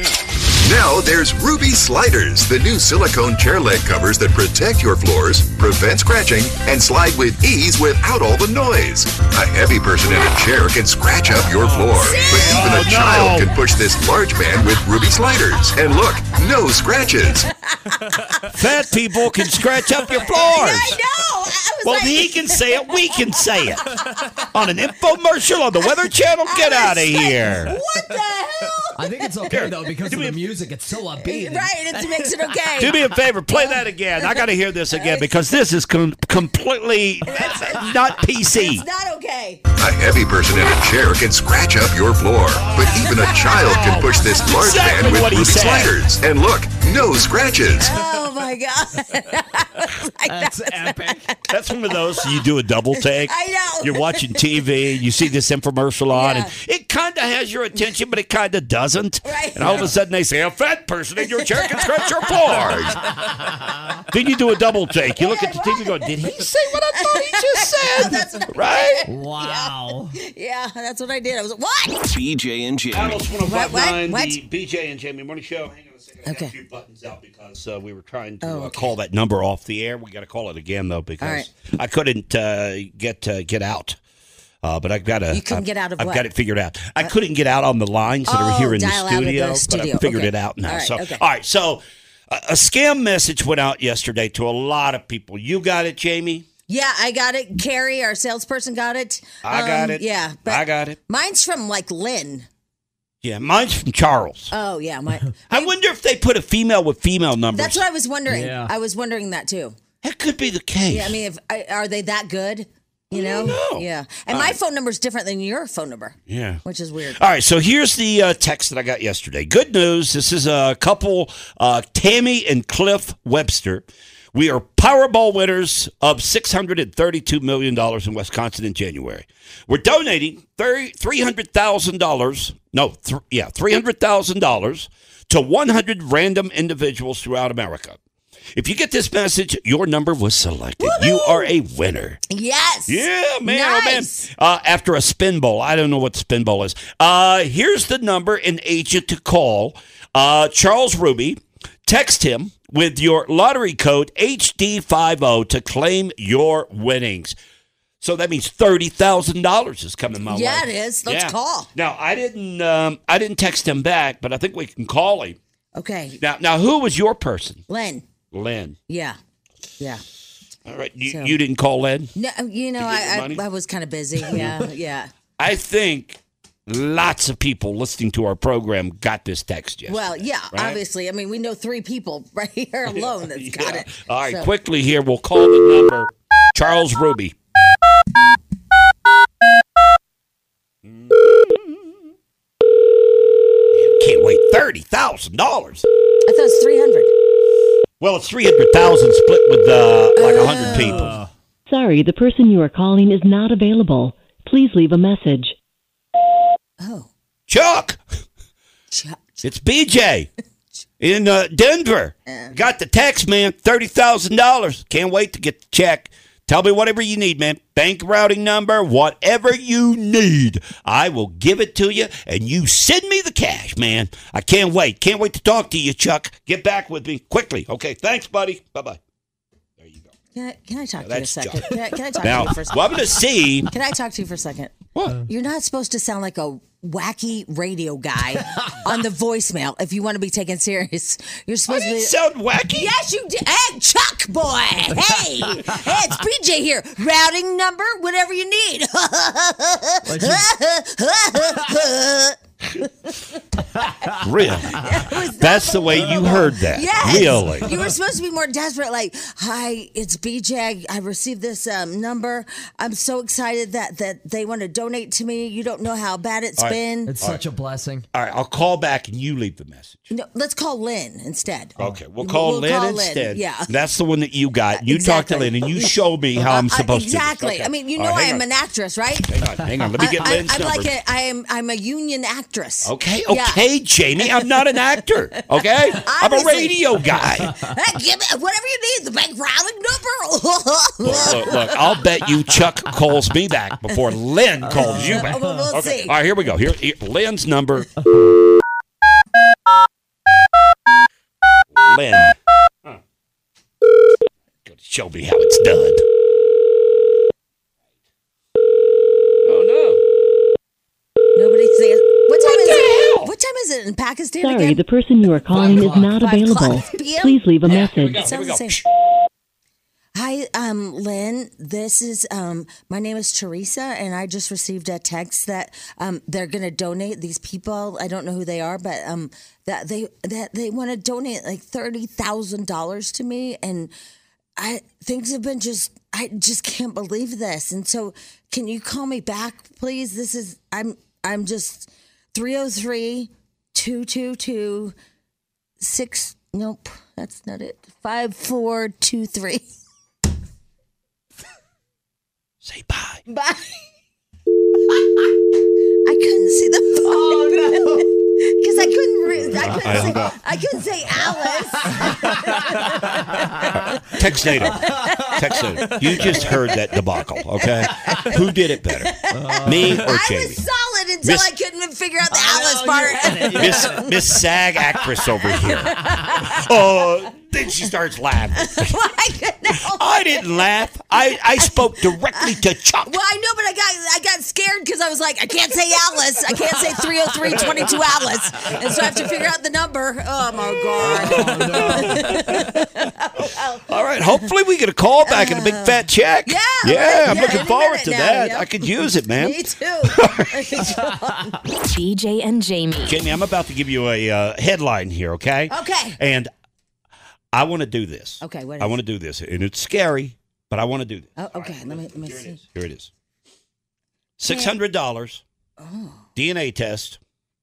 [SPEAKER 15] Now there's Ruby Sliders, the new silicone chair leg covers that protect your floors, prevent scratching, and slide with ease without all the noise. A heavy person in a chair can scratch up your floor, but even a child can push this large man with Ruby Sliders. And look, no scratches.
[SPEAKER 3] Fat people can scratch up your floors.
[SPEAKER 2] I know.
[SPEAKER 3] well, he can say it. We can say it on an infomercial on the Weather Channel. Get out of here.
[SPEAKER 2] *laughs* What the hell?
[SPEAKER 4] I think it's okay though because of the music. It's so upbeat.
[SPEAKER 2] Right, it makes
[SPEAKER 5] *laughs*
[SPEAKER 2] it okay.
[SPEAKER 3] Do me a favor, play that again. I got to hear this again because this is com- completely not PC.
[SPEAKER 2] Not okay.
[SPEAKER 15] A heavy person in a chair can scratch up your floor, but even a child can push this large
[SPEAKER 10] Exactly
[SPEAKER 15] man with
[SPEAKER 10] what he
[SPEAKER 15] ruby
[SPEAKER 10] said.
[SPEAKER 15] sliders. And look, no scratches.
[SPEAKER 2] Oh my god. *laughs*
[SPEAKER 4] That's epic.
[SPEAKER 3] That's one of those you do a double take.
[SPEAKER 10] I know.
[SPEAKER 3] You're watching TV, you see this infomercial on, and it kind of has your attention, but it kind of doesn't.
[SPEAKER 10] Right.
[SPEAKER 3] And all of a sudden they say, a fat person in your chair can scratch your floors. then you do a double take. You look at the TV and go, did he say what I thought *laughs* he just said?
[SPEAKER 2] that's what I did. *laughs*
[SPEAKER 3] Right?
[SPEAKER 4] Wow.
[SPEAKER 2] Yeah, that's what I did. I was like, what?
[SPEAKER 1] BJ and Jamie.
[SPEAKER 3] Alice
[SPEAKER 2] What, what,
[SPEAKER 3] 1059,
[SPEAKER 2] what?
[SPEAKER 3] the BJ and Jamie Morning Show. Hang on a second. I got
[SPEAKER 2] Okay.
[SPEAKER 3] a few buttons out because uh, we were trying to
[SPEAKER 2] Oh,
[SPEAKER 3] uh, call that number off the air. We got to call it again though because
[SPEAKER 2] All right.
[SPEAKER 3] I couldn't uh, get uh, get out. Uh, but I've got a.
[SPEAKER 2] You couldn't get out of
[SPEAKER 3] I've
[SPEAKER 2] what? Uh,
[SPEAKER 3] got it figured out. I couldn't get out on the lines that are
[SPEAKER 2] Oh,
[SPEAKER 3] here in the
[SPEAKER 2] dial out of the
[SPEAKER 3] studio, but
[SPEAKER 2] studio.
[SPEAKER 3] I figured
[SPEAKER 2] Okay.
[SPEAKER 3] it out now.
[SPEAKER 2] All right,
[SPEAKER 3] so
[SPEAKER 2] okay.
[SPEAKER 3] all right, so uh, a scam message went out yesterday to a lot of people. You got it, Jamie.
[SPEAKER 2] Yeah, I got it. Carrie, our salesperson, got it.
[SPEAKER 3] I got
[SPEAKER 2] Um,
[SPEAKER 3] it.
[SPEAKER 2] Yeah, but
[SPEAKER 3] I got it.
[SPEAKER 2] mine's from like Lynn.
[SPEAKER 3] Yeah, mine's from Charles.
[SPEAKER 2] Oh yeah, my.
[SPEAKER 3] I wonder if they put a female with female numbers.
[SPEAKER 2] That's what I was wondering.
[SPEAKER 3] Yeah.
[SPEAKER 2] I was wondering that too.
[SPEAKER 3] That could be the case.
[SPEAKER 2] Yeah, I mean, if I, are they that good? You know? Yeah. And my phone number's different than your phone number,
[SPEAKER 3] yeah.
[SPEAKER 2] which is weird.
[SPEAKER 3] All right, so here's the uh, text that I got yesterday. Good news. This is a couple, uh, Tammy and Cliff Webster. We are Powerball winners of $632 million in Wisconsin in January. We're donating thir- $300,000, no, th- yeah, $300,000 to 100 random individuals throughout America. If you get this message, your number was selected. You are a winner.
[SPEAKER 2] Yes.
[SPEAKER 3] Yeah, man,
[SPEAKER 2] Nice.
[SPEAKER 3] oh man. Uh, after a spin bowl, I don't know what spin bowl is. Uh, here's the number and agent to call. Uh, Charles Ruby, text him with your lottery code HD50 to claim your winnings. So that means thirty thousand dollars is coming my
[SPEAKER 2] Yeah,
[SPEAKER 3] way.
[SPEAKER 2] it is. Let's
[SPEAKER 3] Yeah.
[SPEAKER 2] call.
[SPEAKER 3] Now I didn't, um, I didn't text him back, but I think we can call him.
[SPEAKER 2] Okay.
[SPEAKER 3] Now, now who was your person?
[SPEAKER 2] Lynn.
[SPEAKER 3] Lynn.
[SPEAKER 2] Yeah. Yeah.
[SPEAKER 3] All right, you,
[SPEAKER 2] So-
[SPEAKER 3] you didn't call Lynn.
[SPEAKER 2] No, you know,
[SPEAKER 3] you get your
[SPEAKER 2] I,
[SPEAKER 3] money?
[SPEAKER 2] I, I was kind
[SPEAKER 3] *laughs*
[SPEAKER 2] of busy. Yeah. yeah.
[SPEAKER 3] I think lots of people listening to our program got this text yesterday.
[SPEAKER 2] Well, yeah,
[SPEAKER 3] right?
[SPEAKER 2] obviously. I mean, we know three people *laughs*
[SPEAKER 3] *laughs*
[SPEAKER 2] right here alone that's got it.
[SPEAKER 3] All right,
[SPEAKER 2] So-
[SPEAKER 3] quickly here, we'll call the number. Charles Ruby. Man, Can't wait thirty thousand dollars.
[SPEAKER 2] I thought it was 300.
[SPEAKER 3] Well, it's three hundred thousand split with uh, like
[SPEAKER 2] Oh.
[SPEAKER 3] hundred people.
[SPEAKER 16] Sorry, the person you are calling is not available. Please leave a message.
[SPEAKER 3] Chuck. It's
[SPEAKER 2] *laughs*
[SPEAKER 3] BJ in uh, Denver. Got the text, man. Thirty thousand dollars. Can't wait to get the check. Tell me whatever you need, man. Bank routing number, whatever you need. I will give it to you, and you send me the cash, man. I can't wait. Can't wait to talk to you, Chuck. Get back with me quickly. Okay, thanks, buddy. Bye bye.
[SPEAKER 2] Can I, can I
[SPEAKER 3] Now
[SPEAKER 2] talk to you a
[SPEAKER 3] that's
[SPEAKER 2] second?
[SPEAKER 3] John.
[SPEAKER 2] Can I, can I talk
[SPEAKER 3] Now,
[SPEAKER 2] to you for a second?
[SPEAKER 3] well, I'm gonna see-
[SPEAKER 2] Can I talk to you for a second?
[SPEAKER 3] What?
[SPEAKER 2] You're not supposed to sound like a wacky radio guy on the voicemail if you want to be taken serious. You're supposed to be,
[SPEAKER 3] sound wacky.
[SPEAKER 2] Yes, you did. Hey, Chuck boy. Hey, hey, it's PJ here. Routing number, whatever you need. *laughs*
[SPEAKER 3] Really? That's the way you heard that.
[SPEAKER 2] Yes.
[SPEAKER 3] Really?
[SPEAKER 2] You were supposed to be more desperate, like, hi, it's BJ. I received this um, number. I'm so excited that that they want to donate to me. You don't know how bad it's
[SPEAKER 3] All right.
[SPEAKER 2] been.
[SPEAKER 3] It's All such
[SPEAKER 4] a blessing.
[SPEAKER 3] All right, I'll call back and you leave the message.
[SPEAKER 2] No, let's call Lynn instead.
[SPEAKER 3] Okay, we'll call
[SPEAKER 2] we'll
[SPEAKER 3] Lynn
[SPEAKER 2] call Lynn,
[SPEAKER 3] instead.
[SPEAKER 2] yeah. Uh,
[SPEAKER 3] That's the one that you got. You talk to Lynn and you show me how I'm
[SPEAKER 2] I-
[SPEAKER 3] supposed to. do
[SPEAKER 2] exactly.
[SPEAKER 3] this. Okay.
[SPEAKER 2] I mean, you
[SPEAKER 3] All
[SPEAKER 2] know
[SPEAKER 3] right,
[SPEAKER 2] I
[SPEAKER 3] hang
[SPEAKER 2] am
[SPEAKER 3] on.
[SPEAKER 2] an actress, right?
[SPEAKER 3] Hang on, hang on. Let me get Lynn's
[SPEAKER 2] I, am
[SPEAKER 3] number.
[SPEAKER 2] like a, I am. I'm a union actress.
[SPEAKER 3] Okay,
[SPEAKER 2] Yeah.
[SPEAKER 3] okay, Jamie. I'm not an
[SPEAKER 2] *laughs*
[SPEAKER 3] actor. Okay, I'm a
[SPEAKER 2] Obviously.
[SPEAKER 3] radio guy.
[SPEAKER 2] *laughs* Hey, give me whatever you need. The bank routing number. *laughs*
[SPEAKER 3] look, look, look, I'll bet you Chuck calls me back before Lynn calls you back.
[SPEAKER 2] Uh, Well, we'll
[SPEAKER 3] okay.
[SPEAKER 2] see.
[SPEAKER 3] All right, here we go. Here, here Lynn's number. Lynn. Go to Show me how it's done.
[SPEAKER 2] Nobody's saying. What time is it? What time is it in Pakistan
[SPEAKER 16] Sorry,
[SPEAKER 2] again?
[SPEAKER 16] the person you are calling is not
[SPEAKER 2] Five
[SPEAKER 16] available.
[SPEAKER 2] o'clock PM?
[SPEAKER 16] Please leave a message.
[SPEAKER 2] Sounds the same. Hi, um, Lynn. This is um, my name is Teresa, and I just received a text that um, they're going to donate these people. I don't know who they are, but um, that they that they want to donate like thirty thousand dollars to me, and I things have been just I just can't believe this. And so, can you call me back, please? This is I'm I'm just 303 222 six. Nope, that's not it. Five four two three.
[SPEAKER 3] *laughs* Say bye.
[SPEAKER 2] Bye. *laughs* I couldn't see the phone.
[SPEAKER 3] Oh,
[SPEAKER 2] *laughs* Because I couldn't. Re- I couldn't
[SPEAKER 3] I
[SPEAKER 2] say.
[SPEAKER 3] hung up.
[SPEAKER 2] I
[SPEAKER 3] *laughs*
[SPEAKER 2] couldn't say
[SPEAKER 3] Text
[SPEAKER 2] Alice.
[SPEAKER 3] later. Text later. You just heard that debacle, okay? Who did it better, me or Jamie?
[SPEAKER 2] Solid until
[SPEAKER 3] Miss- Oh,
[SPEAKER 2] I couldn't even figure out the Alice part. *laughs*
[SPEAKER 3] Miss Miss SAG actress over here. Oh, then she starts
[SPEAKER 2] *laughs*
[SPEAKER 3] laughing. I didn't laugh. I, I spoke directly to Chuck.
[SPEAKER 2] Well, I know, but I got I got scared because I was like, I can't say Alice. I can't say 303-22 Alice. And so I have to figure out the number. Oh, my
[SPEAKER 3] *laughs*
[SPEAKER 2] God.
[SPEAKER 3] All right. Hopefully, we get a call back and a big fat check. Yeah. Yeah. I'm looking forward to that. I could use it, man. *laughs*
[SPEAKER 2] Me too. *laughs* BJ
[SPEAKER 7] and Jamie.
[SPEAKER 3] Jamie, I'm about to give you a uh, headline here, okay?
[SPEAKER 2] Okay.
[SPEAKER 3] And I want to do this.
[SPEAKER 2] Okay, what
[SPEAKER 3] I
[SPEAKER 2] is
[SPEAKER 3] want to do this, and it's scary, but I want to do this.
[SPEAKER 2] Oh, okay, let me let me see.
[SPEAKER 3] Here it is. Six hundred dollars
[SPEAKER 2] Oh.
[SPEAKER 3] DNA test.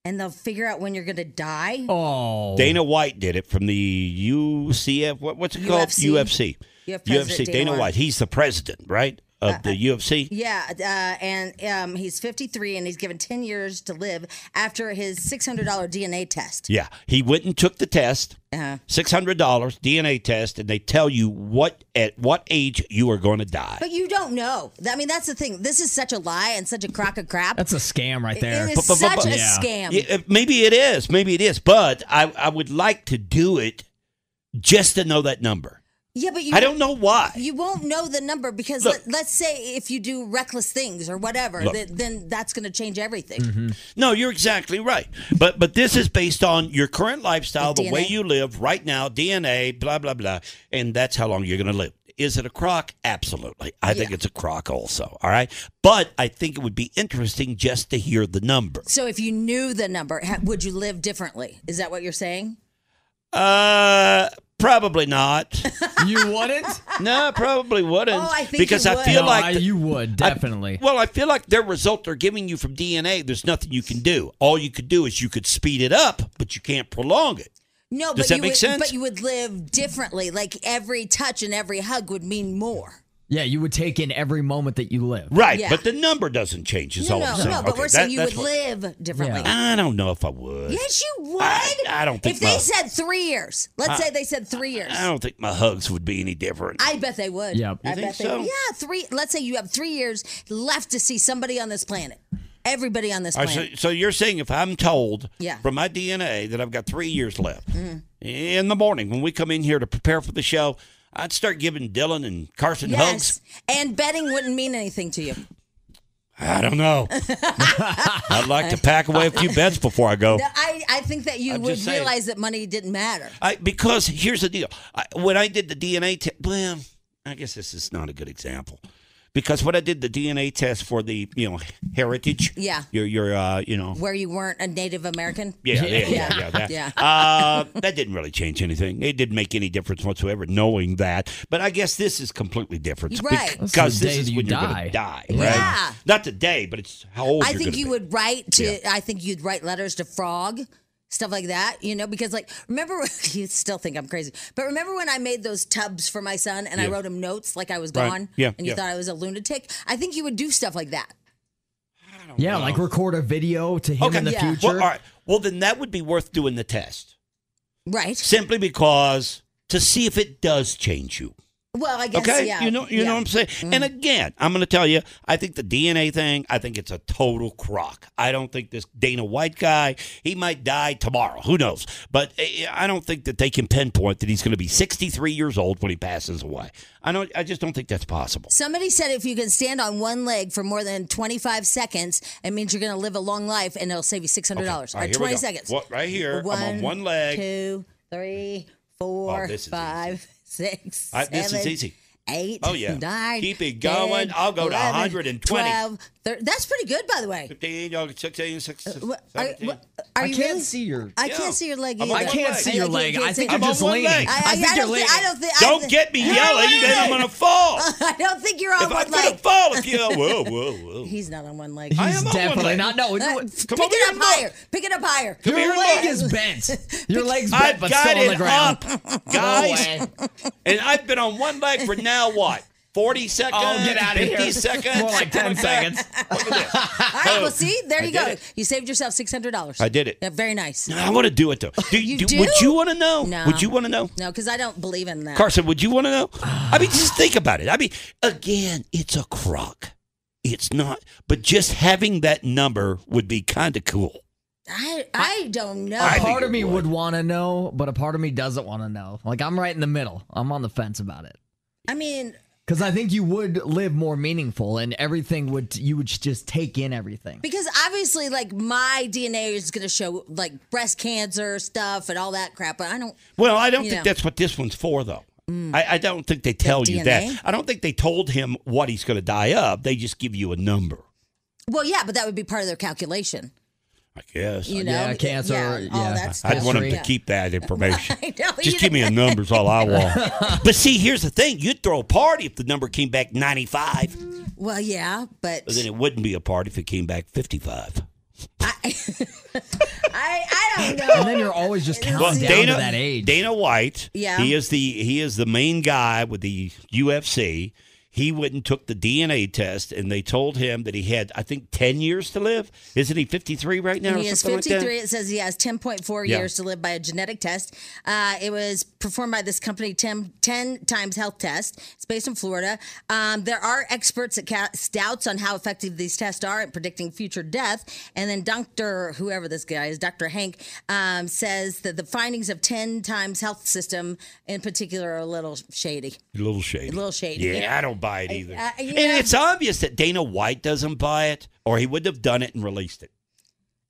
[SPEAKER 2] And they'll figure out when you're gonna die.
[SPEAKER 4] Oh.
[SPEAKER 3] Dana White did it from the UCF. What, what's it called?
[SPEAKER 2] UFC?
[SPEAKER 3] UFC.
[SPEAKER 2] Yeah, President
[SPEAKER 3] UFC.
[SPEAKER 2] Dana
[SPEAKER 3] Dana
[SPEAKER 2] White. Uh,
[SPEAKER 3] White. He's the president, right, of the UFC.
[SPEAKER 2] Yeah, uh, and um, he's 53 and he's given 10 years to live after his $600 DNA test.
[SPEAKER 3] Yeah, he went and took the test.
[SPEAKER 2] Uh-huh.
[SPEAKER 3] Six hundred dollars DNA test, and they tell you what at what age you are going to die.
[SPEAKER 2] But you don't know. I mean, that's the thing. This is such a lie and such a crock of crap.
[SPEAKER 4] That's a scam right there.
[SPEAKER 2] It is such a scam.
[SPEAKER 3] Yeah, uh, maybe it is. Maybe it is. But I, I would like to do it just to know that number.
[SPEAKER 2] Yeah, but you
[SPEAKER 3] I don't know why.
[SPEAKER 2] You won't know the number because
[SPEAKER 3] Look.
[SPEAKER 2] let, us say if you do reckless things or whatever,
[SPEAKER 3] Look. Hmm.
[SPEAKER 2] th- then that's going to change everything.
[SPEAKER 4] Mm-hmm.
[SPEAKER 3] No, you're exactly right. But but this is based on your current lifestyle, the
[SPEAKER 2] DNA.
[SPEAKER 3] way you live right now, DNA, blah blah blah, and that's how long you're going to live. Is it a crock? Absolutely. I think it's a crock also. All right. But I think it would be interesting just to hear the number.
[SPEAKER 2] So if you knew the number, ha- would you live differently? Is that what you're saying? *laughs*
[SPEAKER 3] Uh probably not. *laughs*
[SPEAKER 4] you wouldn't?
[SPEAKER 3] No, probably wouldn't.
[SPEAKER 2] Oh, I think
[SPEAKER 3] because
[SPEAKER 2] you
[SPEAKER 3] I
[SPEAKER 2] would.
[SPEAKER 3] feel
[SPEAKER 2] No,
[SPEAKER 3] like
[SPEAKER 4] I-
[SPEAKER 3] the-
[SPEAKER 4] you would
[SPEAKER 3] I-
[SPEAKER 4] definitely.
[SPEAKER 3] well, I feel like their result they're giving you from DNA, there's nothing you can do. All you could do is you could speed it up, but you can't prolong it.
[SPEAKER 2] No,
[SPEAKER 3] Does
[SPEAKER 2] but
[SPEAKER 3] that
[SPEAKER 2] you
[SPEAKER 3] make
[SPEAKER 2] would,
[SPEAKER 3] sense?
[SPEAKER 2] But you would live differently. Like every touch and every hug would mean more.
[SPEAKER 4] yeah, you would take in every moment that you live.
[SPEAKER 3] Right,
[SPEAKER 2] Yeah.
[SPEAKER 3] but the number doesn't change. Is
[SPEAKER 2] No,
[SPEAKER 3] all
[SPEAKER 2] no,
[SPEAKER 3] I'm
[SPEAKER 2] no.
[SPEAKER 3] saying.
[SPEAKER 2] But
[SPEAKER 3] Okay,
[SPEAKER 2] we're
[SPEAKER 3] that-
[SPEAKER 2] saying you
[SPEAKER 3] that's
[SPEAKER 2] would
[SPEAKER 3] what-
[SPEAKER 2] live differently.
[SPEAKER 3] I don't know if I would.
[SPEAKER 2] Yes, you would.
[SPEAKER 3] I don't Ah. think Ah.
[SPEAKER 2] if they
[SPEAKER 3] my-
[SPEAKER 2] said three years, let's
[SPEAKER 3] I-
[SPEAKER 2] say they said three years.
[SPEAKER 3] I don't think my hugs would be any different.
[SPEAKER 2] I bet they would.
[SPEAKER 3] Yeah. You
[SPEAKER 2] I
[SPEAKER 3] think
[SPEAKER 2] bet they
[SPEAKER 3] so?
[SPEAKER 2] would. Yeah, three. Let's say you have three years left to see somebody on this planet. Everybody on this
[SPEAKER 3] All right,
[SPEAKER 2] planet.
[SPEAKER 3] so, so you're saying if I'm told
[SPEAKER 2] Yeah.
[SPEAKER 3] from my DNA that I've got three years left
[SPEAKER 2] Mm.
[SPEAKER 3] in the morning when we come in here to prepare for the show, I'd start giving Dylan and Carson hugs.
[SPEAKER 2] Yes. And betting wouldn't mean anything to you.
[SPEAKER 3] I don't
[SPEAKER 2] *laughs*
[SPEAKER 3] know. I'd like to pack away a few bets before I go.
[SPEAKER 2] No, I, I think that you
[SPEAKER 3] I'm
[SPEAKER 2] would
[SPEAKER 3] just saying.
[SPEAKER 2] realize that money didn't matter.
[SPEAKER 3] I, because here's the deal. I, when I did the DNA test, well, I guess this is not a good example. Because when I did the DNA test for the, you know, heritage,
[SPEAKER 2] Yeah.
[SPEAKER 3] your, your, uh, you know,
[SPEAKER 2] Where you weren't a Native American.
[SPEAKER 3] yeah, yeah, yeah, yeah. that,
[SPEAKER 2] Yeah.
[SPEAKER 3] Uh, that didn't really change anything. It didn't make any difference whatsoever, knowing that. But I guess this is completely different
[SPEAKER 2] Right. This is
[SPEAKER 3] because
[SPEAKER 4] the
[SPEAKER 3] this
[SPEAKER 4] day
[SPEAKER 3] is
[SPEAKER 4] that
[SPEAKER 3] when
[SPEAKER 4] you
[SPEAKER 3] you are going
[SPEAKER 4] die.
[SPEAKER 3] to die, right?
[SPEAKER 2] Yeah.
[SPEAKER 3] Not the day, but it's how old
[SPEAKER 2] I
[SPEAKER 3] you're
[SPEAKER 2] think
[SPEAKER 3] gonna
[SPEAKER 2] you
[SPEAKER 3] be.
[SPEAKER 2] would write to. I think you'd write letters to Frog, stuff like that. You know, because like remember, *laughs* you still think I'm crazy, but remember when I made those tubs for my son and I
[SPEAKER 3] Yeah.
[SPEAKER 2] wrote him notes like I was
[SPEAKER 3] Right.
[SPEAKER 2] gone,
[SPEAKER 4] Yeah,
[SPEAKER 2] and you
[SPEAKER 4] yeah.
[SPEAKER 2] thought I was a lunatic. I think you would do stuff like that.
[SPEAKER 4] Yeah, like record a video to him in the future.
[SPEAKER 3] Well, all right. Well, then that would be worth doing the test.
[SPEAKER 2] Right.
[SPEAKER 3] Simply because to see if it does change you.
[SPEAKER 2] Well, I guess.
[SPEAKER 3] okay,
[SPEAKER 2] Yeah.
[SPEAKER 3] you know, you know
[SPEAKER 2] yeah. Mm-hmm.
[SPEAKER 3] what I'm saying. And again, I'm going to tell you, I think the DNA thing, I think it's a total crock. I don't think this Dana White guy, he might die tomorrow, who knows? But eh, I don't think that they can pinpoint that he's going to be 63 years old when he passes away. I don't, I just don't think that's possible.
[SPEAKER 2] Somebody said if you can stand on one leg for more than 25 seconds, it means you're going to live a long life and it'll save you $600.
[SPEAKER 3] Okay,
[SPEAKER 2] All
[SPEAKER 3] all
[SPEAKER 2] right,
[SPEAKER 3] right, here we
[SPEAKER 2] 20
[SPEAKER 3] go.
[SPEAKER 2] seconds.
[SPEAKER 3] What- right here, I'm on one leg.
[SPEAKER 2] Two, three, four,
[SPEAKER 3] Oh, this is
[SPEAKER 2] five, *laughs* six,
[SPEAKER 3] I- this is
[SPEAKER 2] seven,
[SPEAKER 3] easy.
[SPEAKER 2] Eight.
[SPEAKER 3] Oh, yeah.
[SPEAKER 2] Nine.
[SPEAKER 3] Keep it going.
[SPEAKER 2] 10,
[SPEAKER 3] I'll go to
[SPEAKER 2] 11,
[SPEAKER 3] 120.
[SPEAKER 2] 12, thir- That's pretty good, by the way.
[SPEAKER 3] 15, y'all, 16, 16,
[SPEAKER 2] Uh, What- Are,
[SPEAKER 3] 17.
[SPEAKER 2] what- are
[SPEAKER 3] I
[SPEAKER 2] you
[SPEAKER 3] can't
[SPEAKER 2] really-
[SPEAKER 3] see your-
[SPEAKER 2] I
[SPEAKER 3] Yeah.
[SPEAKER 2] can't see your leg
[SPEAKER 3] I'm
[SPEAKER 2] either.
[SPEAKER 3] on I can't one see leg. your
[SPEAKER 4] leg. I think
[SPEAKER 2] see-
[SPEAKER 4] I'm you're on just one leaning. leg.
[SPEAKER 2] I,
[SPEAKER 4] I think
[SPEAKER 2] I
[SPEAKER 4] you're
[SPEAKER 2] don't thi- I
[SPEAKER 4] leaning.
[SPEAKER 2] don't think.
[SPEAKER 3] Don't get me yelling, then I'm gonna
[SPEAKER 2] *laughs*
[SPEAKER 3] fall.
[SPEAKER 2] I don't think you're on
[SPEAKER 3] If
[SPEAKER 2] one
[SPEAKER 3] I'm
[SPEAKER 2] leg.
[SPEAKER 3] gonna fall, if you whoa,
[SPEAKER 2] *laughs*
[SPEAKER 3] whoa, whoa.
[SPEAKER 2] He's not on one leg.
[SPEAKER 4] He's I am on one definitely leg. not. No,
[SPEAKER 2] Uh,
[SPEAKER 4] you know what?
[SPEAKER 2] pick
[SPEAKER 4] Come
[SPEAKER 2] it
[SPEAKER 4] over here
[SPEAKER 2] up
[SPEAKER 4] and look.
[SPEAKER 2] higher. Pick it up higher.
[SPEAKER 4] *laughs* Your leg is bent. Your leg's bent,
[SPEAKER 3] I've
[SPEAKER 4] but
[SPEAKER 3] got
[SPEAKER 4] still on the
[SPEAKER 3] it
[SPEAKER 4] ground.
[SPEAKER 3] up, guys. and I've been on one leg for now what? 40 seconds?
[SPEAKER 4] Oh, get outta here.
[SPEAKER 3] 50 seconds?
[SPEAKER 4] More like 10 seconds.
[SPEAKER 2] All right.
[SPEAKER 3] *laughs*
[SPEAKER 2] Well, see, there
[SPEAKER 3] I
[SPEAKER 2] you
[SPEAKER 3] did
[SPEAKER 2] go.
[SPEAKER 3] it.
[SPEAKER 2] You saved yourself six hundred dollars.
[SPEAKER 3] I did it.
[SPEAKER 2] Yeah, very nice.
[SPEAKER 3] No, I want to do it though. Do, you do,
[SPEAKER 2] do?
[SPEAKER 3] Would you want to know?
[SPEAKER 2] No.
[SPEAKER 3] Would you want to know?
[SPEAKER 2] No, because I don't believe in that.
[SPEAKER 3] Carson, would you want to know? I mean, just think about it. I mean, again, it's a crock. It's not, but just having that number would be kind of cool.
[SPEAKER 2] I I don't know.
[SPEAKER 4] A part of me would want to know, but a part of me doesn't want to know. Like I'm right in the middle. I'm on the fence about it
[SPEAKER 2] I mean,
[SPEAKER 4] because I think you would live more meaningful, and everything would you would just take in everything.
[SPEAKER 2] because obviously, like my DNA is going to show like breast cancer stuff and all that crap. But I don't.
[SPEAKER 3] Well, I don't
[SPEAKER 2] you
[SPEAKER 3] think
[SPEAKER 2] know. Mm.
[SPEAKER 3] that's what this one's for, though. I, I don't think they tell you
[SPEAKER 2] DNA?
[SPEAKER 3] that. I don't think they told him what he's going to die of. They just give you a number,
[SPEAKER 2] Well, yeah, but that would be part of their calculation. *laughs*
[SPEAKER 3] I guess.
[SPEAKER 2] You know, Uh, Yeah, cancer, yeah, all yeah. that
[SPEAKER 3] I'd want him
[SPEAKER 2] stuff.
[SPEAKER 3] to keep that
[SPEAKER 2] *laughs*
[SPEAKER 3] information.
[SPEAKER 2] I know.
[SPEAKER 3] Just give me a number's all
[SPEAKER 2] *laughs*
[SPEAKER 3] I want. but see, here's the thing: you'd throw a party if the number came back 95,
[SPEAKER 2] Well, yeah, but
[SPEAKER 3] but then it wouldn't be a party if it came back 55.
[SPEAKER 2] I I don't know.
[SPEAKER 4] And then you're always just counting down
[SPEAKER 3] Dana,
[SPEAKER 4] to that age.
[SPEAKER 3] Dana White,
[SPEAKER 2] Yeah.
[SPEAKER 3] he is the he is the main guy with the UFC. He went and took the DNA test, and they told him that he had, I think, ten years to live. Isn't he fifty three right now?
[SPEAKER 2] He
[SPEAKER 3] or
[SPEAKER 2] is
[SPEAKER 3] something
[SPEAKER 2] 53.
[SPEAKER 3] Like that?
[SPEAKER 2] it says he has 10.4
[SPEAKER 3] Yeah.
[SPEAKER 2] years to live by a genetic test. Uh, it was performed by this company, 10, 10 Times Health Test. It's based in Florida. Um, there are experts that cast doubts on how effective these tests are at predicting future death. And then Dr. whoever this guy is, Dr. Hank, um, says that the findings of 10 Times Health System in particular are a little shady.
[SPEAKER 3] A little shady.
[SPEAKER 2] A little shady.
[SPEAKER 3] Yeah, I don't buy it either.
[SPEAKER 2] Uh, you
[SPEAKER 3] and
[SPEAKER 2] know-
[SPEAKER 3] it's obvious that Dana White doesn't buy it, or he wouldn't have done it and released it.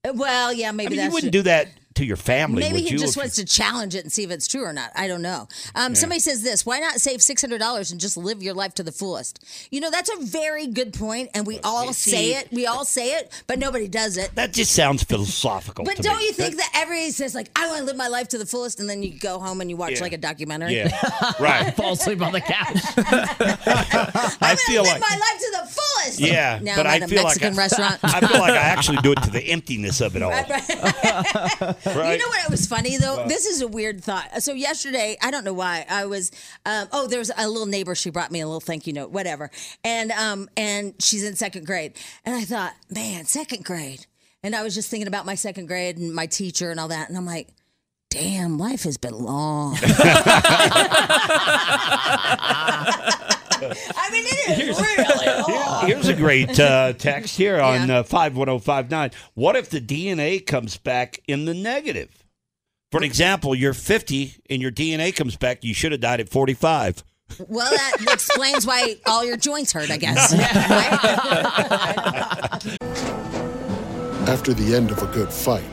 [SPEAKER 2] Uh, Well, yeah, maybe
[SPEAKER 3] I mean,
[SPEAKER 2] that's
[SPEAKER 3] you wouldn't do that to your family,
[SPEAKER 2] Maybe
[SPEAKER 3] would
[SPEAKER 2] he
[SPEAKER 3] you?
[SPEAKER 2] just
[SPEAKER 3] If you-
[SPEAKER 2] wants to challenge it and see if it's true or not. I don't know. Um,
[SPEAKER 3] Yeah.
[SPEAKER 2] Somebody says this: Why not save six hundred dollars and just live your life to the fullest? You know, that's a very good point, and we all
[SPEAKER 3] see-
[SPEAKER 2] say it. We all say it, but nobody does it.
[SPEAKER 3] that just sounds philosophical.
[SPEAKER 2] but
[SPEAKER 3] to
[SPEAKER 2] don't
[SPEAKER 3] me.
[SPEAKER 2] you think that everybody says like, "I want to live my life to the fullest," and then you go home and you watch
[SPEAKER 3] Yeah.
[SPEAKER 2] like a documentary?
[SPEAKER 3] Yeah, right.
[SPEAKER 4] Fall asleep on the couch.
[SPEAKER 3] I feel
[SPEAKER 2] *laughs* live
[SPEAKER 3] like
[SPEAKER 2] my life to the fullest.
[SPEAKER 3] Yeah,
[SPEAKER 2] now
[SPEAKER 3] but
[SPEAKER 2] I'm
[SPEAKER 3] I *laughs*
[SPEAKER 2] at a
[SPEAKER 3] feel
[SPEAKER 2] Mexican
[SPEAKER 3] like
[SPEAKER 2] restaurant.
[SPEAKER 3] I, I feel like I actually do it to the emptiness of it
[SPEAKER 2] *laughs*
[SPEAKER 3] all. Right?
[SPEAKER 2] You know what? It was funny though. this is a weird thought. So yesterday, I don't know why I was. Um, oh, there's a little neighbor. She brought me a little thank you note, whatever. And um, and she's in second grade. And I thought, man, second grade. And I was just thinking about my second grade and my teacher and all that. And I'm like, damn, life has
[SPEAKER 3] *laughs*
[SPEAKER 2] been long. I mean, *laughs* it is really long.
[SPEAKER 3] Here's a great uh, text here on uh, 51059. What if the DNA comes back in the negative? For an example, you're 50 and your DNA comes back, you should have died at 45.
[SPEAKER 2] Well, that explains why all your joints hurt, I *laughs* guess.
[SPEAKER 17] After the end of a good fight,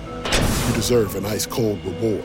[SPEAKER 17] you deserve an ice cold reward.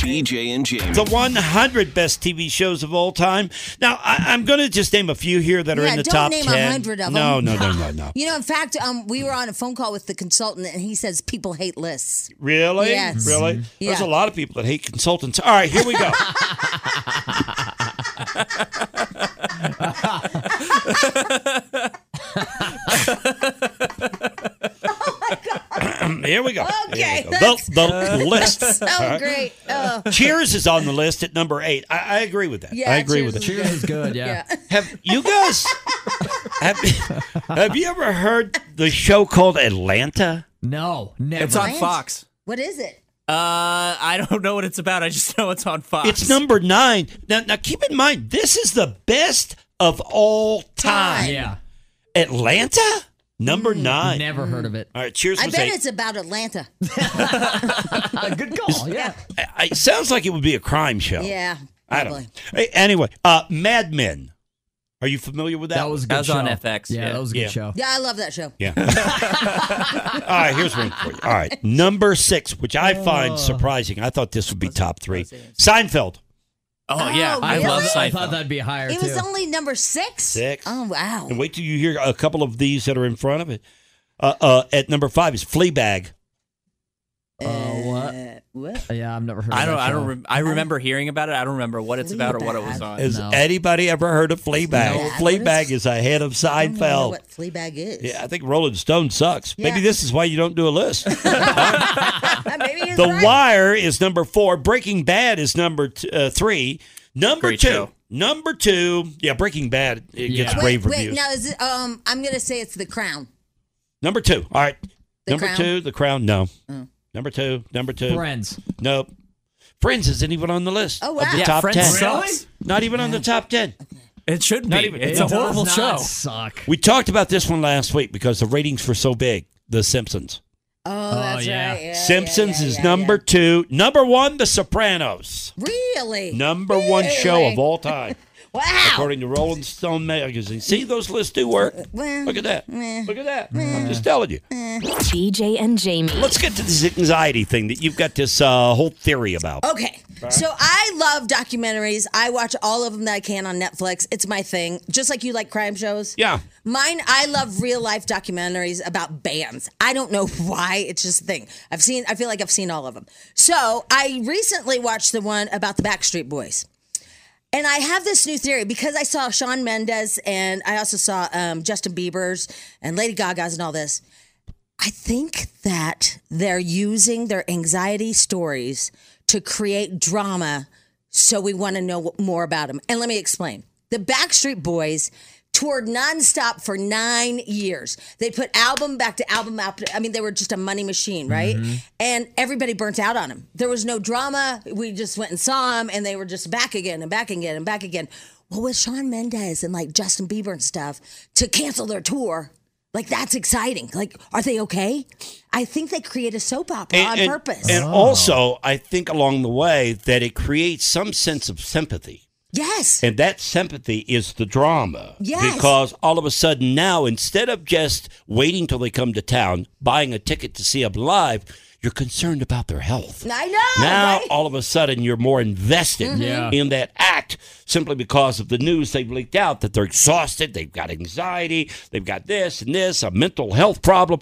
[SPEAKER 1] BJ and Jamie.
[SPEAKER 3] The 100 best TV shows of all time. Now, I, I'm going to just name a few here that are
[SPEAKER 2] yeah,
[SPEAKER 3] in the
[SPEAKER 2] don't
[SPEAKER 3] top
[SPEAKER 2] name
[SPEAKER 3] 10.
[SPEAKER 2] 100 of
[SPEAKER 3] no,
[SPEAKER 2] them.
[SPEAKER 3] no, no, no, no.
[SPEAKER 2] You know, in fact, um, we were on a phone call with the consultant, and he says people hate lists.
[SPEAKER 3] Really?
[SPEAKER 2] Yes.
[SPEAKER 3] Really?
[SPEAKER 10] Mm-hmm.
[SPEAKER 2] Yeah.
[SPEAKER 3] There's a lot of people that hate consultants. All right, here we go. *laughs* Oh, here we go.
[SPEAKER 10] Okay,
[SPEAKER 3] Here we go. The, the *laughs*
[SPEAKER 10] that's- *laughs*
[SPEAKER 3] list.
[SPEAKER 10] that's so
[SPEAKER 3] All right.
[SPEAKER 10] great. Oh.
[SPEAKER 3] Cheers is on the list at number eight. I, I agree with that.
[SPEAKER 10] Yeah,
[SPEAKER 3] I agree
[SPEAKER 10] Cheers
[SPEAKER 3] with it.
[SPEAKER 10] is Cheers good. is good, yeah. Yeah.
[SPEAKER 3] *laughs* Have you guys have, have you ever heard the show called Atlanta?
[SPEAKER 4] No, never.
[SPEAKER 5] It's on Fox.
[SPEAKER 2] What is it?
[SPEAKER 5] Uh, I don't know what it's about. I just know it's on Fox.
[SPEAKER 3] It's number nine. Now, now keep in mind, this is the best of all time.
[SPEAKER 4] Yeah.
[SPEAKER 3] Atlanta, number nine.
[SPEAKER 4] Mm, Never heard of it.
[SPEAKER 3] All right, cheers.
[SPEAKER 2] I
[SPEAKER 3] was
[SPEAKER 2] bet
[SPEAKER 3] eight.
[SPEAKER 2] it's about Atlanta.
[SPEAKER 4] Good call. Yeah.
[SPEAKER 3] I- It sounds like it would be a crime show.
[SPEAKER 2] Yeah.
[SPEAKER 3] I don't. know. Hey, Anyway, uh, Mad Men. Are you familiar with that?
[SPEAKER 4] That was a good show. Yeah, that was a good show.
[SPEAKER 2] Yeah, I love that show.
[SPEAKER 3] Yeah. *laughs* All right, here's one for you. All right, number six, which I
[SPEAKER 4] Oh.
[SPEAKER 3] find surprising. I thought this would be top three. Seinfeld.
[SPEAKER 5] Oh, yeah.
[SPEAKER 2] Oh, I love really?
[SPEAKER 4] I thought that'd be higher
[SPEAKER 2] It
[SPEAKER 4] too.
[SPEAKER 2] was only number six.
[SPEAKER 3] Six.
[SPEAKER 2] Oh wow.
[SPEAKER 3] And wait till you hear a couple of these that are in front of it. Uh, uh, at number five is Fleabag.
[SPEAKER 4] Uh,
[SPEAKER 2] what?
[SPEAKER 4] Yeah, I've never heard.
[SPEAKER 5] I
[SPEAKER 4] of
[SPEAKER 5] don't.
[SPEAKER 4] that
[SPEAKER 5] I don't.
[SPEAKER 4] show.
[SPEAKER 5] Re- I remember hearing about it. I don't remember what it's about or what it was on.
[SPEAKER 3] Has anybody ever heard of Fleabag?
[SPEAKER 5] No.
[SPEAKER 3] Fleabag is ahead of
[SPEAKER 2] I don't know
[SPEAKER 3] Seinfeld.
[SPEAKER 2] what Fleabag is.
[SPEAKER 3] Yeah, I think Rolling Stone sucks. Maybe
[SPEAKER 2] Yeah.
[SPEAKER 3] this is why you don't do a
[SPEAKER 2] *laughs*
[SPEAKER 3] list.
[SPEAKER 2] Maybe it's
[SPEAKER 3] The
[SPEAKER 2] right.
[SPEAKER 3] Wire is number four. Breaking Bad is number t- uh, three. Number
[SPEAKER 5] Great
[SPEAKER 3] two.
[SPEAKER 5] show.
[SPEAKER 3] Number two. Yeah, Breaking Bad it
[SPEAKER 5] Yeah.
[SPEAKER 3] gets
[SPEAKER 2] Wait,
[SPEAKER 3] rave
[SPEAKER 2] wait.
[SPEAKER 3] reviews.
[SPEAKER 2] Now is it? Um, I'm gonna say it's The Crown.
[SPEAKER 3] Number two. All right.
[SPEAKER 2] The
[SPEAKER 3] number
[SPEAKER 2] Crown?
[SPEAKER 3] two. The Crown. No.
[SPEAKER 2] Oh.
[SPEAKER 3] Number two. Number two.
[SPEAKER 4] Friends.
[SPEAKER 3] Nope. Friends isn't even on the list
[SPEAKER 2] Oh,
[SPEAKER 3] of the
[SPEAKER 2] wow.
[SPEAKER 3] top
[SPEAKER 5] Friends
[SPEAKER 3] ten.
[SPEAKER 5] sucks.
[SPEAKER 3] Not even on the top ten.
[SPEAKER 5] It should
[SPEAKER 3] Not
[SPEAKER 5] be.
[SPEAKER 3] even-
[SPEAKER 5] It's
[SPEAKER 3] It
[SPEAKER 5] a horrible
[SPEAKER 3] does
[SPEAKER 5] show.
[SPEAKER 3] not
[SPEAKER 4] Suck.
[SPEAKER 3] We talked about this one last week because the ratings were so big. The Simpsons.
[SPEAKER 2] Oh, that's
[SPEAKER 4] yeah.
[SPEAKER 2] right. Yeah,
[SPEAKER 3] Simpsons
[SPEAKER 2] yeah, yeah,
[SPEAKER 3] is
[SPEAKER 2] yeah,
[SPEAKER 3] number two. Number one, The Sopranos.
[SPEAKER 2] yeah. Really?
[SPEAKER 3] Number one show
[SPEAKER 2] Really?
[SPEAKER 3] of all time.
[SPEAKER 2] *laughs* Wow.
[SPEAKER 3] According to Rolling Stone magazine. See, those lists do work. Look at that. Look at that. I'm just telling you.
[SPEAKER 7] BJ and Jamie.
[SPEAKER 3] Let's get to this anxiety thing that you've got this uh, whole theory about.
[SPEAKER 2] Okay. So I love documentaries. I watch all of them that I can on Netflix. It's my thing. Just like you like crime shows.
[SPEAKER 3] Yeah.
[SPEAKER 2] Mine, I love real life documentaries about bands. I don't know *laughs* why. It's just a thing. I've seen, I feel like I've seen all of them. So I recently watched the one about the Backstreet Boys. And I have this new theory because I saw Sean Mendes and I also saw um, Justin Bieber's and Lady Gaga's and all this. I think that they're using their anxiety stories to create drama so we want to know what- more about them. And let me explain. The Backstreet Boys toured nonstop for nine years. They put album back to album. Out, I mean, they were just a money machine, right?
[SPEAKER 18] Mhm.
[SPEAKER 2] And everybody burnt out on them. There was no drama. We just went and saw them, and they were just back again and back again and back again. Well, with Sean Mendes and like Justin Bieber and stuff, to cancel their tour, like that's exciting. Like, are they okay? I think they create a soap opera on purpose. Oh.
[SPEAKER 3] and also, I think along the way that it creates some sense of sympathy.
[SPEAKER 2] yes.
[SPEAKER 3] And that sympathy is the drama.
[SPEAKER 2] Yes.
[SPEAKER 3] Because all of a sudden now, instead of just waiting till they come to town, buying a ticket to see them live, You're concerned about their health.
[SPEAKER 2] I know.
[SPEAKER 3] now
[SPEAKER 2] *laughs* right?
[SPEAKER 3] all of a sudden you're more invested
[SPEAKER 2] Mhm. Yeah.
[SPEAKER 3] in that act simply because of the news they've leaked out that they're exhausted, they've got anxiety, they've got this and this, a mental health problem.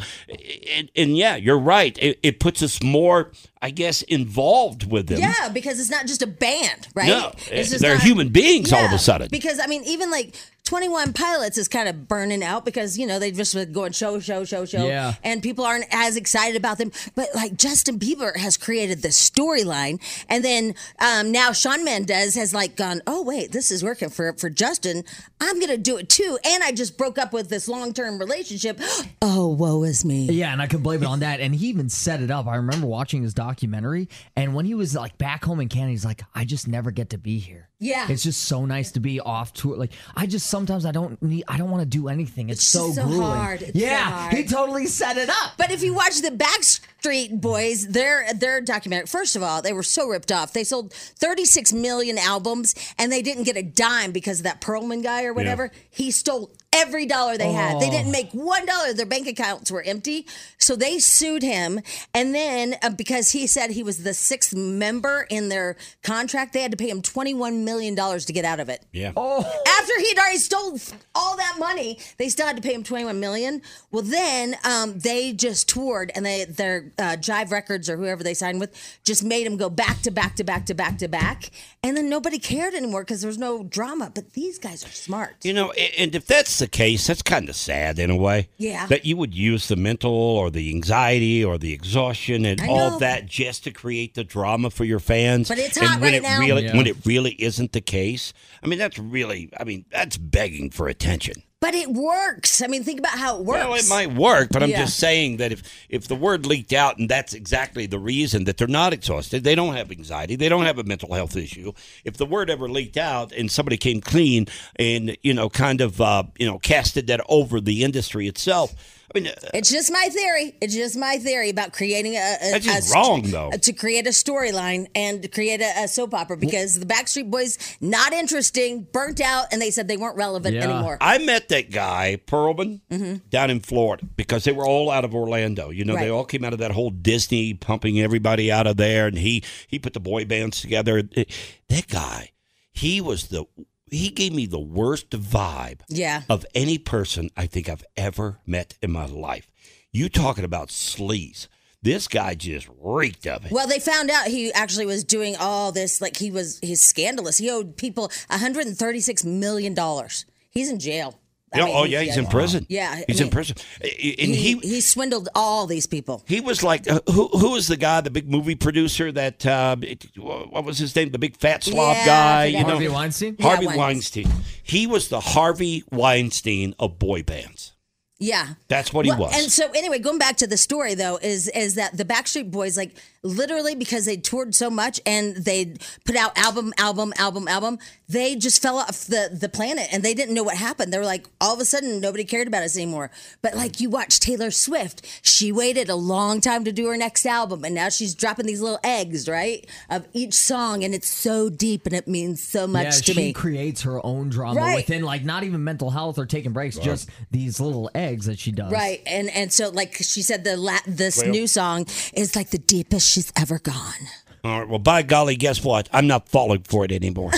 [SPEAKER 3] And, and yeah, you're right. It, it puts us more, I guess, involved with them.
[SPEAKER 2] Yeah, because it's not just a band, right?
[SPEAKER 3] No, eh,
[SPEAKER 2] It's just
[SPEAKER 3] they're
[SPEAKER 2] not-
[SPEAKER 3] human beings all of a
[SPEAKER 2] Yeah,
[SPEAKER 3] sudden.
[SPEAKER 2] Because I mean, even like Twenty One Pilots is kind of burning out because you know they've just been going show, show, show, show,
[SPEAKER 13] Yeah.
[SPEAKER 2] and people aren't as excited about them. But like Justin Bieber has created this storyline, and then um, now Sean Mendez has like gone, oh wait, this is working for for Justin. I'm gonna do it too, and I just broke up with this long term relationship. Oh, woe is me.
[SPEAKER 4] Yeah, and I could blame it on that. And he even set it up. I remember watching his documentary, and when he was like back home in Canada, he's like, "I just never get to be here.
[SPEAKER 2] Yeah.
[SPEAKER 4] it's just so nice to be off tour. Like, I just sometimes I don't need, I don't want to do anything. It's, so,
[SPEAKER 2] so
[SPEAKER 4] grueling.
[SPEAKER 2] hard. It's so
[SPEAKER 4] yeah,
[SPEAKER 2] hard.
[SPEAKER 4] he totally set it up.
[SPEAKER 2] But if you watch the Backstreet Boys, their their documentary, first of all, they were so ripped off. They sold 36 million albums and they didn't get a dime because of that Perlman guy or whatever. He stole every dollar they had. They
[SPEAKER 13] Oh.
[SPEAKER 2] didn't make one dollar. Their bank accounts were empty. So they sued him. And then uh, because he said he was the sixth member in their contract, they had to pay him $21 million to get out of it.
[SPEAKER 3] Yeah.
[SPEAKER 2] After he'd already stole all that money, they still had to pay him twenty-one million. Well, then um, they just toured, and they their uh, Jive Records or whoever they signed with just made him go back to back to back to back to back, and then nobody cared anymore because there was no drama. But these guys are smart.
[SPEAKER 3] You know, a- and if that's the case, that's kind of sad in a way.
[SPEAKER 2] Yeah.
[SPEAKER 3] That you would use the mental or the anxiety or the exhaustion and
[SPEAKER 2] I
[SPEAKER 3] all
[SPEAKER 2] know.
[SPEAKER 3] of that just to create the drama for your fans.
[SPEAKER 2] But it's
[SPEAKER 3] and
[SPEAKER 2] hot
[SPEAKER 3] when
[SPEAKER 2] right
[SPEAKER 3] it
[SPEAKER 2] now.
[SPEAKER 3] Really,
[SPEAKER 2] Yeah.
[SPEAKER 3] When it really isn't the case, I mean, that's really, I mean, that's begging for attention.
[SPEAKER 2] But it works. I mean, think about how it works.
[SPEAKER 3] Well, it might work, but I'm
[SPEAKER 2] Yeah.
[SPEAKER 3] just saying that if if the word leaked out and that's exactly the reason that they're not exhausted, they don't have anxiety, they don't have a mental health issue. If the word ever leaked out and somebody came clean and you know kind of uh, you know casted that over the industry itself, I mean, uh,
[SPEAKER 2] It's just my theory. It's just my theory about creating a. a
[SPEAKER 3] That's just
[SPEAKER 2] a st-
[SPEAKER 3] wrong, though.
[SPEAKER 2] To create a storyline and to create a, a soap opera because the Backstreet Boys not interesting, burnt out, and they said they weren't relevant anymore.
[SPEAKER 3] I met that guy Perlman
[SPEAKER 2] Mhm.
[SPEAKER 3] down in Florida because they were all out of Orlando. You know,
[SPEAKER 2] Right.
[SPEAKER 3] they all came out of that whole Disney pumping everybody out of there, and he he put the boy bands together. It- That guy, he was the he gave me the worst vibe
[SPEAKER 2] Yeah.
[SPEAKER 3] of any person I think I've ever met in my life. You talking about sleaze? This guy just reeked of it.
[SPEAKER 2] Well, they found out he actually was doing all this. Like he was, he's scandalous. He owed people 136 million dollars. He's in jail. I
[SPEAKER 3] Yeah,
[SPEAKER 2] mean, uh,
[SPEAKER 3] oh yeah, he's in prison.
[SPEAKER 2] Yeah, I
[SPEAKER 3] he's
[SPEAKER 2] mean,
[SPEAKER 3] in prison, and
[SPEAKER 2] He, he swindled all these people.
[SPEAKER 3] He was like, uh, who who was the guy, the big movie producer that, uh, it- what was his name? The big fat slob
[SPEAKER 4] Yeah, I
[SPEAKER 3] guy.
[SPEAKER 4] forgot.
[SPEAKER 3] You know?
[SPEAKER 4] Harvey Weinstein? Yeah,
[SPEAKER 3] Harvey
[SPEAKER 4] Weinstein.
[SPEAKER 3] Weinstein. He was the Harvey Weinstein of boy bands.
[SPEAKER 2] Yeah.
[SPEAKER 3] That's what he
[SPEAKER 2] Well,
[SPEAKER 3] was.
[SPEAKER 2] And so anyway, going back to the story though, is is that the Backstreet Boys like literally because they toured so much and they put out album, album, album, album, they just fell off the the planet and they didn't know what happened. They were like, all of a sudden nobody cared about us anymore. But like you watch Taylor Swift, she waited a long time to do her next album and now she's dropping these little eggs, right? Of each song and it's so deep and it means so much
[SPEAKER 4] yeah,
[SPEAKER 2] to
[SPEAKER 4] she
[SPEAKER 2] me.
[SPEAKER 4] creates her own drama
[SPEAKER 2] Right.
[SPEAKER 4] within, like, not even mental health or taking breaks,
[SPEAKER 2] Right.
[SPEAKER 4] just these little eggs that she does.
[SPEAKER 2] Right, and and so like she said, the la- this
[SPEAKER 3] Well-
[SPEAKER 2] new song is like the deepest she's ever gone.
[SPEAKER 3] All right. Well, by golly, guess what? I'm not falling for it anymore.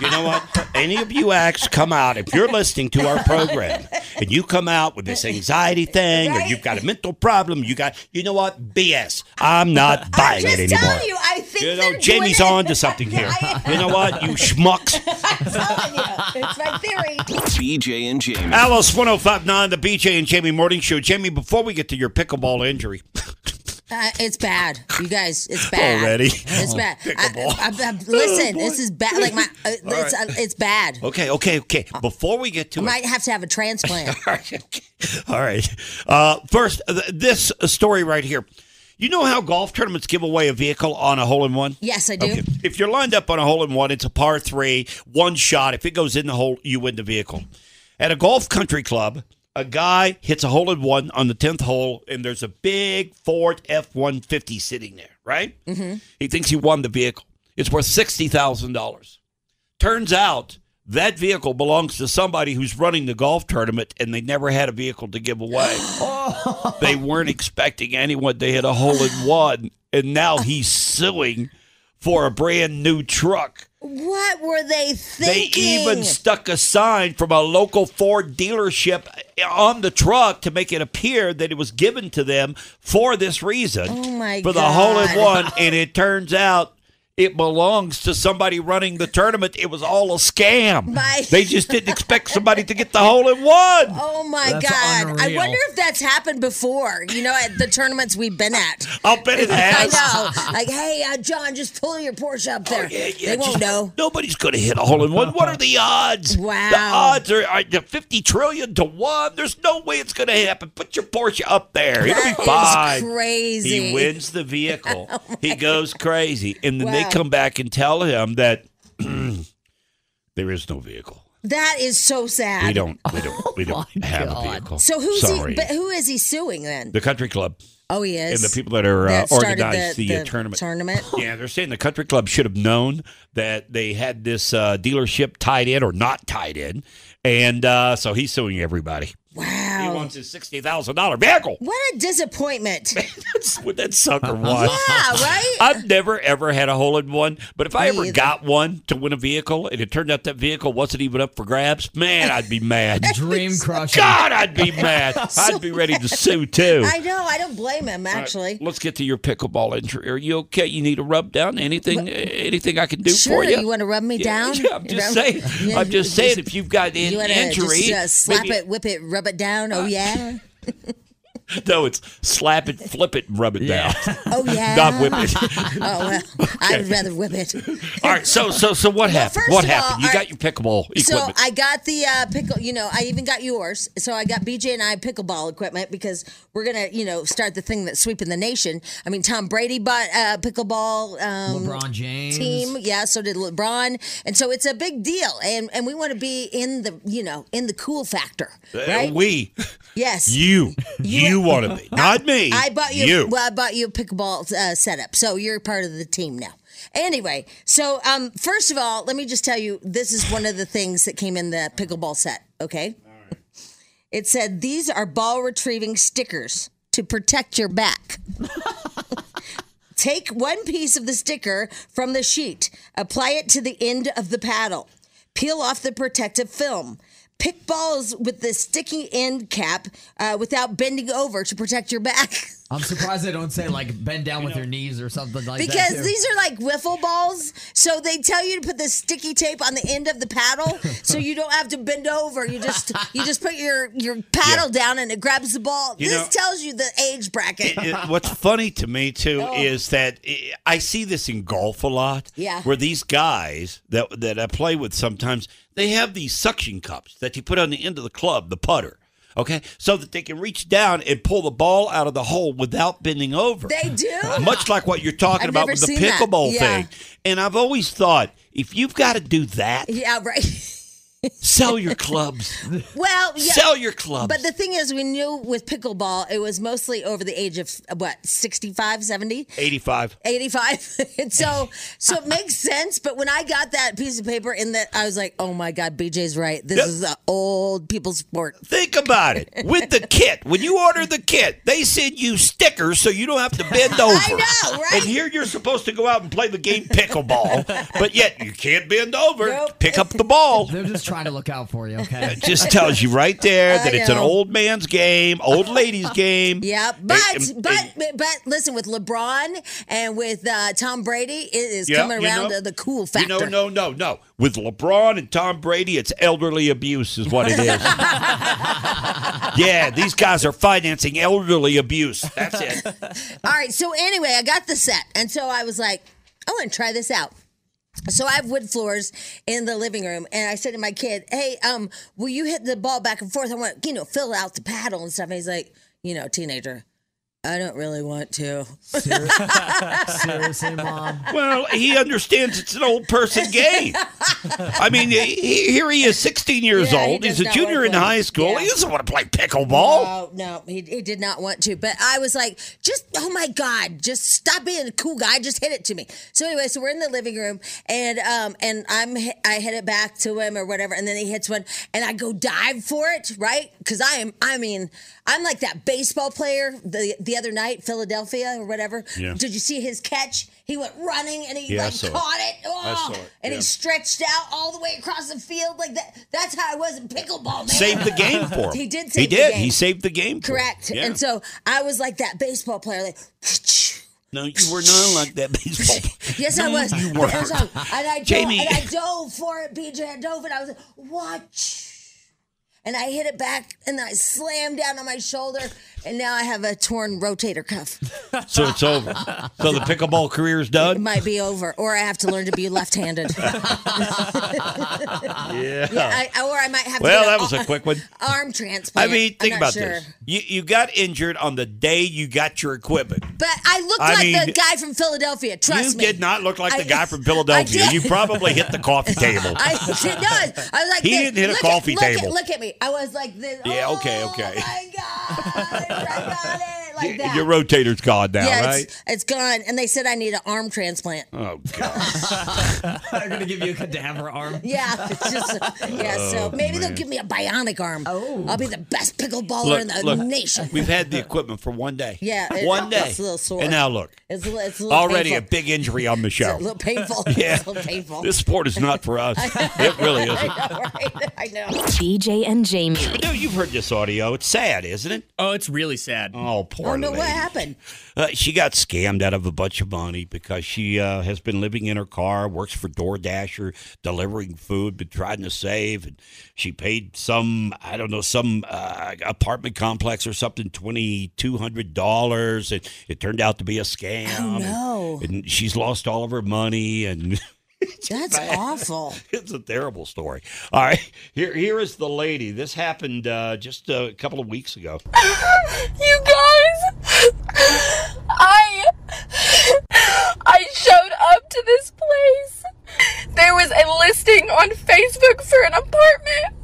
[SPEAKER 3] you know what? Any of you acts come out, if you're listening to our program and you come out with this anxiety thing or you've got a mental problem, you got, you know what? BS. I'm not buying it anymore.
[SPEAKER 2] Tell you, I think
[SPEAKER 3] You know, *laughs* Jamie's on to something
[SPEAKER 2] *laughs*
[SPEAKER 3] here. You know what? You schmucks.
[SPEAKER 2] it's my theory.
[SPEAKER 1] BJ and Jamie.
[SPEAKER 3] Alice 1059, the BJ and Jamie Morning Show. Jamie, before we get to your pickleball injury,
[SPEAKER 2] Uh, it's bad, you guys. It's bad
[SPEAKER 3] *laughs* Already?
[SPEAKER 2] It's
[SPEAKER 3] Oh,
[SPEAKER 2] bad. I-
[SPEAKER 3] pickleball. Oh,
[SPEAKER 2] I- I- listen, this is bad. Like my, uh,
[SPEAKER 3] *laughs* All
[SPEAKER 2] it's,
[SPEAKER 3] right.
[SPEAKER 2] uh, it's bad.
[SPEAKER 3] okay, okay, okay. Before we get
[SPEAKER 2] I
[SPEAKER 3] to
[SPEAKER 2] might
[SPEAKER 3] it,
[SPEAKER 2] have to have
[SPEAKER 3] *laughs*
[SPEAKER 2] a transplant.
[SPEAKER 3] all right. *laughs* Uh, first, th- this story right here. You know how golf tournaments give away a vehicle on a hole in one?
[SPEAKER 2] Yes, I do.
[SPEAKER 3] Okay. If you're lined up on a hole in one, it's a par three, one shot. If it goes in the hole, you win the vehicle. At a golf country club, a guy hits a hole in one on the 10th hole, and there's a big Ford F 150 sitting there, right?
[SPEAKER 18] Mm-hmm.
[SPEAKER 3] He thinks he won the vehicle. It's worth $60,000. Turns out That vehicle belongs to somebody who's running the golf tournament, and they never had a vehicle to give away. they weren't expecting anyone to hit a hole in one, and now he's suing for a brand new truck.
[SPEAKER 2] What were they thinking?
[SPEAKER 3] They even stuck a sign from a local Ford dealership on the truck to make it appear that it was given to them for this reason.
[SPEAKER 2] Oh my
[SPEAKER 3] for the
[SPEAKER 2] God.
[SPEAKER 3] hole in one, and it turns out it belongs to somebody running the tournament. It was all a
[SPEAKER 2] *laughs*
[SPEAKER 3] scam.
[SPEAKER 2] My-
[SPEAKER 3] They just didn't expect somebody to get the hole in one.
[SPEAKER 2] Oh my
[SPEAKER 3] That's
[SPEAKER 2] God! I
[SPEAKER 3] unreal.
[SPEAKER 2] wonder if that's happened before. You know, at the tournaments we've been at.
[SPEAKER 3] *laughs* I'll bet it has. Oh,
[SPEAKER 2] I know. Like, hey, uh, John, just pull your Porsche up there. they won't
[SPEAKER 3] just-
[SPEAKER 2] know.
[SPEAKER 3] Nobody's going to hit a hole in one. What are the odds?
[SPEAKER 2] Wow.
[SPEAKER 3] The odds are, are the 50 trillion to one. There's no way it's going to happen. Put your Porsche up there. It'll
[SPEAKER 2] That
[SPEAKER 3] be
[SPEAKER 2] is
[SPEAKER 3] fine.
[SPEAKER 2] crazy. Oh
[SPEAKER 3] He wins the vehicle.
[SPEAKER 2] *laughs*
[SPEAKER 3] he goes crazy. And then they
[SPEAKER 2] Wow.
[SPEAKER 3] come back and tell him that *clears throat* there is no vehicle.
[SPEAKER 2] That is so sad.
[SPEAKER 3] We don't, we don't,
[SPEAKER 2] *laughs*
[SPEAKER 3] we don't have a vehicle.
[SPEAKER 2] Oh So who's
[SPEAKER 3] Sorry.
[SPEAKER 2] he? But who is he suing then?
[SPEAKER 3] the country club.
[SPEAKER 2] Oh, he is.
[SPEAKER 3] And the people that are uh,
[SPEAKER 2] That started
[SPEAKER 3] organized the, uh, tournament.
[SPEAKER 2] Tournament.
[SPEAKER 3] *laughs* Yeah, they're saying the country club should have known that they had this uh, dealership tied in or not tied in, and uh, so he's suing everybody. *laughs*
[SPEAKER 2] Wow.
[SPEAKER 3] He wants his sixty thousand dollar vehicle.
[SPEAKER 2] What
[SPEAKER 3] *laughs*
[SPEAKER 2] a disappointment.
[SPEAKER 3] With that
[SPEAKER 2] *laughs*
[SPEAKER 3] sucker one.
[SPEAKER 2] Yeah, right?
[SPEAKER 3] I've never ever had a hole in one, but if I
[SPEAKER 2] Me
[SPEAKER 3] ever
[SPEAKER 2] either.
[SPEAKER 3] got one to win a vehicle and it turned out that vehicle wasn't even up for grabs, man, I'd be mad.
[SPEAKER 4] Dream crusher.
[SPEAKER 3] God, I'd
[SPEAKER 4] *laughs*
[SPEAKER 3] be mad. I'd be ready to
[SPEAKER 2] *laughs*
[SPEAKER 3] sue too.
[SPEAKER 2] I know. I don't blame him
[SPEAKER 3] All right,
[SPEAKER 2] actually.
[SPEAKER 3] let's get to your pickleball injury. Are you okay? You need a rub down? Anything? anything I can do for
[SPEAKER 2] Sure,
[SPEAKER 3] you?
[SPEAKER 2] you want to rub me
[SPEAKER 3] Yeah,
[SPEAKER 2] down?
[SPEAKER 3] yeah, I'm just
[SPEAKER 2] Rub-
[SPEAKER 3] saying.
[SPEAKER 2] *laughs* Yeah,
[SPEAKER 3] I'm just saying. If you've got an
[SPEAKER 2] you wanna
[SPEAKER 3] injury, Uh,
[SPEAKER 2] just, uh, slap
[SPEAKER 3] maybe-
[SPEAKER 2] it, whip it, rub it down. Oh yeah.
[SPEAKER 3] No, it's slap it, flip it, and rub it down.
[SPEAKER 2] Oh yeah.
[SPEAKER 3] Not whip it.
[SPEAKER 2] *laughs* oh well, I'd rather whip it.
[SPEAKER 3] *laughs* *laughs* All right. So, so, so what happened?
[SPEAKER 2] first
[SPEAKER 3] What
[SPEAKER 2] of all,
[SPEAKER 3] happened? you
[SPEAKER 2] all
[SPEAKER 3] got
[SPEAKER 2] right,
[SPEAKER 3] your pickleball equipment.
[SPEAKER 2] So I got the uh, pickle. You know, I even got yours. So I got BJ and I pickleball equipment because we're gonna, you know, start the thing that's sweeping the nation. I mean, Tom Brady bought uh, pickleball. Um,
[SPEAKER 4] LeBron James.
[SPEAKER 2] team. Yeah, so did LeBron, and so it's a big deal. And and we want to be in the, you know, in the cool factor,
[SPEAKER 3] Uh,
[SPEAKER 2] right?
[SPEAKER 3] We,
[SPEAKER 2] yes.
[SPEAKER 3] you, you, want
[SPEAKER 2] *laughs*
[SPEAKER 3] to be, not me.
[SPEAKER 2] I bought you, Well, I bought you a pickleball uh, setup, so you're part of the team now. Anyway, so um, first of all, let me just tell you, this is one of the things that came in the pickleball set. Okay, it said these are ball retrieving stickers to protect your back. Take one piece of the sticker from the sheet, apply it to the end of the paddle, peel off the protective film. Pick balls with the sticky end cap uh, without bending over to protect your back. *laughs*
[SPEAKER 4] I'm surprised they don't say like bend down with your knees or something like that.
[SPEAKER 2] because these are like wiffle balls, so they tell you to put the sticky tape on the end of
[SPEAKER 3] *laughs*
[SPEAKER 2] the paddle, so you don't have to bend over. You just you just put your your paddle down and it grabs the ball.
[SPEAKER 3] You
[SPEAKER 2] this
[SPEAKER 3] know-
[SPEAKER 2] tells you the age bracket. *laughs*
[SPEAKER 3] It- what's funny to me too
[SPEAKER 2] Oh.
[SPEAKER 3] is that I- I see this in golf a lot.
[SPEAKER 2] Yeah.
[SPEAKER 3] Where these guys that that I play with sometimes they have these suction cups that you put on the end of the club, the putter. Okay, so that they can reach down and pull the ball out of the hole without bending over.
[SPEAKER 2] They do?
[SPEAKER 3] much like what you're talking
[SPEAKER 2] I've
[SPEAKER 3] about
[SPEAKER 2] never
[SPEAKER 3] with the
[SPEAKER 2] seen that.
[SPEAKER 3] pickleball
[SPEAKER 2] Yeah.
[SPEAKER 3] thing. And I've always thought if you've got to do that,
[SPEAKER 2] yeah, right. *laughs*
[SPEAKER 3] sell your clubs.
[SPEAKER 2] Well, yeah.
[SPEAKER 3] Sell your clubs.
[SPEAKER 2] But the thing is, we knew with pickleball, it was mostly over the age of what, 65, 70?
[SPEAKER 3] 85.
[SPEAKER 2] 85. *laughs* and so so it makes sense. But when I got that piece of paper in that, I was like, oh my God, BJ's right. This
[SPEAKER 3] Yep.
[SPEAKER 2] is an old people sport.
[SPEAKER 3] Think about it. With the kit, when you order the kit, they send you stickers so you don't have to
[SPEAKER 2] *laughs*
[SPEAKER 3] bend over.
[SPEAKER 2] know, right?
[SPEAKER 3] And here you're supposed to go out and play the game pickleball, but yet you can't bend over. Pick up the ball.
[SPEAKER 4] They're just trying to look out for you, okay?
[SPEAKER 3] It just tells you right there that
[SPEAKER 2] I
[SPEAKER 3] it's an
[SPEAKER 2] know.
[SPEAKER 3] old man's game, old lady's game.
[SPEAKER 2] Yeah, but
[SPEAKER 3] And- and-
[SPEAKER 2] but but listen, with LeBron and with uh, Tom Brady, it is
[SPEAKER 3] Yeah,
[SPEAKER 2] coming
[SPEAKER 3] you
[SPEAKER 2] around
[SPEAKER 3] know-
[SPEAKER 2] to the cool
[SPEAKER 3] You
[SPEAKER 2] factor.
[SPEAKER 3] know, no, no, no. With LeBron and Tom Brady, it's elderly abuse, is what it
[SPEAKER 2] *laughs*
[SPEAKER 3] is. yeah, these guys are financing elderly abuse. That's it.
[SPEAKER 2] All right. So anyway, I got the set, and so I was like, I want to try this out. So I have wood floors in the living room, and I said to my kid, "Hey, um, will you hit the ball back and forth? I want you know fill out the paddle and stuff." And he's like, "You know, teenager, I don't really want to."
[SPEAKER 4] Seriously, mom.
[SPEAKER 2] *laughs*
[SPEAKER 3] Well, he understands it's an old person game. I mean, he, he- here he is, 16 years
[SPEAKER 2] Yeah, he
[SPEAKER 3] old. He's a
[SPEAKER 2] does not
[SPEAKER 3] junior
[SPEAKER 2] want
[SPEAKER 3] in
[SPEAKER 2] to.
[SPEAKER 3] high school.
[SPEAKER 2] Yeah.
[SPEAKER 3] He doesn't want to play pickleball.
[SPEAKER 2] No, no, he, he did not want to. But I was like, just, oh my God, just stop being a cool guy. Just hit it to me. So anyway, so we're in the living room and, um, and I'm, hi- I hit it back to him or whatever. And then he hits one and I go dive for it, right? Cause I am, I mean, I'm like that baseball player the, the other night, Philadelphia or whatever.
[SPEAKER 13] Yeah.
[SPEAKER 2] Did you see his catch? He went running and he
[SPEAKER 13] Yeah, I
[SPEAKER 2] like
[SPEAKER 13] saw it.
[SPEAKER 2] caught it.
[SPEAKER 13] I
[SPEAKER 2] Oh,
[SPEAKER 13] saw it,
[SPEAKER 2] And he
[SPEAKER 13] yeah.
[SPEAKER 2] stretched out all the way across the field like that. That's how I was in pickleball, man.
[SPEAKER 3] Saved the game
[SPEAKER 2] *laughs*
[SPEAKER 3] for him.
[SPEAKER 2] He did.
[SPEAKER 3] He
[SPEAKER 2] Save
[SPEAKER 3] did.
[SPEAKER 2] The game.
[SPEAKER 3] He saved the game. for him.
[SPEAKER 2] Correct.
[SPEAKER 3] Yeah.
[SPEAKER 2] And so I was like that baseball player, like
[SPEAKER 3] no, you were not like that baseball. player.
[SPEAKER 2] *laughs* yes, I
[SPEAKER 3] No,
[SPEAKER 2] was.
[SPEAKER 3] You
[SPEAKER 2] *laughs* And
[SPEAKER 3] were.
[SPEAKER 2] I was like, and I dove,
[SPEAKER 3] Jamie.
[SPEAKER 2] and I dove for it, BJ. I dove and I was like, what? And I hit it back, and I slammed down on my shoulder, and now I have a torn rotator cuff.
[SPEAKER 3] *laughs* So it's over. So the pickleball career's done.
[SPEAKER 2] It might be over, or I have to learn to be left-handed.
[SPEAKER 3] yeah.
[SPEAKER 2] yeah, I, or I might have.
[SPEAKER 3] well,
[SPEAKER 2] to get
[SPEAKER 3] that
[SPEAKER 2] a
[SPEAKER 3] was a quick one.
[SPEAKER 2] Arm
[SPEAKER 3] I
[SPEAKER 2] transplant.
[SPEAKER 3] mean,
[SPEAKER 2] I'm
[SPEAKER 3] think
[SPEAKER 2] not
[SPEAKER 3] about
[SPEAKER 2] sure.
[SPEAKER 3] this. You you got injured on the day you got your equipment.
[SPEAKER 2] But I looked
[SPEAKER 3] I
[SPEAKER 2] like the
[SPEAKER 3] mean,
[SPEAKER 2] guy from Philadelphia. Trust
[SPEAKER 3] you
[SPEAKER 2] me.
[SPEAKER 3] did
[SPEAKER 2] *laughs*
[SPEAKER 3] not look like
[SPEAKER 2] I-
[SPEAKER 3] the guy from Philadelphia.
[SPEAKER 2] did.
[SPEAKER 3] You probably hit the
[SPEAKER 2] *laughs*
[SPEAKER 3] coffee table.
[SPEAKER 2] I did not. I was like,
[SPEAKER 3] He
[SPEAKER 2] this.
[SPEAKER 3] didn't hit a
[SPEAKER 2] Look at-
[SPEAKER 3] coffee
[SPEAKER 2] look at-
[SPEAKER 3] table.
[SPEAKER 2] look at me. I was like this.
[SPEAKER 3] *laughs* yeah. Okay.
[SPEAKER 2] Oh
[SPEAKER 3] Okay.
[SPEAKER 2] like that.
[SPEAKER 3] Your rotator's gone now,
[SPEAKER 2] yeah,
[SPEAKER 3] right?
[SPEAKER 2] it's, it's gone. And they said I need an arm transplant.
[SPEAKER 3] Oh
[SPEAKER 4] *laughs*
[SPEAKER 3] God.
[SPEAKER 4] They're gonna give you a cadaver arm.
[SPEAKER 2] Yeah, *laughs* it's just yeah.
[SPEAKER 3] Oh,
[SPEAKER 2] so maybe
[SPEAKER 3] man.
[SPEAKER 2] they'll give me a bionic arm. Oh, I'll be the best pickleballer in the nation.
[SPEAKER 3] We've had the equipment for one day.
[SPEAKER 2] Yeah, it-
[SPEAKER 3] one day.
[SPEAKER 2] it's a little sore.
[SPEAKER 3] And now look,
[SPEAKER 2] It's, a li- it's a little
[SPEAKER 3] already a
[SPEAKER 2] painful.
[SPEAKER 3] big injury on the show.
[SPEAKER 2] It's *laughs* a little painful.
[SPEAKER 3] *laughs* Yeah.
[SPEAKER 2] It's a little painful.
[SPEAKER 3] This sport is not for
[SPEAKER 2] *laughs*
[SPEAKER 3] us. it really isn't.
[SPEAKER 2] I know, right? I know.
[SPEAKER 7] BJ and Jamie.
[SPEAKER 3] No, you've heard this audio. It's sad, isn't it?
[SPEAKER 5] Oh, it's really sad.
[SPEAKER 3] Oh, poor
[SPEAKER 2] Oh no,
[SPEAKER 3] lady.
[SPEAKER 2] what happened?
[SPEAKER 3] Uh, she got scammed out of a bunch of money because she uh, has been living in her car, works for DoorDash or delivering food, been trying to save. And she paid some, I don't know, some uh, apartment complex or something, $2,200. And it turned out to be a scam.
[SPEAKER 2] Oh,
[SPEAKER 3] And-
[SPEAKER 2] no.
[SPEAKER 3] And, she's lost all of her money.
[SPEAKER 13] *laughs*
[SPEAKER 3] And
[SPEAKER 2] That's awful.
[SPEAKER 3] it's a terrible story. All right. Here, here is the lady. This happened uh, just a couple of weeks ago.
[SPEAKER 13] *laughs* You guys, I I showed up to this place. There was a listing on Facebook for an apartment,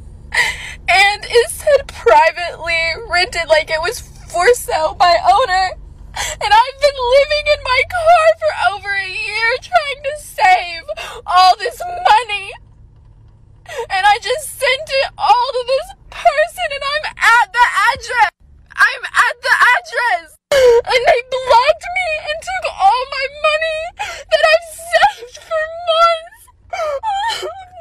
[SPEAKER 13] and it said privately rented, like it was for sale by owner. And I've been living in my car for over a year trying to save all this money. And I just sent it all to this person, and I'm at the address. I'm at the address. And they blocked me and took all my money that I've saved for months. *laughs*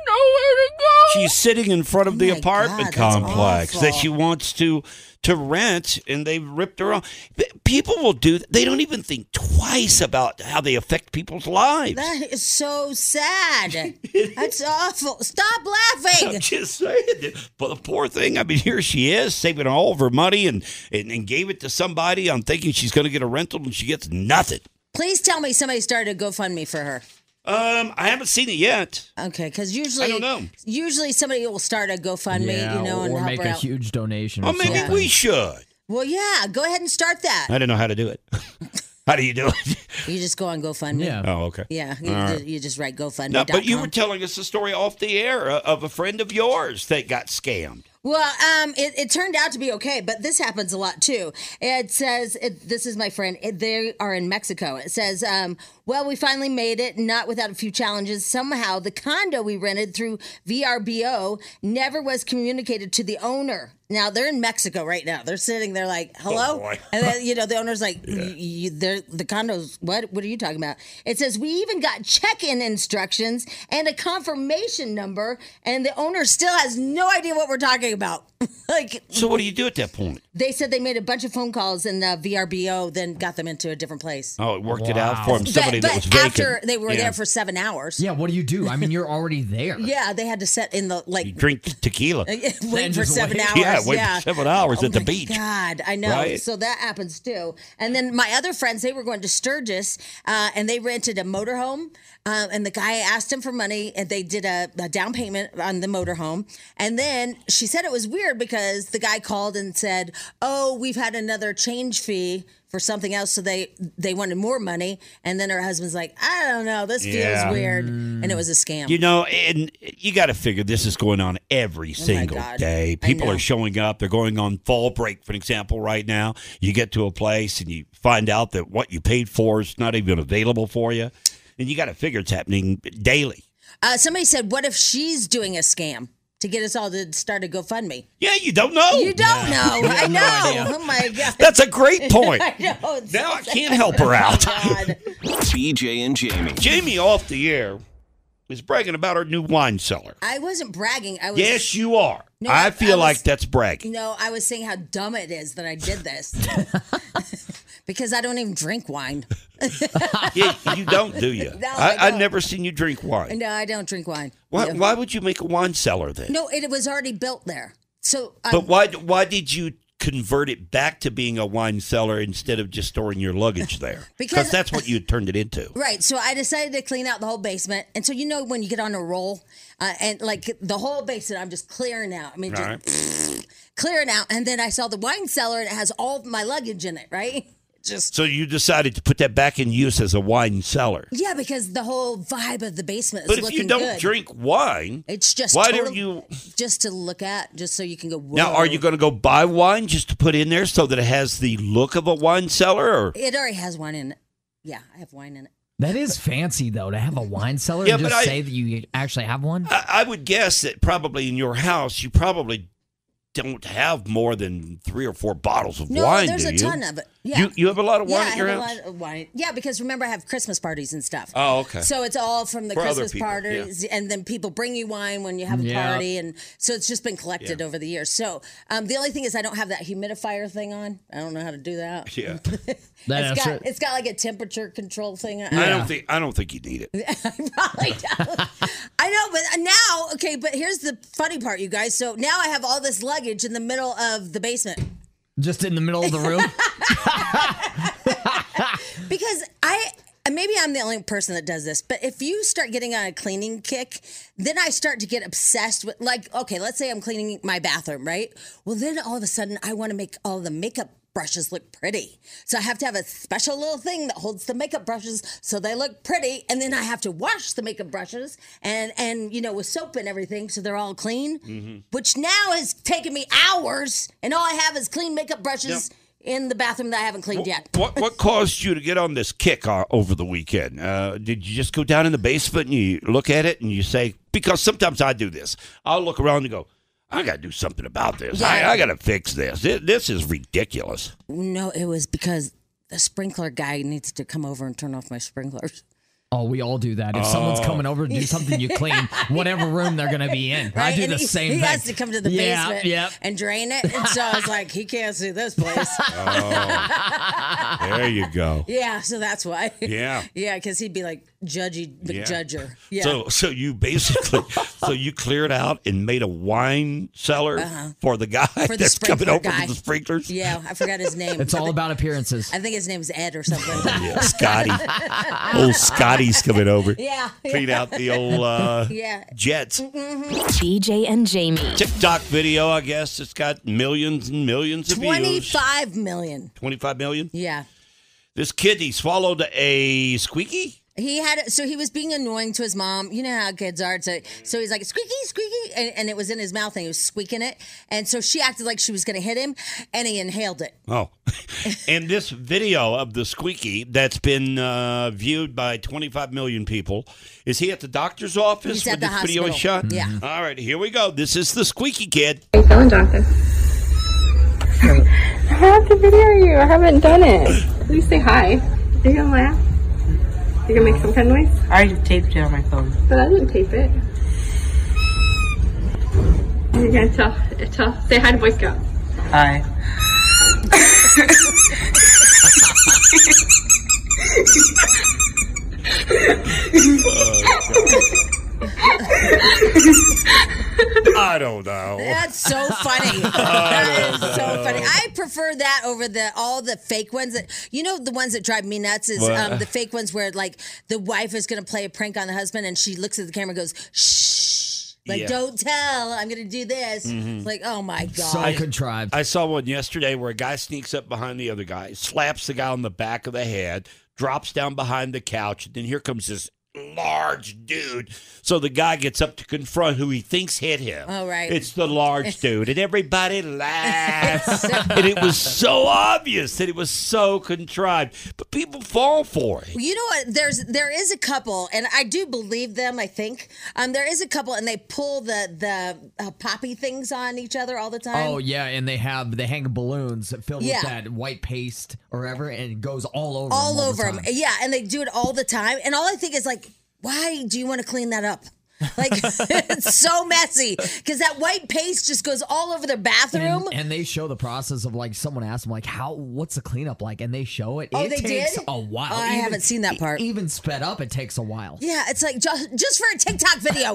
[SPEAKER 13] Nowhere to go.
[SPEAKER 3] She's sitting in front of the apartment
[SPEAKER 13] Oh God, that's
[SPEAKER 3] complex that
[SPEAKER 13] awful.
[SPEAKER 3] she wants to to rent, and they ripped her off. Th- People will do. They don't even think twice about how they affect people's lives.
[SPEAKER 2] That is
[SPEAKER 3] *laughs*
[SPEAKER 2] so sad. That's awful. Stop laughing.
[SPEAKER 3] I'm just saying. But the poor thing. I mean, here she is saving all of her money and and, and gave it to somebody. I'm thinking she's going to get a rental, and she gets nothing.
[SPEAKER 2] Please tell me somebody started a GoFundMe for her.
[SPEAKER 3] Um, I haven't seen it yet.
[SPEAKER 2] Okay, because usually I don't know. Usually somebody will start a GoFundMe,
[SPEAKER 4] Yeah,
[SPEAKER 2] you know, and
[SPEAKER 4] or
[SPEAKER 2] help
[SPEAKER 4] make
[SPEAKER 2] her
[SPEAKER 4] a
[SPEAKER 2] out.
[SPEAKER 4] huge donation.
[SPEAKER 3] Oh,
[SPEAKER 4] or
[SPEAKER 3] maybe
[SPEAKER 4] something.
[SPEAKER 3] we should.
[SPEAKER 2] well, yeah, go ahead and start that.
[SPEAKER 3] I don't know how to do it. *laughs* how do you do it?
[SPEAKER 2] You just go on GoFundMe.
[SPEAKER 3] Yeah. Oh, okay.
[SPEAKER 2] Yeah, you,
[SPEAKER 3] All
[SPEAKER 2] ju-
[SPEAKER 3] right.
[SPEAKER 2] you just write GoFundMe.
[SPEAKER 3] No, but you were telling us a story off the air uh, of a friend of yours that got scammed.
[SPEAKER 2] Well, um, it, it turned out to be okay, but this happens a lot too. It says, it, This is my friend. It, they are in Mexico. It says, um, Well, we finally made it, not without a few challenges. Somehow, the condo we rented through VRBO never was communicated to the owner. Now, they're in Mexico right now. They're sitting there like, Hello?
[SPEAKER 13] boy.
[SPEAKER 2] and
[SPEAKER 3] *laughs*
[SPEAKER 2] then, you know, the owner's like, "Y- you, they're- The condo's, what? What are you talking about? It says, We even got check in instructions and a confirmation number, and the owner still has no idea what we're talking about. *laughs* like,
[SPEAKER 3] So what do you do at that point?
[SPEAKER 2] they said they made a bunch of phone calls and uh, VRBO then got them into a different place.
[SPEAKER 3] Oh, it worked it out for him. Somebody
[SPEAKER 2] but
[SPEAKER 3] that was vacant.
[SPEAKER 2] after they were
[SPEAKER 3] Yeah.
[SPEAKER 2] there for seven hours.
[SPEAKER 4] Yeah, what do you do? I mean, you're already there.
[SPEAKER 2] Yeah, they had to set in the like
[SPEAKER 3] Drink tequila.
[SPEAKER 2] *laughs* Uh, wait for
[SPEAKER 4] just
[SPEAKER 2] seven
[SPEAKER 4] wait.
[SPEAKER 3] *laughs*
[SPEAKER 2] hours.
[SPEAKER 3] Yeah, wait for seven hours
[SPEAKER 2] Oh
[SPEAKER 3] at the
[SPEAKER 2] my
[SPEAKER 3] beach.
[SPEAKER 2] God, I know.
[SPEAKER 3] Right?
[SPEAKER 2] So that happens too. And then my other friends, they were going to Sturgis, uh, and they rented a motorhome. Um, and the guy asked him for money, and they did a, a down payment on the motorhome. And then she said it was weird weird because the guy called and said, "Oh, we've had another change fee for something else, so they they wanted more money." And then her husband's like, "I don't know, this
[SPEAKER 3] Yeah. Mm.
[SPEAKER 2] feels weird," and it was a scam.
[SPEAKER 3] You know, and you got to figure this is going on every single
[SPEAKER 2] Oh God.
[SPEAKER 3] day.
[SPEAKER 2] I
[SPEAKER 3] People
[SPEAKER 2] know.
[SPEAKER 3] are showing up. They're going on fall break, for example, right now. You get to a place and you find out that what you paid for is not even available for you. And you got to figure it's happening daily.
[SPEAKER 2] Uh, somebody said, "What if she's doing a scam to get us all to start a GoFundMe?"
[SPEAKER 3] Yeah, you don't know.
[SPEAKER 2] You don't know.
[SPEAKER 3] You
[SPEAKER 2] I
[SPEAKER 3] have no
[SPEAKER 2] know.
[SPEAKER 3] idea. *laughs*
[SPEAKER 2] oh my god.
[SPEAKER 3] That's a
[SPEAKER 2] *laughs*
[SPEAKER 3] great point.
[SPEAKER 2] I know. It's
[SPEAKER 3] now I
[SPEAKER 2] so
[SPEAKER 3] can't
[SPEAKER 2] sad.
[SPEAKER 3] help
[SPEAKER 2] *laughs*
[SPEAKER 3] her out.
[SPEAKER 1] BJ and Jamie.
[SPEAKER 3] Jamie off the air is bragging about her new wine cellar.
[SPEAKER 2] I wasn't bragging. I was.
[SPEAKER 3] Yes, you are.
[SPEAKER 2] No,
[SPEAKER 3] I,
[SPEAKER 2] I-
[SPEAKER 3] feel
[SPEAKER 2] I was-
[SPEAKER 3] like that's bragging.
[SPEAKER 2] You know, I was saying how dumb it is that I
[SPEAKER 3] *laughs*
[SPEAKER 2] did this because I don't even drink wine.
[SPEAKER 3] yeah, you don't, do you?
[SPEAKER 2] *laughs* No, I
[SPEAKER 3] I, I've
[SPEAKER 2] don't.
[SPEAKER 3] never seen you drink wine.
[SPEAKER 2] No, I don't drink wine.
[SPEAKER 3] Why,
[SPEAKER 2] No.
[SPEAKER 3] why would you make a wine cellar then?
[SPEAKER 2] No, it, was already built there. So, um, I,
[SPEAKER 3] But why why did you convert it back to being a wine cellar instead of just storing your luggage there?
[SPEAKER 2] *laughs* Because-
[SPEAKER 3] that's what you turned it
[SPEAKER 2] *laughs*
[SPEAKER 3] into.
[SPEAKER 2] right. So I decided to clean out the whole basement. And so, you know, when you get on a roll uh, and like the whole basement, I'm just clearing out. I mean, just *laughs* clearing out. And then I saw the wine cellar and it has all my luggage in it, right? Just
[SPEAKER 3] So you decided to put that back in use as a wine cellar.
[SPEAKER 2] Yeah, because the whole vibe of the basement is
[SPEAKER 3] But if
[SPEAKER 2] looking
[SPEAKER 3] you don't
[SPEAKER 2] good.
[SPEAKER 3] drink wine,
[SPEAKER 2] It's just
[SPEAKER 3] why
[SPEAKER 2] total-
[SPEAKER 3] don't you
[SPEAKER 2] just to look at, just so you can go. Whoa.
[SPEAKER 3] now? Are you going to go buy wine just to put in there so that it has the look of a wine cellar? Or
[SPEAKER 2] It already has wine in it. Yeah, I have wine in it.
[SPEAKER 4] That is fancy though to have a wine cellar
[SPEAKER 3] Yeah,
[SPEAKER 4] and
[SPEAKER 3] but
[SPEAKER 4] just
[SPEAKER 3] I-
[SPEAKER 4] say that you actually have one.
[SPEAKER 3] I, I would guess that probably in your house you probably don't have more than three or four bottles of
[SPEAKER 2] No,
[SPEAKER 3] wine.
[SPEAKER 2] there's
[SPEAKER 3] do
[SPEAKER 2] a
[SPEAKER 3] you?
[SPEAKER 2] ton of it. Yeah.
[SPEAKER 3] You you have a lot of
[SPEAKER 2] yeah,
[SPEAKER 3] wine
[SPEAKER 2] I
[SPEAKER 3] at your
[SPEAKER 2] have
[SPEAKER 3] house.
[SPEAKER 2] a lot of wine. Yeah, because remember I have Christmas parties and stuff.
[SPEAKER 3] Oh, okay.
[SPEAKER 2] So it's all from the
[SPEAKER 3] For other
[SPEAKER 2] Christmas
[SPEAKER 3] people, yeah.
[SPEAKER 2] parties, and then people bring you wine when you have a
[SPEAKER 3] Yeah.
[SPEAKER 2] party, and so it's just been collected over the years. So um, the only thing is I don't have that humidifier thing on. I don't know how to do that.
[SPEAKER 3] Yeah.
[SPEAKER 2] *laughs* it's got it's uh, got like a temperature control thing.
[SPEAKER 3] I don't think I don't think you need it.
[SPEAKER 2] *laughs* I know, but now, okay, but here's the funny part, you guys. So now I have all this luggage in the middle of the basement
[SPEAKER 4] Just in the middle of the
[SPEAKER 2] *laughs*
[SPEAKER 4] room.
[SPEAKER 2] because I. and Maybe I'm the only person that does this, but if you start getting on a cleaning kick, then I start to get obsessed with, like, okay, let's say I'm cleaning my bathroom, right? Well, then all of a sudden I want to make all the makeup brushes look pretty. So I have to have a special little thing that holds the makeup brushes so they look pretty. And then I have to wash the makeup brushes and, and you know, with soap and everything so they're all clean.
[SPEAKER 3] Mm-hmm.
[SPEAKER 2] which now has taken me hours, and all I have is clean makeup brushes in the bathroom that I haven't cleaned yet.
[SPEAKER 3] What what caused you to get on this kick uh, over the weekend? Uh, did you just go down in the basement and you look at it and you say? Because sometimes I do this. I'll look around and go, I got to do something about this. I, I got to fix this. Thi- This is ridiculous.
[SPEAKER 2] *laughs* No, it was because the sprinkler guy needs to come over and turn off my sprinklers.
[SPEAKER 4] Oh, we all do that. If someone's
[SPEAKER 3] Oh.
[SPEAKER 4] coming over to
[SPEAKER 2] *laughs*
[SPEAKER 4] do something, you clean whatever room they're going to be in. I
[SPEAKER 2] Right?
[SPEAKER 4] do
[SPEAKER 2] And
[SPEAKER 4] the
[SPEAKER 2] he,
[SPEAKER 4] same
[SPEAKER 2] He
[SPEAKER 4] thing.
[SPEAKER 2] has to come to the
[SPEAKER 4] yeah,
[SPEAKER 2] basement
[SPEAKER 4] Yep.
[SPEAKER 2] and drain it. And so I was like, he can't see
[SPEAKER 3] *laughs*
[SPEAKER 2] this place.
[SPEAKER 3] Oh. There you go.
[SPEAKER 2] *laughs* yeah, so that's why.
[SPEAKER 3] Yeah.
[SPEAKER 2] *laughs* yeah, because he'd be like judgy
[SPEAKER 3] Yeah.
[SPEAKER 2] McJudger. Yeah.
[SPEAKER 3] So so you basically *laughs* so you cleared out and made a wine cellar
[SPEAKER 2] Uh-huh.
[SPEAKER 3] for the guy
[SPEAKER 2] For
[SPEAKER 3] *laughs*
[SPEAKER 2] the
[SPEAKER 3] that's coming
[SPEAKER 2] sprinkler
[SPEAKER 3] over
[SPEAKER 2] guy.
[SPEAKER 3] with the sprinklers.
[SPEAKER 2] yeah, I forgot
[SPEAKER 4] *laughs*
[SPEAKER 2] his name.
[SPEAKER 4] It's all about appearances.
[SPEAKER 2] I think his name's Ed or something.
[SPEAKER 3] *laughs* Yeah,
[SPEAKER 2] *laughs*
[SPEAKER 3] Scotty.
[SPEAKER 2] Oh,
[SPEAKER 4] *laughs*
[SPEAKER 3] Old Scotty's coming over.
[SPEAKER 2] Yeah.
[SPEAKER 3] Clean out the old uh,
[SPEAKER 2] *laughs* Yeah. Mm.
[SPEAKER 3] jets.
[SPEAKER 7] BJ and Jamie.
[SPEAKER 3] TikTok video, I guess. It's got millions and millions of views.
[SPEAKER 2] 25 million.
[SPEAKER 3] 25 million.
[SPEAKER 2] Yeah.
[SPEAKER 3] This kid, he swallowed a squeaky.
[SPEAKER 2] He had so he was being annoying to his mom. You know how kids are. So, so he's like squeaky, squeaky, and, and it was in his mouth, and he was squeaking it. And so she acted like she was going to hit him, and he inhaled it.
[SPEAKER 3] Oh. *laughs* and this video of the squeaky that's been uh, viewed by 25 million people. Is he at the doctor's office
[SPEAKER 2] He's
[SPEAKER 3] when
[SPEAKER 2] at the
[SPEAKER 3] this video is
[SPEAKER 2] hospital.
[SPEAKER 3] shot? Mm-hmm.
[SPEAKER 2] Yeah.
[SPEAKER 3] All right, here we go. This is the squeaky kid.
[SPEAKER 6] How you feeling, Jonathan? I have to video you. I haven't done it. Please say hi. Are you gonna laugh? You gonna make some kind of noise? I already taped it on my phone. But I didn't tape it. You gotta tell, tell, say hi to Boy Scout.
[SPEAKER 18] Hi.
[SPEAKER 3] Uh, I don't know.
[SPEAKER 2] That's so
[SPEAKER 3] *laughs*
[SPEAKER 2] funny. that is so
[SPEAKER 3] Oh.
[SPEAKER 2] funny. I prefer that over the all the fake ones that you know the ones that drive me nuts is
[SPEAKER 6] What?
[SPEAKER 2] um, the fake ones where like the wife is going to play a prank on the husband, and she looks at the camera, and goes shh. Like,
[SPEAKER 3] Yeah.
[SPEAKER 2] don't tell. I'm gonna do this.
[SPEAKER 3] Mhm.
[SPEAKER 2] It's like, oh my god.
[SPEAKER 4] contrived.
[SPEAKER 3] I saw one yesterday where a guy sneaks up behind the other guy, slaps the guy on the back of the head, drops down behind the couch, and then here comes this large dude. So the guy gets up to confront who he thinks hit him.
[SPEAKER 2] Oh, right.
[SPEAKER 3] It's the
[SPEAKER 2] *laughs*
[SPEAKER 3] large dude, and everybody laughs. and it was
[SPEAKER 2] *laughs*
[SPEAKER 3] so obvious that it was so contrived, but people fall for it.
[SPEAKER 2] Well, You know what? There's there is a couple, and I do believe them. I think um, there is a couple, and they pull the the uh, poppy things on each other all the time.
[SPEAKER 4] *laughs* Oh yeah, and they have they hang balloons filled
[SPEAKER 2] Yeah.
[SPEAKER 4] with that white paste or whatever, and it goes all over.
[SPEAKER 2] all
[SPEAKER 4] them
[SPEAKER 2] over
[SPEAKER 4] the
[SPEAKER 2] them.
[SPEAKER 4] time.
[SPEAKER 2] Yeah, and they do it all the time. And all I think is like, why do you want to clean that up? Like *laughs* it's so messy because that white paste just goes all over their bathroom.
[SPEAKER 4] And, and they show the process of like someone asked them like how what's the cleanup like, and they show it.
[SPEAKER 2] Oh,
[SPEAKER 4] it
[SPEAKER 2] they
[SPEAKER 4] takes
[SPEAKER 2] did?
[SPEAKER 4] a while.
[SPEAKER 2] Oh, I haven't seen that
[SPEAKER 4] e-
[SPEAKER 2] part.
[SPEAKER 4] Even sped up, it takes a while.
[SPEAKER 2] yeah, it's like just just for a TikTok
[SPEAKER 4] *laughs*
[SPEAKER 2] video.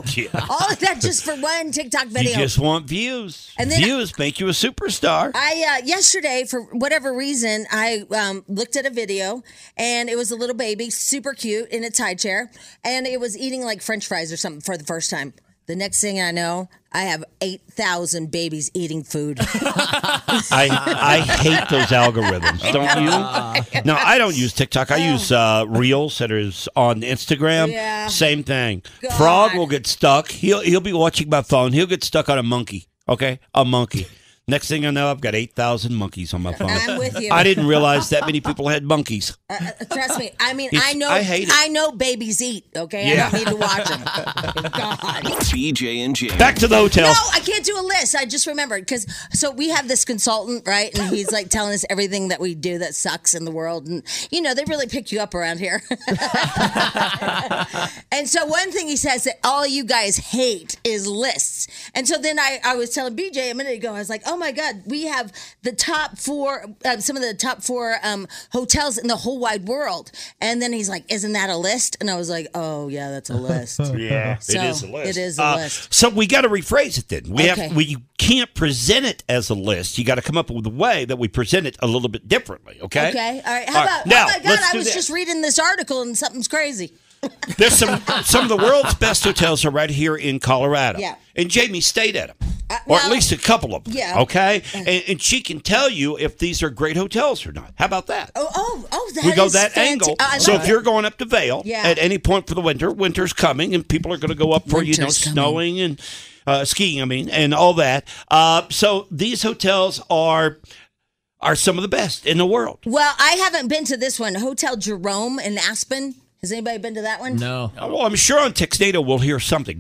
[SPEAKER 2] All of that just for one TikTok video.
[SPEAKER 3] You just want views.
[SPEAKER 2] And then-
[SPEAKER 3] views make you a superstar.
[SPEAKER 2] I uh, yesterday, for whatever reason, I um, looked at a video, and it was a little baby, super cute, in a high chair, and it was eating like French fries or something for the first time. The next thing I know, I have eight thousand babies
[SPEAKER 3] *laughs*
[SPEAKER 2] eating food.
[SPEAKER 3] I I hate those algorithms.
[SPEAKER 2] Oh,
[SPEAKER 3] Don't you? No, I don't use TikTok. I use uh, Reels that is on Instagram.
[SPEAKER 2] Yeah.
[SPEAKER 3] Same thing. Frog will get stuck. He'll he'll be watching my phone. He'll get stuck on a monkey. Okay, a monkey. Next thing I know, I've got eight thousand monkeys on my phone.
[SPEAKER 2] I'm with you.
[SPEAKER 3] I didn't realize that many people had monkeys.
[SPEAKER 2] Uh, uh, trust me. I mean,
[SPEAKER 3] It's-
[SPEAKER 2] I know.
[SPEAKER 3] I hate it.
[SPEAKER 2] know babies eat. Okay,
[SPEAKER 1] Yeah.
[SPEAKER 2] I don't need to
[SPEAKER 3] *laughs*
[SPEAKER 2] watch them.
[SPEAKER 1] *laughs* BJ and Jamie.
[SPEAKER 3] Back to the hotel.
[SPEAKER 2] No, I can't do a list. I just remembered because so we have this consultant, right? And he's like telling us everything that we do that sucks in the world, and you know they really pick you up around here. *laughs* and so one thing he says that all you guys hate is lists. And so then I, I was telling BJ a minute ago, I was like, oh my god, we have the top four, uh, some of the top four um, hotels in the whole wide world. And then he's like, isn't that a list? And I was like, oh yeah, that's a *laughs* list.
[SPEAKER 3] *laughs* Yeah,
[SPEAKER 2] So,
[SPEAKER 3] it is a list.
[SPEAKER 2] It is a
[SPEAKER 3] Uh,
[SPEAKER 2] list.
[SPEAKER 3] So we got to rephrase it then. We
[SPEAKER 2] Okay.
[SPEAKER 3] have we you can't present it as a list. You got to come up with a way that we present it a little bit differently. Okay.
[SPEAKER 2] Okay. All right.
[SPEAKER 3] All
[SPEAKER 2] How
[SPEAKER 3] right,
[SPEAKER 2] about?
[SPEAKER 3] now,
[SPEAKER 2] oh my God!
[SPEAKER 3] let's
[SPEAKER 2] I
[SPEAKER 3] do
[SPEAKER 2] was
[SPEAKER 3] this.
[SPEAKER 2] just reading this article and something's crazy.
[SPEAKER 3] There's some
[SPEAKER 2] *laughs*
[SPEAKER 3] some of the world's best hotels are right here in Colorado.
[SPEAKER 2] Yeah. Uh,
[SPEAKER 3] And Jamie stayed at them, or at least a couple of them.
[SPEAKER 2] yeah.
[SPEAKER 3] Okay. And, and she can tell you if these are great hotels or not. How about that?
[SPEAKER 2] Oh, oh, oh! That
[SPEAKER 3] we go
[SPEAKER 2] is
[SPEAKER 3] that
[SPEAKER 2] fanta-
[SPEAKER 3] angle.
[SPEAKER 2] I
[SPEAKER 3] so
[SPEAKER 2] love
[SPEAKER 3] if
[SPEAKER 2] it.
[SPEAKER 3] you're going up to Vale
[SPEAKER 2] Yeah.
[SPEAKER 3] at any point for the winter, winter's coming, and people are going to go up for you know
[SPEAKER 2] Winter's coming.
[SPEAKER 3] snowing and uh, skiing. I mean, and all that. Uh, so these hotels are are some of the best in the world.
[SPEAKER 2] well, I haven't been to this one, Hotel Jerome in Aspen. Has anybody been to that
[SPEAKER 3] Mm.
[SPEAKER 2] one?
[SPEAKER 4] No.
[SPEAKER 3] Oh, Well, I'm sure on Textnado we'll hear something.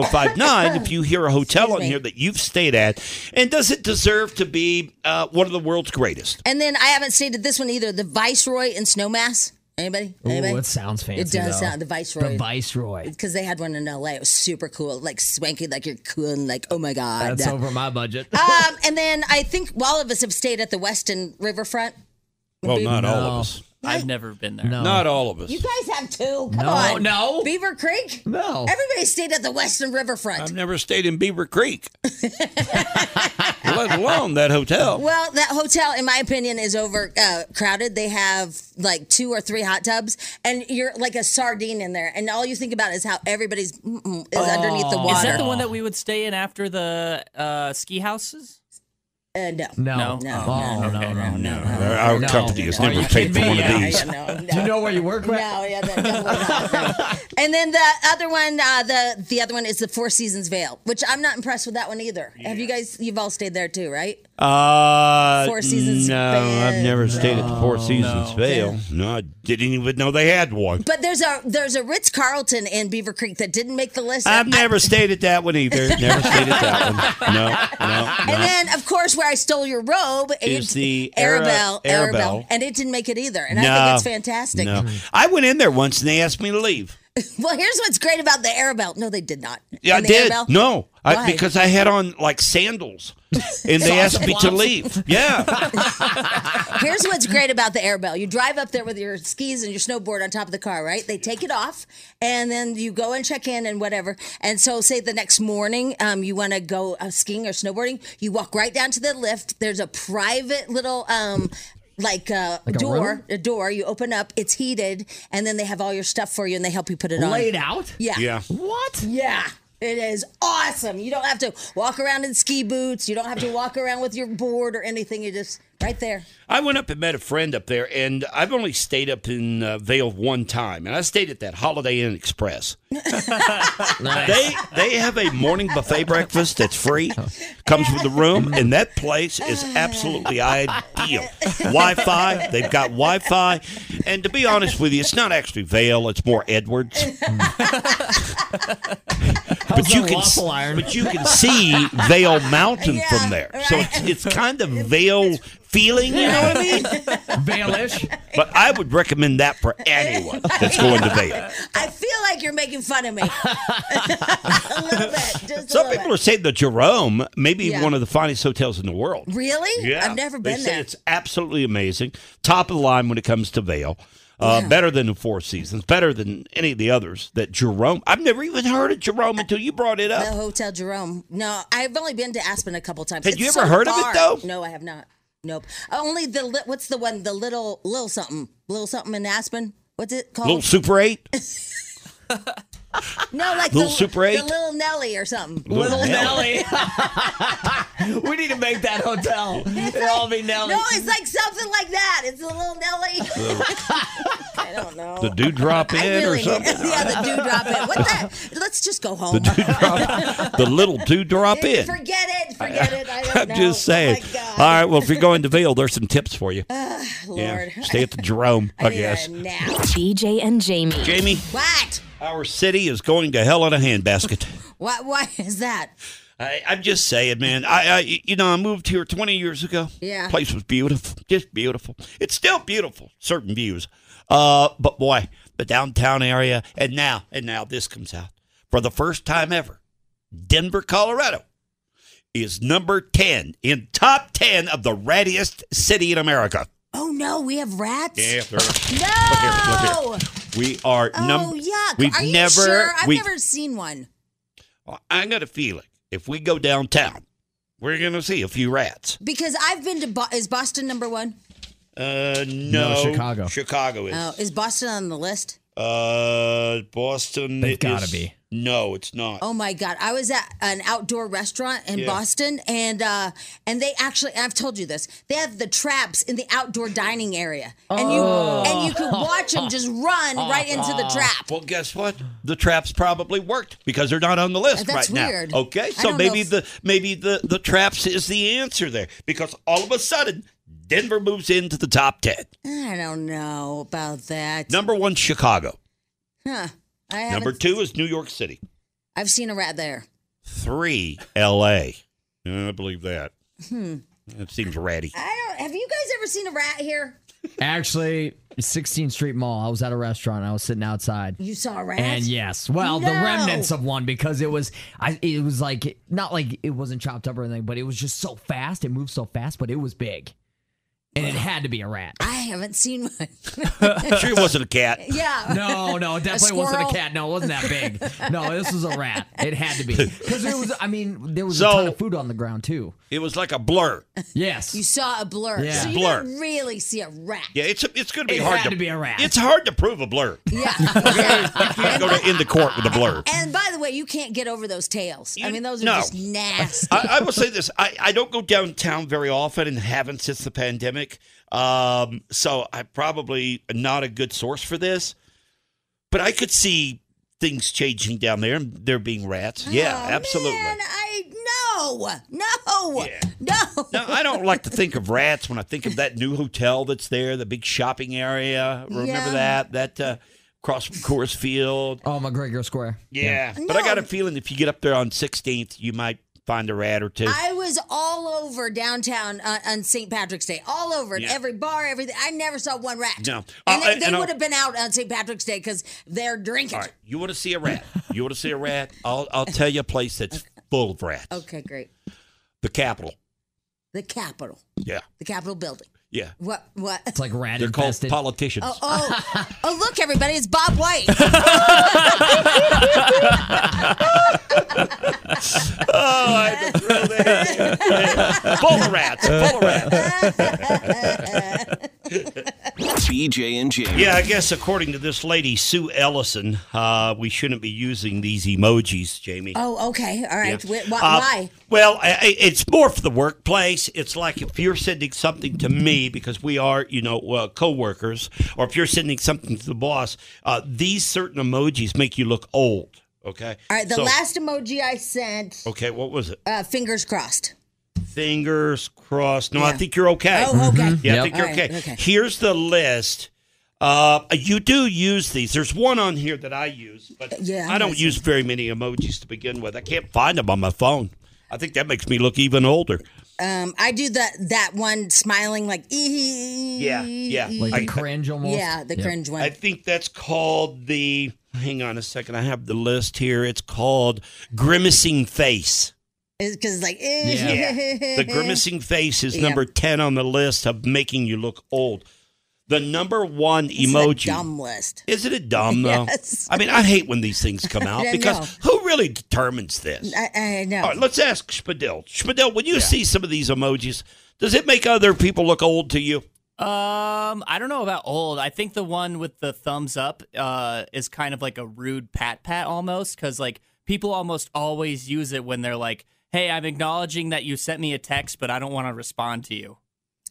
[SPEAKER 3] 51059 if you hear a hotel on here that you've stayed at. And does it deserve to be uh, one of the world's greatest?
[SPEAKER 2] And then I haven't stayed at this one either. The Viceroy in Snowmass. Anybody?
[SPEAKER 4] Ooh,
[SPEAKER 2] Anybody?
[SPEAKER 4] it sounds fancy.
[SPEAKER 2] It does
[SPEAKER 4] though.
[SPEAKER 2] sound the Viceroy.
[SPEAKER 4] The Viceroy.
[SPEAKER 2] because they had one in LA. It was super cool, like swanky, like you're cool, and like oh my god.
[SPEAKER 4] That's over my budget.
[SPEAKER 2] *laughs* Um, and then I think all of us have stayed at the Weston Riverfront.
[SPEAKER 3] Well, not all
[SPEAKER 4] No.
[SPEAKER 3] of us.
[SPEAKER 5] I've never been there.
[SPEAKER 3] Not all of us.
[SPEAKER 2] You guys have too. Come
[SPEAKER 3] No,
[SPEAKER 2] on.
[SPEAKER 3] no.
[SPEAKER 2] Beaver Creek?
[SPEAKER 3] No.
[SPEAKER 2] Everybody stayed at the Western Riverfront.
[SPEAKER 3] I've never stayed in Beaver Creek, *laughs* let alone that hotel.
[SPEAKER 2] Well, that hotel, in my opinion, is over uh, crowded. They have like two or three hot tubs, and you're like a sardine in there, and all you think about is how everybody's mm-mm is
[SPEAKER 3] Oh.
[SPEAKER 2] underneath the water.
[SPEAKER 5] Is that the one that we would stay in after the uh, ski houses?
[SPEAKER 2] Uh, no.
[SPEAKER 5] No.
[SPEAKER 2] No.
[SPEAKER 4] *laughs* Oh, no, no, no, no.
[SPEAKER 3] Our
[SPEAKER 4] No.
[SPEAKER 3] company has
[SPEAKER 4] Are
[SPEAKER 3] never
[SPEAKER 4] you uh,
[SPEAKER 3] paid for
[SPEAKER 4] kidding
[SPEAKER 3] one
[SPEAKER 4] me?
[SPEAKER 3] of these.
[SPEAKER 4] Do you know where you work? Brett?
[SPEAKER 2] No, yeah, that, that was- and then the other one, uh, the the other one is the Four Seasons Vale, which I'm not impressed with that one either. Have you guys? You've all stayed there too, right?
[SPEAKER 3] Uh,
[SPEAKER 2] Four Seasons
[SPEAKER 3] No, I've never stayed at the Four Seasons Vale. No, I didn't even know they had one.
[SPEAKER 2] But there's a there's a Ritz Carlton in Beaver Creek that didn't make the list.
[SPEAKER 3] I've never stayed at that one either. Never stayed at that one. *laughs* No, no, no.
[SPEAKER 2] And then, of course, where I stole your robe
[SPEAKER 3] Is
[SPEAKER 2] it's
[SPEAKER 3] the Arabelle,
[SPEAKER 2] Arabelle, Arabelle, and it didn't make it either. And I think it's fantastic.
[SPEAKER 3] No. I went in there once and they asked me to leave.
[SPEAKER 2] *laughs* Well, here's what's great about the Arabelle. No, they did not.
[SPEAKER 3] Yeah, I
[SPEAKER 2] And the
[SPEAKER 3] did.
[SPEAKER 2] Arabelle-
[SPEAKER 3] No, I,
[SPEAKER 2] Why?
[SPEAKER 3] because I had on like
[SPEAKER 2] *laughs*
[SPEAKER 3] sandals and they
[SPEAKER 2] Sauce
[SPEAKER 3] asked me to
[SPEAKER 2] blocks.
[SPEAKER 3] leave. Yeah.
[SPEAKER 2] Here's what's great about the Arabelle. You drive up there with your skis and your snowboard on top of the car, right? They take it off, and then you go and check in and whatever. And so, say the next morning, um, you want to go uh, skiing or snowboarding, you walk right down to the lift. There's a private little. Um, like, uh,
[SPEAKER 4] Like a room?
[SPEAKER 2] door, a, door. You open up, it's heated, and then they have all your stuff for you, and they help you put it on.
[SPEAKER 4] Laid out?
[SPEAKER 2] Yeah.
[SPEAKER 4] Yeah. What?
[SPEAKER 2] Yeah. It is awesome. You don't have to walk around in ski boots. You don't have to walk around with your board or anything. You're just right there.
[SPEAKER 3] I went up and met a friend up there, and I've only stayed up in uh, Vale one time, and I stayed at that Holiday Inn Express. They they have a morning buffet breakfast that's free, comes with the room, and that place is absolutely ideal. Wi-Fi, they've got Wi-Fi, and to be honest with you, it's not actually Vale; it's more Edwards. but you
[SPEAKER 4] that
[SPEAKER 3] can
[SPEAKER 4] waffle iron?
[SPEAKER 3] but you can see Vale Mountain from there, so it's it's kind of Vale feeling. You know what I mean?
[SPEAKER 4] Baelish.
[SPEAKER 3] But I would recommend that for anyone that's going to Vale.
[SPEAKER 2] *laughs* I feel like you're making
[SPEAKER 3] *laughs*
[SPEAKER 2] fun of me.
[SPEAKER 3] Some people are saying the Jerome may be
[SPEAKER 2] Yeah.
[SPEAKER 3] one of the finest hotels in the world.
[SPEAKER 2] Really?
[SPEAKER 3] Yeah,
[SPEAKER 2] I've never
[SPEAKER 3] they
[SPEAKER 2] been
[SPEAKER 3] say
[SPEAKER 2] there.
[SPEAKER 3] It's absolutely amazing. Top of the line when it comes to Vale. Uh, Better than the Four Seasons. Better than any of the others. That Jerome. I've never even heard of Jerome until you brought it
[SPEAKER 2] The
[SPEAKER 3] up.
[SPEAKER 2] Hotel Jerome. No, I've only been to Aspen a couple times.
[SPEAKER 3] Had you
[SPEAKER 2] It's
[SPEAKER 3] ever
[SPEAKER 2] so
[SPEAKER 3] heard of it,
[SPEAKER 2] far.
[SPEAKER 3] though?
[SPEAKER 2] No, I have not. Nope. Only the li- what's the one? The little little something, little something in Aspen. What's it called?
[SPEAKER 3] Little Super Eight.
[SPEAKER 2] No, like
[SPEAKER 3] Little
[SPEAKER 2] the,
[SPEAKER 3] Super Eight?
[SPEAKER 2] the little Nelly or something.
[SPEAKER 4] Little Little Nelly. *laughs*
[SPEAKER 2] *laughs*
[SPEAKER 4] we need to make that hotel. It'll all be Nelly.
[SPEAKER 2] No, it's like something like that. It's a little Nelly. I don't know.
[SPEAKER 3] The dude drop in
[SPEAKER 2] *laughs* I
[SPEAKER 3] or
[SPEAKER 2] really
[SPEAKER 3] something.
[SPEAKER 2] yeah, the dude drop in. What the? *laughs* Let's just go home. *laughs*
[SPEAKER 3] the little dude drop in.
[SPEAKER 2] Forget it. Forget
[SPEAKER 3] *laughs*
[SPEAKER 2] it. I don't
[SPEAKER 3] I'm
[SPEAKER 2] know. Oh,
[SPEAKER 3] just saying. All right. Well, if you're going to Vale, there's some tips for you.
[SPEAKER 2] Ugh, Ah, Lord.
[SPEAKER 3] Yeah. Stay at the
[SPEAKER 2] *laughs*
[SPEAKER 3] Jerome, I,
[SPEAKER 7] need a
[SPEAKER 3] guess.
[SPEAKER 7] BJ and Jamie.
[SPEAKER 3] Jamie.
[SPEAKER 2] What?
[SPEAKER 3] Our city is going to hell in a handbasket.
[SPEAKER 2] Why? Why is that?
[SPEAKER 3] I, I'm just saying, man. I, I, you know, I moved here 20 years ago.
[SPEAKER 2] Yeah.
[SPEAKER 3] place was beautiful, just beautiful. It's still beautiful, certain views. Uh, but boy, the downtown area, and now, and now this comes out for the first time ever. Denver, Colorado, is number 10 in top 10 of the rattiest city in America.
[SPEAKER 2] Oh no, we have rats.
[SPEAKER 3] Yeah,
[SPEAKER 2] *laughs*
[SPEAKER 3] there-
[SPEAKER 2] No.
[SPEAKER 3] look here, look here. We are
[SPEAKER 2] Oh
[SPEAKER 3] number.
[SPEAKER 2] yuck!
[SPEAKER 3] We've
[SPEAKER 2] Are you
[SPEAKER 3] never.
[SPEAKER 2] sure? I've
[SPEAKER 3] we've
[SPEAKER 2] never seen one.
[SPEAKER 3] I got a feeling if we go downtown, we're gonna see a few rats.
[SPEAKER 2] Because I've been to Bo- is Boston number one?
[SPEAKER 3] Uh, no,
[SPEAKER 4] No, Chicago.
[SPEAKER 3] Chicago is.
[SPEAKER 2] Oh, is Boston on the list?
[SPEAKER 3] Uh, Boston.
[SPEAKER 4] They've
[SPEAKER 3] it
[SPEAKER 4] gotta
[SPEAKER 3] is-
[SPEAKER 4] be.
[SPEAKER 3] No, it's not.
[SPEAKER 2] Oh my God! I was at an outdoor restaurant in
[SPEAKER 3] Yeah.
[SPEAKER 2] Boston, and uh, and they actually I've told you this. They have the traps in the outdoor dining area, and you
[SPEAKER 3] Oh.
[SPEAKER 2] and you could watch them just
[SPEAKER 4] *laughs*
[SPEAKER 2] run right into
[SPEAKER 4] Oh.
[SPEAKER 2] the trap.
[SPEAKER 3] Well, guess what? The traps probably worked because they're not on the list
[SPEAKER 2] That's
[SPEAKER 3] right
[SPEAKER 2] weird.
[SPEAKER 3] now. Okay,
[SPEAKER 2] I
[SPEAKER 3] so
[SPEAKER 2] don't know
[SPEAKER 3] maybe
[SPEAKER 2] if-
[SPEAKER 3] the maybe the the traps is the answer there because all of a sudden Denver moves into the top ten.
[SPEAKER 2] I don't know about that.
[SPEAKER 3] Number one, Chicago.
[SPEAKER 2] Huh. I haven't.
[SPEAKER 3] Number two is New York City.
[SPEAKER 2] I've seen a rat there.
[SPEAKER 3] Three, L.A. Yeah, I believe that.
[SPEAKER 2] Hmm.
[SPEAKER 3] That seems ratty.
[SPEAKER 2] I don't. Have you guys ever seen a rat here?
[SPEAKER 4] Actually, 16th Street Mall. I was at a restaurant. I was sitting outside.
[SPEAKER 2] You saw a rat?
[SPEAKER 4] And yes, well, the
[SPEAKER 2] No.
[SPEAKER 4] remnants of one because it was, I, it was like not like it wasn't chopped up or anything, but it was just so fast. It moved so fast, but it was big, and it had to be
[SPEAKER 3] *laughs*
[SPEAKER 4] a rat.
[SPEAKER 2] I haven't seen *laughs* one.
[SPEAKER 3] sure, it wasn't a cat.
[SPEAKER 2] Yeah.
[SPEAKER 4] *laughs* No, no,
[SPEAKER 2] A
[SPEAKER 4] it definitely wasn't
[SPEAKER 2] squirrel?
[SPEAKER 4] a cat. No, it wasn't that big. No, *laughs* this was a
[SPEAKER 2] *laughs*
[SPEAKER 4] rat. It had to be because there was. I mean, there was a ton of food on the ground too.
[SPEAKER 3] It was like a blur.
[SPEAKER 4] Yes,
[SPEAKER 2] You saw a blur.
[SPEAKER 4] Yeah.
[SPEAKER 2] So you
[SPEAKER 3] Blur.
[SPEAKER 2] don't really see a rat.
[SPEAKER 3] Yeah, it's a, it's going to be
[SPEAKER 4] It
[SPEAKER 3] hard
[SPEAKER 4] had to be a rat.
[SPEAKER 3] It's hard to prove a blur.
[SPEAKER 2] Yeah.
[SPEAKER 3] You can't go to, into court with a blur.
[SPEAKER 2] And by the way, you can't get over those tails. I mean, those are
[SPEAKER 3] no.
[SPEAKER 2] just nasty.
[SPEAKER 3] *laughs* I, I will say this: I, I don't go downtown very often, and haven't since the pandemic. Um, so I probably am not a good source for this, but I could see things changing down there. and There being rats. Yeah, absolutely.
[SPEAKER 2] Oh, Man, I no, no, no.
[SPEAKER 3] No, I don't like to think of rats when I think of that new hotel that's there, the big shopping area. Remember
[SPEAKER 4] Yeah.
[SPEAKER 3] that? That uh, across from Coors Field.
[SPEAKER 4] Oh, McGregor Square.
[SPEAKER 3] Yeah. But I got a feeling if you get up there on 16th, you might find a rat or two.
[SPEAKER 2] I was all over downtown uh, on St. Patrick's Day, all over at
[SPEAKER 3] Yeah.
[SPEAKER 2] every bar, everything. I never saw one rat.
[SPEAKER 3] No.
[SPEAKER 2] And
[SPEAKER 3] Uh,
[SPEAKER 2] they,
[SPEAKER 3] and-
[SPEAKER 2] they
[SPEAKER 3] and I'll-
[SPEAKER 2] would have been out on St. Patrick's Day because they're drinking.
[SPEAKER 3] All right. You want to see a rat? You want to see a rat? I'll, I'll tell you a place that's full of rats.
[SPEAKER 2] Okay, great.
[SPEAKER 3] The Capitol.
[SPEAKER 2] The Capitol,
[SPEAKER 3] Yeah.
[SPEAKER 2] the Capitol building.
[SPEAKER 3] Yeah.
[SPEAKER 2] What? What?
[SPEAKER 4] It's like rat
[SPEAKER 3] They're called politicians.
[SPEAKER 2] Oh, oh, oh! Look, everybody, it's Bob
[SPEAKER 3] *laughs*
[SPEAKER 2] White.
[SPEAKER 3] *laughs*
[SPEAKER 5] Oh.
[SPEAKER 3] Oh, I had to throw that in. Full of rats. Full of rats.
[SPEAKER 1] BJ and Jamie.
[SPEAKER 3] Yeah, I guess according to this lady, Sue Ellison, uh, we shouldn't be using these emojis, Jamie.
[SPEAKER 2] Oh, okay. All right.
[SPEAKER 3] Yeah.
[SPEAKER 2] Wh- wh-
[SPEAKER 3] Uh,
[SPEAKER 2] why?
[SPEAKER 3] Well, I- I- it's more for the workplace. It's like if you're sending something to me because we are, you know, uh, coworkers, or if you're sending something to the boss, uh, these certain emojis make you look old. Okay.
[SPEAKER 2] All right. The
[SPEAKER 3] So-
[SPEAKER 2] last emoji I sent,
[SPEAKER 3] Okay, what was it?
[SPEAKER 2] uh, fingers crossed.
[SPEAKER 3] Fingers crossed. No, I think you're okay.
[SPEAKER 2] Oh, okay. Mhm.
[SPEAKER 3] Yeah, I
[SPEAKER 2] Yep.
[SPEAKER 3] think you're
[SPEAKER 2] All right,
[SPEAKER 3] okay.
[SPEAKER 2] okay.
[SPEAKER 3] Here's the list. Uh, you do use these. There's one on here that I use, but
[SPEAKER 2] Uh, Yeah,
[SPEAKER 3] I don't use very many emojis to begin with. I can't find them on my phone. I think that makes me look even older.
[SPEAKER 2] Um, I do the that one smiling like ee.
[SPEAKER 3] Yeah, yeah.
[SPEAKER 4] Like the cringe almost?
[SPEAKER 2] Mm-hmm. Yeah, the cringe one.
[SPEAKER 3] I think that's called the. Hang on a second. I have the list here. It's called grimacing face.
[SPEAKER 2] because like
[SPEAKER 3] Yeah. the grimacing face is
[SPEAKER 2] Yeah.
[SPEAKER 3] number 10 on the list of making you look old. The number one emoji.
[SPEAKER 2] dumb list.
[SPEAKER 3] Is it a dumb, though?
[SPEAKER 2] Yes.
[SPEAKER 3] I mean, I hate when these things come out
[SPEAKER 2] *laughs* I
[SPEAKER 3] because
[SPEAKER 2] know.
[SPEAKER 3] who really determines this?
[SPEAKER 2] I, I know.
[SPEAKER 3] All right, let's ask Spadil. Spadil, when you see some of these emojis, does it make other people look old to you?
[SPEAKER 5] *laughs* Um, I don't know about old. I think the one with the thumbs up uh is kind of like a rude pat pat almost cuz like people almost always use it when they're like, "Hey, I'm acknowledging that you sent me a text, but I don't want to respond to you."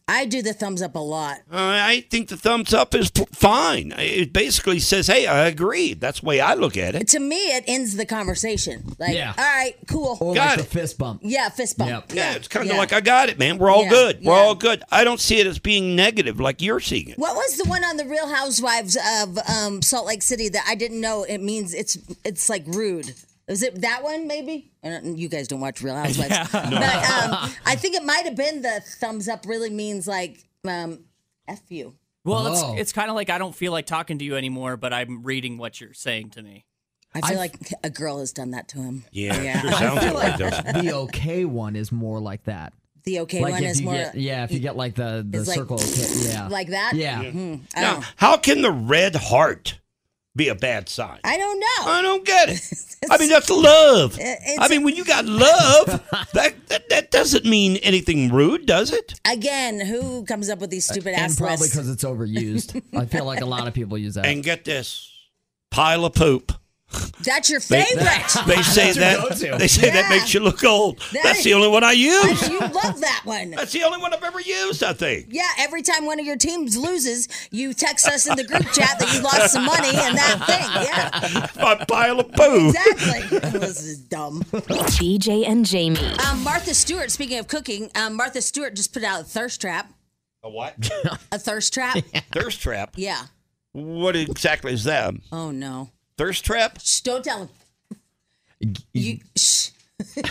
[SPEAKER 2] I do the thumbs up a lot.
[SPEAKER 3] Uh, I think the thumbs up is p- fine. It basically says, hey, I agree. That's the way I look at it.
[SPEAKER 2] To me, it ends the conversation. Like,
[SPEAKER 3] Yeah.
[SPEAKER 2] all right, cool.
[SPEAKER 3] Or like Got the it.
[SPEAKER 4] fist bump.
[SPEAKER 2] Yeah, fist bump.
[SPEAKER 3] Yeah, it's kind of
[SPEAKER 2] yeah.
[SPEAKER 3] like I got it, man. We're all
[SPEAKER 2] Yeah,
[SPEAKER 3] good. We're
[SPEAKER 2] yeah.
[SPEAKER 3] all good. I don't see it as being negative like you're seeing it.
[SPEAKER 2] What was the one on the Real Housewives of um, Salt Lake City that I didn't know? It means it's it's like rude. Was it that one? Maybe I don't- you guys don't watch Real
[SPEAKER 3] *laughs*
[SPEAKER 2] Housewives, but um, I think it might have been the thumbs up. Really means like um, f you.
[SPEAKER 5] Well,
[SPEAKER 2] Oh.
[SPEAKER 5] it's it's kind of like I don't feel like talking to you anymore, but I'm reading what you're saying to me.
[SPEAKER 2] I feel like a girl has done that to him. *laughs*
[SPEAKER 4] I feel like the okay one is more like that.
[SPEAKER 2] The okay
[SPEAKER 4] Like
[SPEAKER 2] one
[SPEAKER 4] if
[SPEAKER 2] is
[SPEAKER 4] you
[SPEAKER 2] more
[SPEAKER 4] get- yeah, if you get like the the
[SPEAKER 2] is like-
[SPEAKER 4] circle, okay, yeah,
[SPEAKER 2] like that.
[SPEAKER 4] yeah.
[SPEAKER 2] Hmm. I
[SPEAKER 3] Now,
[SPEAKER 2] don't-
[SPEAKER 3] how can the red heart be a bad sign?
[SPEAKER 2] *laughs* I don't know.
[SPEAKER 3] I don't get it. I mean, that's love.
[SPEAKER 2] It- it's-
[SPEAKER 3] I mean, when you
[SPEAKER 2] *laughs*
[SPEAKER 3] got love, that, that that doesn't mean anything rude, does it?
[SPEAKER 2] Again, who comes up with these stupid
[SPEAKER 4] and
[SPEAKER 2] ass
[SPEAKER 4] probably
[SPEAKER 2] lists?
[SPEAKER 4] because it's overused. I feel like a lot of people use that.
[SPEAKER 3] And get this pile of poop.
[SPEAKER 2] That's your
[SPEAKER 3] They,
[SPEAKER 2] favorite.
[SPEAKER 3] they say that
[SPEAKER 4] go-to.
[SPEAKER 3] they say that
[SPEAKER 2] Yeah.
[SPEAKER 3] makes you look old.
[SPEAKER 2] That
[SPEAKER 3] That's
[SPEAKER 2] is-
[SPEAKER 3] the only one I use.
[SPEAKER 2] Oh, you love that one.
[SPEAKER 3] That's the only one I've ever used. I think.
[SPEAKER 2] Yeah, every time one of your teams loses, you text us in the group chat that you lost some money and that
[SPEAKER 3] *laughs*
[SPEAKER 2] thing. Yeah,
[SPEAKER 3] My pile of poo.
[SPEAKER 2] Exactly. *laughs* this is
[SPEAKER 7] *laughs*
[SPEAKER 2] dumb.
[SPEAKER 7] BJ and Jamie.
[SPEAKER 2] Um, Martha Stewart, speaking of cooking, um, Martha Stewart just put out a thirst trap.
[SPEAKER 3] *laughs* A
[SPEAKER 2] *laughs*
[SPEAKER 3] what?
[SPEAKER 2] A
[SPEAKER 3] *laughs*
[SPEAKER 2] thirst trap?
[SPEAKER 3] Thirst trap.
[SPEAKER 2] yeah.
[SPEAKER 3] What exactly is that?
[SPEAKER 2] Oh, no.
[SPEAKER 3] Thirst trap?
[SPEAKER 2] Shh, don't tell him. You, shh.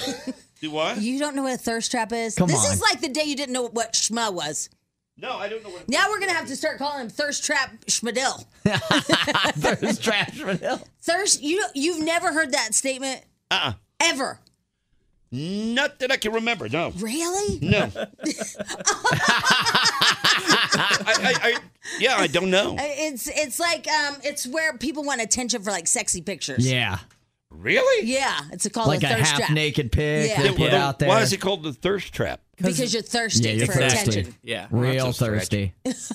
[SPEAKER 3] *laughs* Do what?
[SPEAKER 2] You don't know what a thirst trap is?
[SPEAKER 3] Come
[SPEAKER 2] this
[SPEAKER 3] on.
[SPEAKER 2] is like the day you didn't know what schma was.
[SPEAKER 3] No, I don't know what.
[SPEAKER 2] Now we're going to have to start calling him Thirst
[SPEAKER 3] *laughs*
[SPEAKER 2] Trap *laughs* Schmadill.
[SPEAKER 4] Thirst trap Schmadill.
[SPEAKER 2] Thirst, you, you've never heard that statement
[SPEAKER 3] Uh-uh.
[SPEAKER 2] ever.
[SPEAKER 3] Not that I can remember. No.
[SPEAKER 2] Really? *laughs*
[SPEAKER 3] No. I, I, I, yeah, I don't know.
[SPEAKER 2] Uh, It's it's like um it's where people want attention for like sexy pictures.
[SPEAKER 4] yeah,
[SPEAKER 3] Really?
[SPEAKER 2] Yeah, it's called
[SPEAKER 4] like
[SPEAKER 2] a
[SPEAKER 4] a
[SPEAKER 2] thirst
[SPEAKER 4] half
[SPEAKER 2] trap
[SPEAKER 4] naked pic
[SPEAKER 2] Yeah.
[SPEAKER 4] they
[SPEAKER 2] Yeah,
[SPEAKER 4] put
[SPEAKER 3] well,
[SPEAKER 4] out there.
[SPEAKER 3] Why is it called the thirst trap?
[SPEAKER 2] because you're thirsty
[SPEAKER 4] yeah, you're
[SPEAKER 2] for
[SPEAKER 4] thirsty. *laughs*
[SPEAKER 2] attention.
[SPEAKER 5] Yeah,
[SPEAKER 4] real
[SPEAKER 3] That's a stretch.
[SPEAKER 4] thirsty.
[SPEAKER 3] That's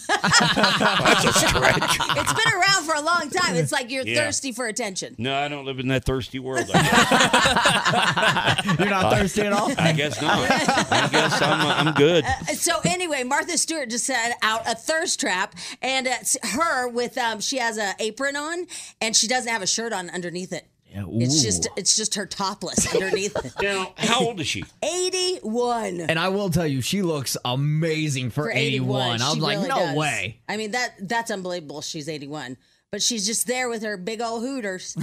[SPEAKER 3] a stretch. *laughs*
[SPEAKER 2] It's been around for a long time. It's like you're
[SPEAKER 3] Yeah.
[SPEAKER 2] thirsty for attention.
[SPEAKER 3] No, I don't live in that thirsty world. I guess.
[SPEAKER 2] *laughs*
[SPEAKER 4] You're not thirsty at all.
[SPEAKER 3] I guess
[SPEAKER 4] *laughs*
[SPEAKER 3] not. I guess I'm, I'm good.
[SPEAKER 2] Uh, So anyway, Martha Stewart just set out a thirst trap, and it's her with um she has a apron on and she doesn't have a shirt on underneath it. It's just it's just her topless underneath
[SPEAKER 4] *laughs*
[SPEAKER 2] it.
[SPEAKER 3] Now, how *laughs* old is she?
[SPEAKER 2] Eighty one.
[SPEAKER 4] And I will tell you, she looks amazing for, 81. I was
[SPEAKER 2] She
[SPEAKER 4] like,
[SPEAKER 2] really
[SPEAKER 4] no
[SPEAKER 2] does.
[SPEAKER 4] way.
[SPEAKER 2] I mean that that's unbelievable. She's 81, but she's just there with her big old
[SPEAKER 4] *laughs*
[SPEAKER 2] hooters.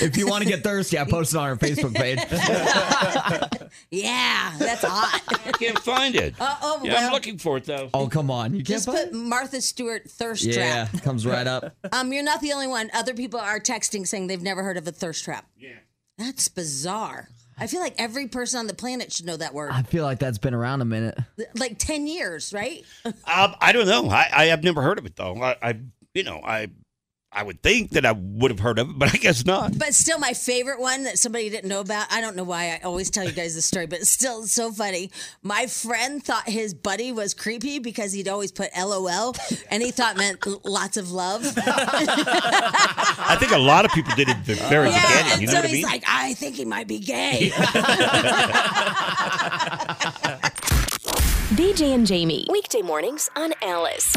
[SPEAKER 4] If you want to get thirsty, I posted on her Facebook page.
[SPEAKER 2] Yeah, that's hot.
[SPEAKER 3] I *laughs* can't find it.
[SPEAKER 2] Uh, oh,
[SPEAKER 3] yeah, I'm
[SPEAKER 2] well,
[SPEAKER 3] looking for it though.
[SPEAKER 4] Oh, come on. You can't
[SPEAKER 2] just
[SPEAKER 4] put
[SPEAKER 2] put Martha Stewart thirst
[SPEAKER 4] Yeah,
[SPEAKER 2] trap.
[SPEAKER 4] comes
[SPEAKER 2] *laughs*
[SPEAKER 4] right up.
[SPEAKER 2] Um, you're not the only one. Other people are texting saying they've never heard of a thirst trap. Yeah, that's bizarre. I feel like every person on the planet should know that word.
[SPEAKER 4] I feel like that's been around a minute.
[SPEAKER 2] like 10 years, right?
[SPEAKER 3] Um, I don't know. I, I have never heard of it though. I, I you know, I I would think that I would have heard of it, but I guess not.
[SPEAKER 2] But still, my favorite one that somebody didn't know about. I don't know why I always tell you guys this story, but it's still so funny. My friend thought his buddy was creepy because he'd always put LOL, and he thought meant lots of love.
[SPEAKER 3] I think a lot of people did it at the very
[SPEAKER 2] yeah,
[SPEAKER 3] beginning.
[SPEAKER 2] and
[SPEAKER 3] You know
[SPEAKER 2] so
[SPEAKER 3] what I
[SPEAKER 2] he's
[SPEAKER 3] mean?
[SPEAKER 2] like, I think he might
[SPEAKER 3] *laughs*
[SPEAKER 2] be gay.
[SPEAKER 7] BJ and Jamie. Weekday mornings on Alice.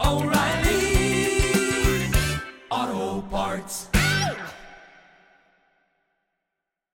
[SPEAKER 10] oh, oh, O'Reilly Auto Parts.